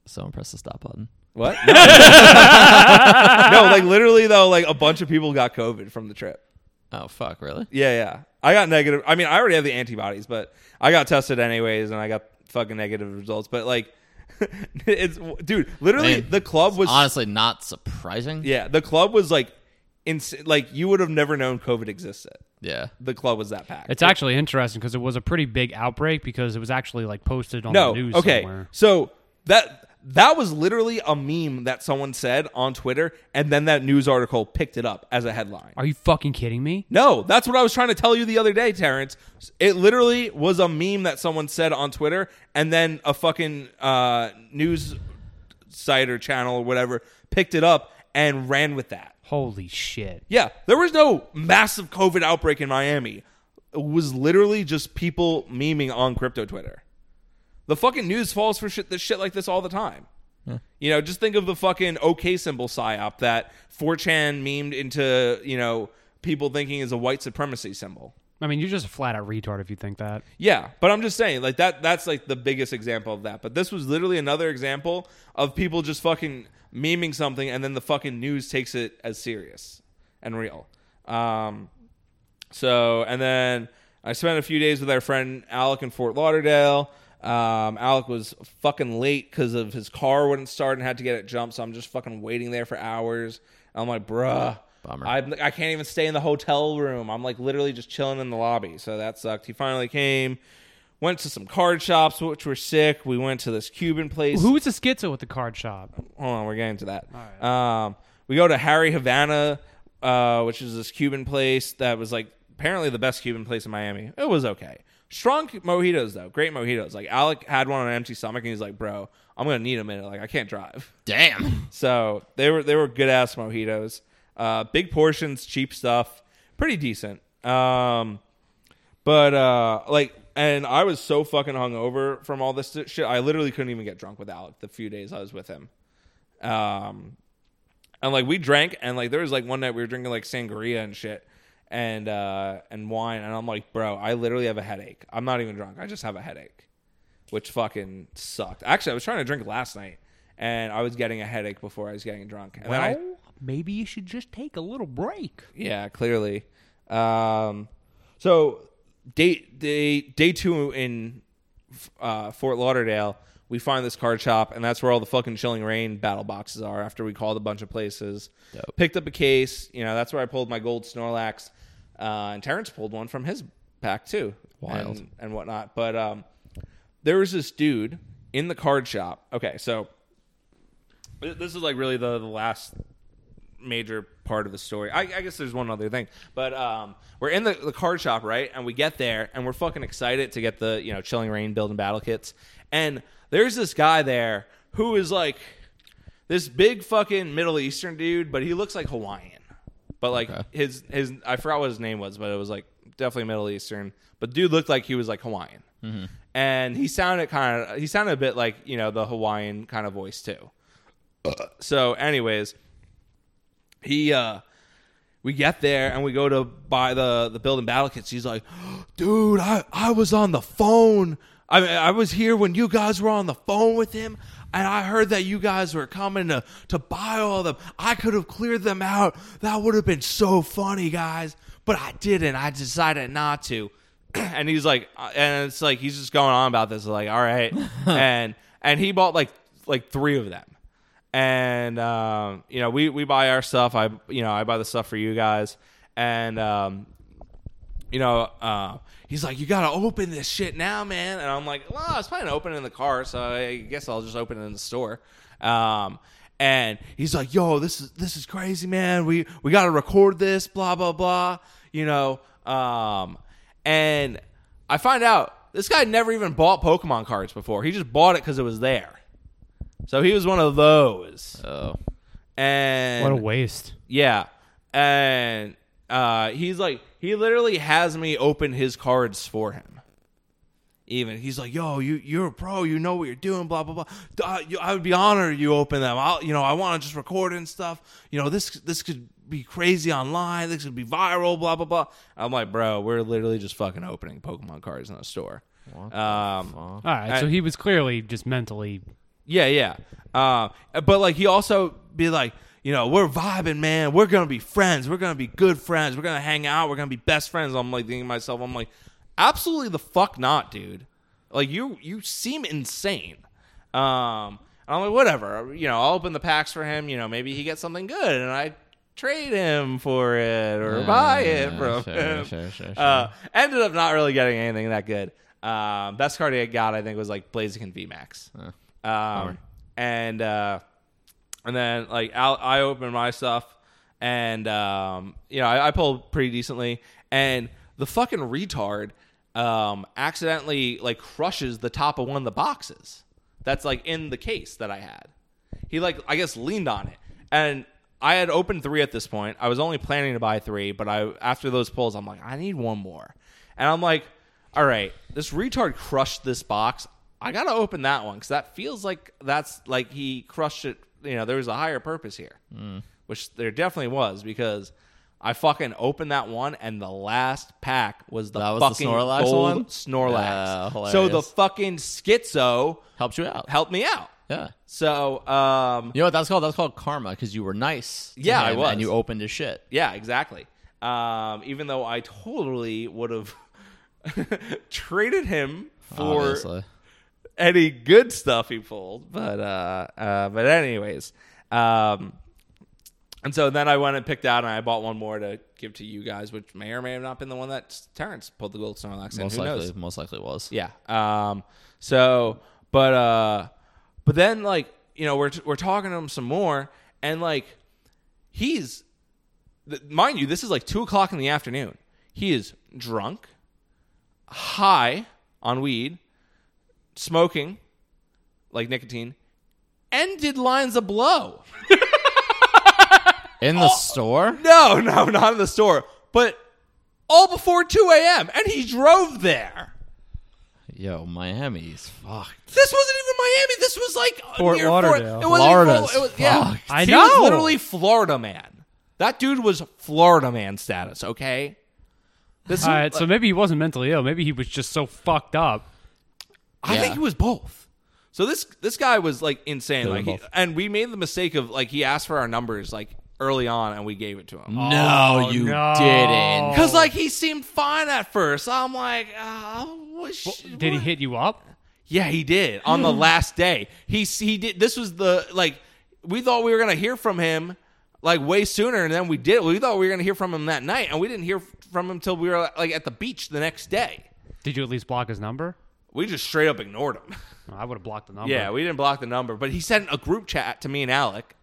Speaker 3: Someone press the stop button.
Speaker 1: what? No. no, like literally though, like a bunch of people got COVID from the trip.
Speaker 3: Oh fuck, really?
Speaker 1: Yeah, yeah. I got negative. I mean, I already have the antibodies, but I got tested anyways, and I got fucking negative results. But like, it's dude, literally,
Speaker 3: Man,
Speaker 1: the club was
Speaker 3: Honestly, not surprising.
Speaker 1: yeah, the club was like, ins- like you would have never known COVID existed.
Speaker 3: Yeah.
Speaker 1: The club was that packed.
Speaker 2: It's actually interesting because it was a pretty big outbreak because it was actually like posted on
Speaker 1: no
Speaker 2: the news
Speaker 1: okay.
Speaker 2: somewhere.
Speaker 1: So that that was literally a meme that someone said on Twitter, and then that news article picked it up as a headline.
Speaker 2: Are you fucking kidding me?
Speaker 1: No, that's what I was trying to tell you the other day, Terrence. It literally was a meme that someone said on Twitter, and then a fucking uh, news site or channel or whatever picked it up and ran with that.
Speaker 2: Holy shit.
Speaker 1: Yeah, there was no massive COVID outbreak in Miami. It was literally just people memeing on crypto Twitter. The fucking news falls for shit, this shit like this all the time. You know, just think of the fucking OK symbol psyop that 4chan memed into, you know, people thinking is a white supremacy symbol.
Speaker 2: I mean, you're just a flat out retard if you think that.
Speaker 1: Yeah, but I'm just saying, like that that's like the biggest example of that. But this was literally another example of people just fucking memeing something and then the fucking news takes it as serious and real. Um so and then I spent a few days with our friend Alec in Fort Lauderdale. Um, Alec was fucking late because of his car wouldn't start and had to get it jumped. So I'm just fucking waiting there for hours. I'm like, bruh,
Speaker 3: Bummer.
Speaker 1: I'm, I can't even stay in the hotel room. I'm like literally just chilling in the lobby. So that sucked. He finally came. Went to some card shops, which were sick. We went to this Cuban place.
Speaker 2: Who was the schizo at the card shop?
Speaker 1: Hold on, we're getting to that. Um, we go to Harry Havana, uh, which is this Cuban place that was like apparently the best Cuban place in Miami. It was okay. Strong mojitos though, great mojitos. Like Alec had one on an empty stomach, and he's like, "Bro, I'm gonna need a minute. Like I can't drive."
Speaker 3: Damn.
Speaker 1: So they were they were good ass mojitos. Uh, big portions, cheap stuff, pretty decent. Um, but uh, like, and I was so fucking hungover from all this shit. I literally couldn't even get drunk with Alec the few days I was with him. Um, and like we drank, and like there was like one night we were drinking like sangria and shit, and uh, and wine, and I'm like, bro, I literally have a headache. I'm not even drunk. I just have a headache, which fucking sucked. Actually, I was trying to drink last night, and I was getting a headache before I was getting drunk. And then I,
Speaker 2: Oh, maybe you should just take a little break.
Speaker 1: yeah, clearly. Um, so day day day two in f- uh, Fort Lauderdale, we find this card shop, and that's where all the fucking Chilling Rain battle boxes are. After we called a bunch of places, picked up a case. You know, that's where I pulled my gold Snorlax, uh, and Terrence pulled one from his pack too,
Speaker 3: Wild.
Speaker 1: and, and whatnot. But um, there was this dude in the card shop. Okay, so th- this is like really the, the last major part of the story. I, I guess there's one other thing, but um, we're in the, the card shop, right? And we get there, and we're fucking excited to get the you know Chilling Rain building battle kits. And there's this guy there who is like this big fucking Middle Eastern dude, but he looks like Hawaiian. But like his his I forgot what his name was, but it was like definitely Middle Eastern. But dude looked like he was like Hawaiian, and he sounded kind of he sounded a bit like you know the Hawaiian kind of voice too. So, anyways, he uh we get there and we go to buy the the building battle kits he's like dude i i was on the phone i mean, i was here when you guys were on the phone with him And I heard that you guys were coming to, to buy all of them. I could have cleared them out. That would have been so funny, guys. But I didn't. I decided not to. and he's like, uh, and it's like, he's just going on about this. Like, all right. and, and he bought like, like three of them and um, you know we we buy our stuff. I you know I buy the stuff for you guys, and um, you know uh, he's like, you gotta open this shit now, man. And I'm like, well, I was planning to open it in the car, so I guess I'll just open it in the store. Um, and he's like, yo, this is this is crazy, man. We we gotta record this, blah blah blah. You know, um, and I find out this guy never even bought Pokemon cards before. He just bought it because it was there. So he was one of those.
Speaker 3: Oh.
Speaker 1: And
Speaker 2: What a waste.
Speaker 1: yeah. And uh, he's like, he literally has me open his cards for him. Even he's like, "Yo, you you're a pro. You know what you're doing." Blah blah blah. Uh, you, I would be honored if you open them. I'll you know I want to just record and stuff. You know this this could be crazy online. This could be viral. Blah blah blah. I'm like, bro, we're literally just fucking opening Pokemon cards in a store. um,
Speaker 2: All right, so he was clearly just mentally.
Speaker 1: yeah, yeah. Uh, but like he also be like, you know, we're vibing, man. We're gonna be friends. We're gonna be good friends. We're gonna hang out. We're gonna be best friends. I'm like thinking to myself, I'm like, absolutely the fuck not, dude. Like you, you seem insane. Um, and I'm like, whatever. You know, I'll open the packs for him. You know, maybe he gets something good, and I trade him for it or buy it from
Speaker 3: sure,
Speaker 1: him.
Speaker 3: sure, sure,
Speaker 1: Uh, ended up not really getting anything that good. Um, best card I got, I think, was like Blaziken VMAX.
Speaker 3: Uh,
Speaker 1: Um, and uh, and then like I'll, I open my stuff, and um, you know I, I pulled pretty decently, and the fucking retard um, accidentally like crushes the top of one of the boxes that's like in the case that I had. He like I guess leaned on it, and I had opened three at this point. I was only planning to buy three, but I after those pulls, I'm like I need one more, and I'm like, all right, this retard crushed this box. I gotta open that one because that feels like that's like he crushed it. You know, there was a higher purpose here,
Speaker 3: Hmm.
Speaker 1: which there definitely was because I fucking opened that one, and the last pack was the
Speaker 3: That was the
Speaker 1: fucking
Speaker 3: Snorlax
Speaker 1: gold
Speaker 3: one?
Speaker 1: Snorlax.
Speaker 3: Yeah,
Speaker 1: so the
Speaker 3: hilarious.
Speaker 1: fucking schizo
Speaker 3: Helped you out.
Speaker 1: helped me out.
Speaker 3: Yeah.
Speaker 1: So, um,
Speaker 3: You know what that's called? That's called karma because you were nice. to
Speaker 1: Yeah, I
Speaker 3: him
Speaker 1: was.
Speaker 3: And you opened his shit.
Speaker 1: yeah, exactly. Um, even though I totally would have traded him for
Speaker 3: obviously.
Speaker 1: any good stuff he pulled, but uh, uh, but anyways, um, and so then I went and picked out, and I bought one more to give to you guys, which may or may have not been the one that Terrence pulled the gold Snorlax in.
Speaker 3: Most
Speaker 1: Who
Speaker 3: likely,
Speaker 1: knows?
Speaker 3: most likely was.
Speaker 1: Yeah. Um. So, but uh, but then like you know we're we're talking to him some more, and like he's, th- mind you, this is like two o'clock in the afternoon. He is drunk, high on weed, smoking, like nicotine, and did lines of blow.
Speaker 3: In the
Speaker 1: Oh!
Speaker 3: store?
Speaker 1: No, no, not in the store, but all before two a.m. And he drove there.
Speaker 3: Yo, Miami's fucked.
Speaker 1: This wasn't even Miami. This was like uh,
Speaker 2: Fort
Speaker 1: near
Speaker 2: Lauderdale.
Speaker 1: Fort, it wasn't even
Speaker 3: Florida's
Speaker 1: Fort- it was- yeah,
Speaker 3: fucked.
Speaker 2: I
Speaker 1: he was
Speaker 2: know.
Speaker 1: literally Florida man. That dude was Florida man status. Okay. This is,
Speaker 2: All right, so maybe he wasn't mentally ill. Maybe he was just so fucked up.
Speaker 1: I
Speaker 3: Yeah.
Speaker 1: think he was both. So this this guy was like insane.
Speaker 3: were
Speaker 1: Like, he,
Speaker 3: both.
Speaker 1: and we made the mistake of like he asked for our numbers like early on, and we gave it to
Speaker 2: Mm.
Speaker 1: him.
Speaker 3: Oh, no, you
Speaker 2: no.
Speaker 3: didn't.
Speaker 1: Cause like he seemed fine at first. I'm like, oh, what sh-
Speaker 2: Did he
Speaker 1: what?
Speaker 2: hit you up?
Speaker 1: Yeah, he did on the last day. He he did. This was the like we thought we were gonna hear from him like way sooner, and then we did. We thought we were gonna hear from him that night, and we didn't hear from him till we were like at the beach the next day.
Speaker 2: Did you at least block his number?
Speaker 1: We just straight up ignored him.
Speaker 2: No, I would have blocked the number.
Speaker 1: Yeah, we didn't block the number, but he sent a group chat to me and Alec,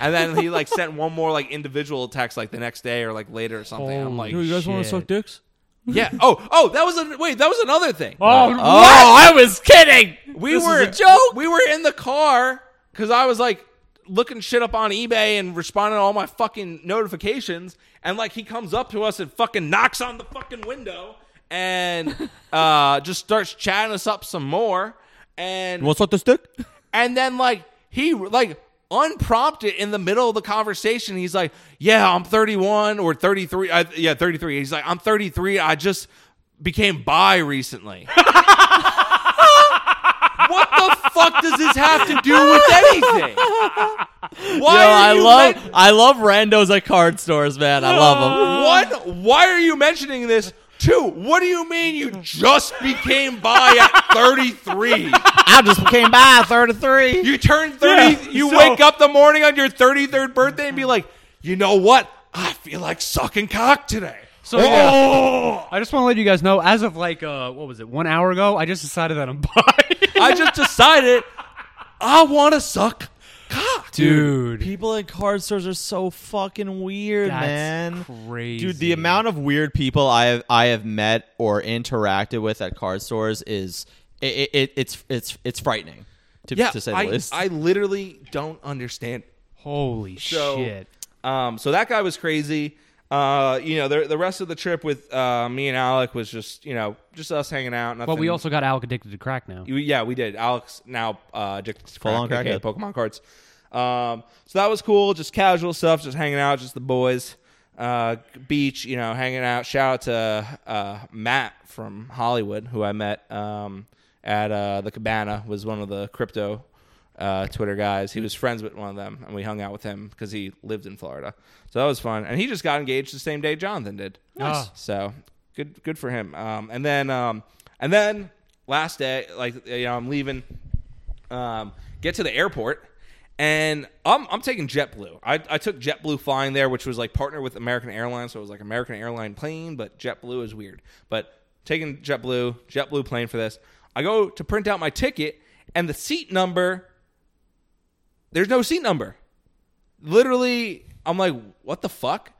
Speaker 1: and then he like sent one more like individual text like the next day or like later or something. I'm like,
Speaker 2: Holy
Speaker 4: You guys want to
Speaker 2: shit.
Speaker 4: suck dicks?
Speaker 1: yeah. Oh, oh, that was a wait. That was another thing.
Speaker 2: Oh,
Speaker 3: I was kidding.
Speaker 1: we were
Speaker 3: a joke?
Speaker 1: We were in the car because I was like looking shit up on eBay and responding to all my fucking notifications, and like he comes up to us and fucking knocks on the fucking window and uh, just starts chatting us up some more, and
Speaker 4: Want to suck this dick?
Speaker 1: and then like he like unprompted in the middle of the conversation he's like yeah i'm 31 or 33 I, yeah 33 he's like i'm 33 i just became bi recently what the fuck does this have to do with anything? Why
Speaker 3: Yo,
Speaker 1: are
Speaker 3: I
Speaker 1: you
Speaker 3: love
Speaker 1: men-
Speaker 3: I love randos at card stores, man. I love them.
Speaker 1: one? Why are you mentioning this? Two, what do you mean you just became bi at 33?
Speaker 3: I just came by thirty three.
Speaker 1: You turn 30,
Speaker 2: Yeah,
Speaker 1: you
Speaker 2: so-
Speaker 1: wake up the morning on your 33rd birthday and be like, you know what? I feel like sucking cock today. Oh.
Speaker 2: So yeah. I just want to let you guys know, as of like uh, what was it, one hour ago, I just decided that I'm bi.
Speaker 1: I just decided I want to suck cock.
Speaker 2: Dude,
Speaker 3: People at card stores are so fucking weird,
Speaker 2: that's
Speaker 3: man.
Speaker 2: crazy.
Speaker 3: Dude, the amount of weird people I have I have met or interacted with at card stores is it, it, it's it's it's frightening to,
Speaker 1: Yeah,
Speaker 3: to say the
Speaker 1: I,
Speaker 3: least.
Speaker 1: I literally don't understand.
Speaker 2: holy
Speaker 1: So-
Speaker 2: shit.
Speaker 1: Um, so that guy was crazy. Uh, you know, the, the rest of the trip with uh, me and Alec was just, you know, just us hanging out. Nothing,
Speaker 2: But we also got Alec addicted to crack now.
Speaker 1: You- yeah, we did. Alex now uh, addicted to
Speaker 3: Full-on
Speaker 1: crack, aka
Speaker 3: crackhead.
Speaker 1: Pokemon cards. Um, so that was cool. Just casual stuff, just hanging out, just the boys, uh, beach, you know, hanging out. Shout out to uh, Matt from Hollywood, who I met um, at uh, the Cabana, was one of the crypto uh, Twitter guys. He was friends with one of them, and we hung out with him because he lived in Florida. So that was fun. And he just got engaged the same day Jonathan did.
Speaker 2: Nice. Ah.
Speaker 1: So good, good for him. Um, and then, um, and then last day, like you know, I'm leaving. Um, get to the airport, and I'm I'm taking JetBlue. I I took JetBlue flying there, which was like partnered with American Airlines, so it was like American airline plane, but JetBlue is weird. But taking JetBlue, JetBlue plane for this. I go to print out my ticket, and the seat number. There's no seat number literally I'm like, what the fuck?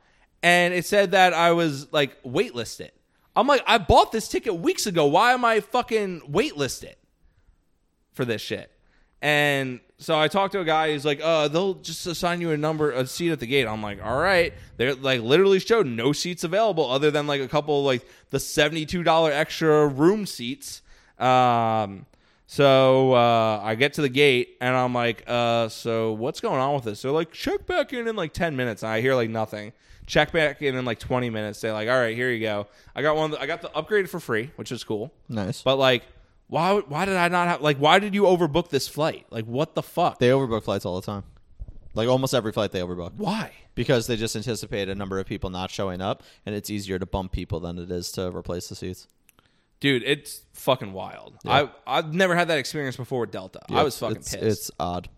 Speaker 1: And it said that I was like waitlisted. I'm like, I bought this ticket weeks ago. Why am I fucking waitlisted for this shit? And so I talked to a guy who's like, uh, they'll just assign you a number, a seat at the gate. I'm like, all right. They're like literally showed no seats available other than like a couple like the $72 extra room seats. Um, so uh, I get to the gate and I'm like, uh, so what's going on with this? They're like, check back in in like 10 minutes. And I hear like nothing. Check back in in like 20 minutes. They're like, all right, here you go. I got one. I got the upgrade for free, which is cool.
Speaker 3: nice.
Speaker 1: But like, why? Why did I not have? Like, why did you overbook this flight? Like, what the fuck?
Speaker 3: They overbook flights all the time. Like almost every flight they overbook.
Speaker 1: why?
Speaker 3: Because they just anticipate a number of people not showing up and it's easier to bump people than it is to replace the seats.
Speaker 1: Dude, it's fucking wild. I I've never had that experience before with Delta. I was fucking
Speaker 3: it's,
Speaker 1: pissed.
Speaker 3: It's odd.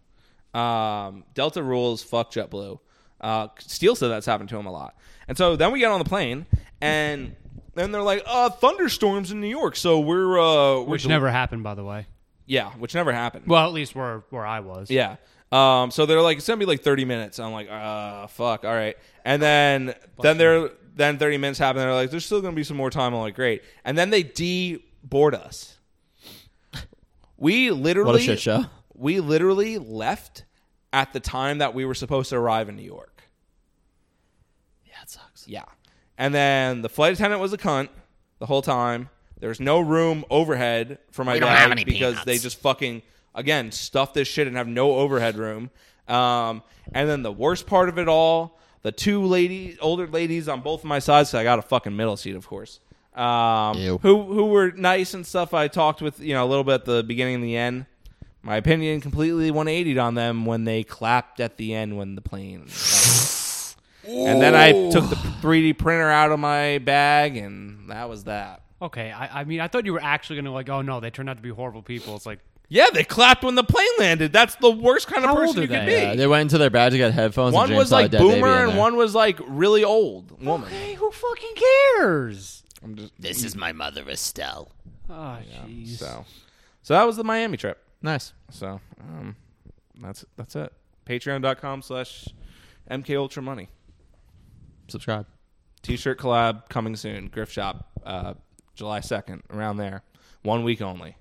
Speaker 1: Um, Delta rules, fuck JetBlue. Uh, Steele said that's happened to him a lot. And so then we get on the plane, and then they're like, uh, thunderstorms in New York. So we're, uh, we're
Speaker 2: Which never happened, by the way.
Speaker 1: yeah, which never happened.
Speaker 2: Well, at least where where I was.
Speaker 1: yeah. Um, so they're like, it's gonna be like 30 minutes. I'm like, uh, fuck, all right. And then, then they're, then 30 minutes happen. They're like, there's still gonna be some more time. I'm like, great. And then they de board us. We literally,
Speaker 3: What a shit show.
Speaker 1: we literally left at the time that we were supposed to arrive in New York.
Speaker 3: Yeah, it sucks.
Speaker 1: Yeah. And then the flight attendant was a cunt the whole time. There was no room overhead for my
Speaker 5: don't
Speaker 1: bag
Speaker 5: have any
Speaker 1: because
Speaker 5: peanuts.
Speaker 1: they just fucking again stuff this shit and have no overhead room. Um, and then the worst part of it all, the two lady older ladies on both of my sides. 'cause I got a fucking middle seat, of course. Um,
Speaker 3: Ew.
Speaker 1: who who were nice and stuff. I talked with you know a little bit at the beginning and the end. My opinion completely 180'd on them when they clapped at the end when the plane. And then I took the 3D printer out of my bag, and that was that.
Speaker 2: Okay. I, I mean, I thought you were actually gonna like. Oh no, they turned out to be horrible people. It's like
Speaker 1: Yeah, they clapped when the plane landed. That's the worst kind of
Speaker 2: How old
Speaker 1: person
Speaker 2: are
Speaker 1: you could
Speaker 2: they? Uh,
Speaker 1: be.
Speaker 2: Yeah,
Speaker 3: they went into their badge to get headphones.
Speaker 1: one was like boomer, and one was like really old woman.
Speaker 2: Hey, who fucking cares?
Speaker 5: This is my mother, Estelle.
Speaker 2: Oh, jeez.
Speaker 1: So, so that was the Miami trip.
Speaker 3: nice.
Speaker 1: So, um, that's that's it. Patreon.com/slash MK Ultra Money.
Speaker 3: Subscribe.
Speaker 1: T-shirt collab coming soon. Griff Shop, uh, July second, around there. One week only.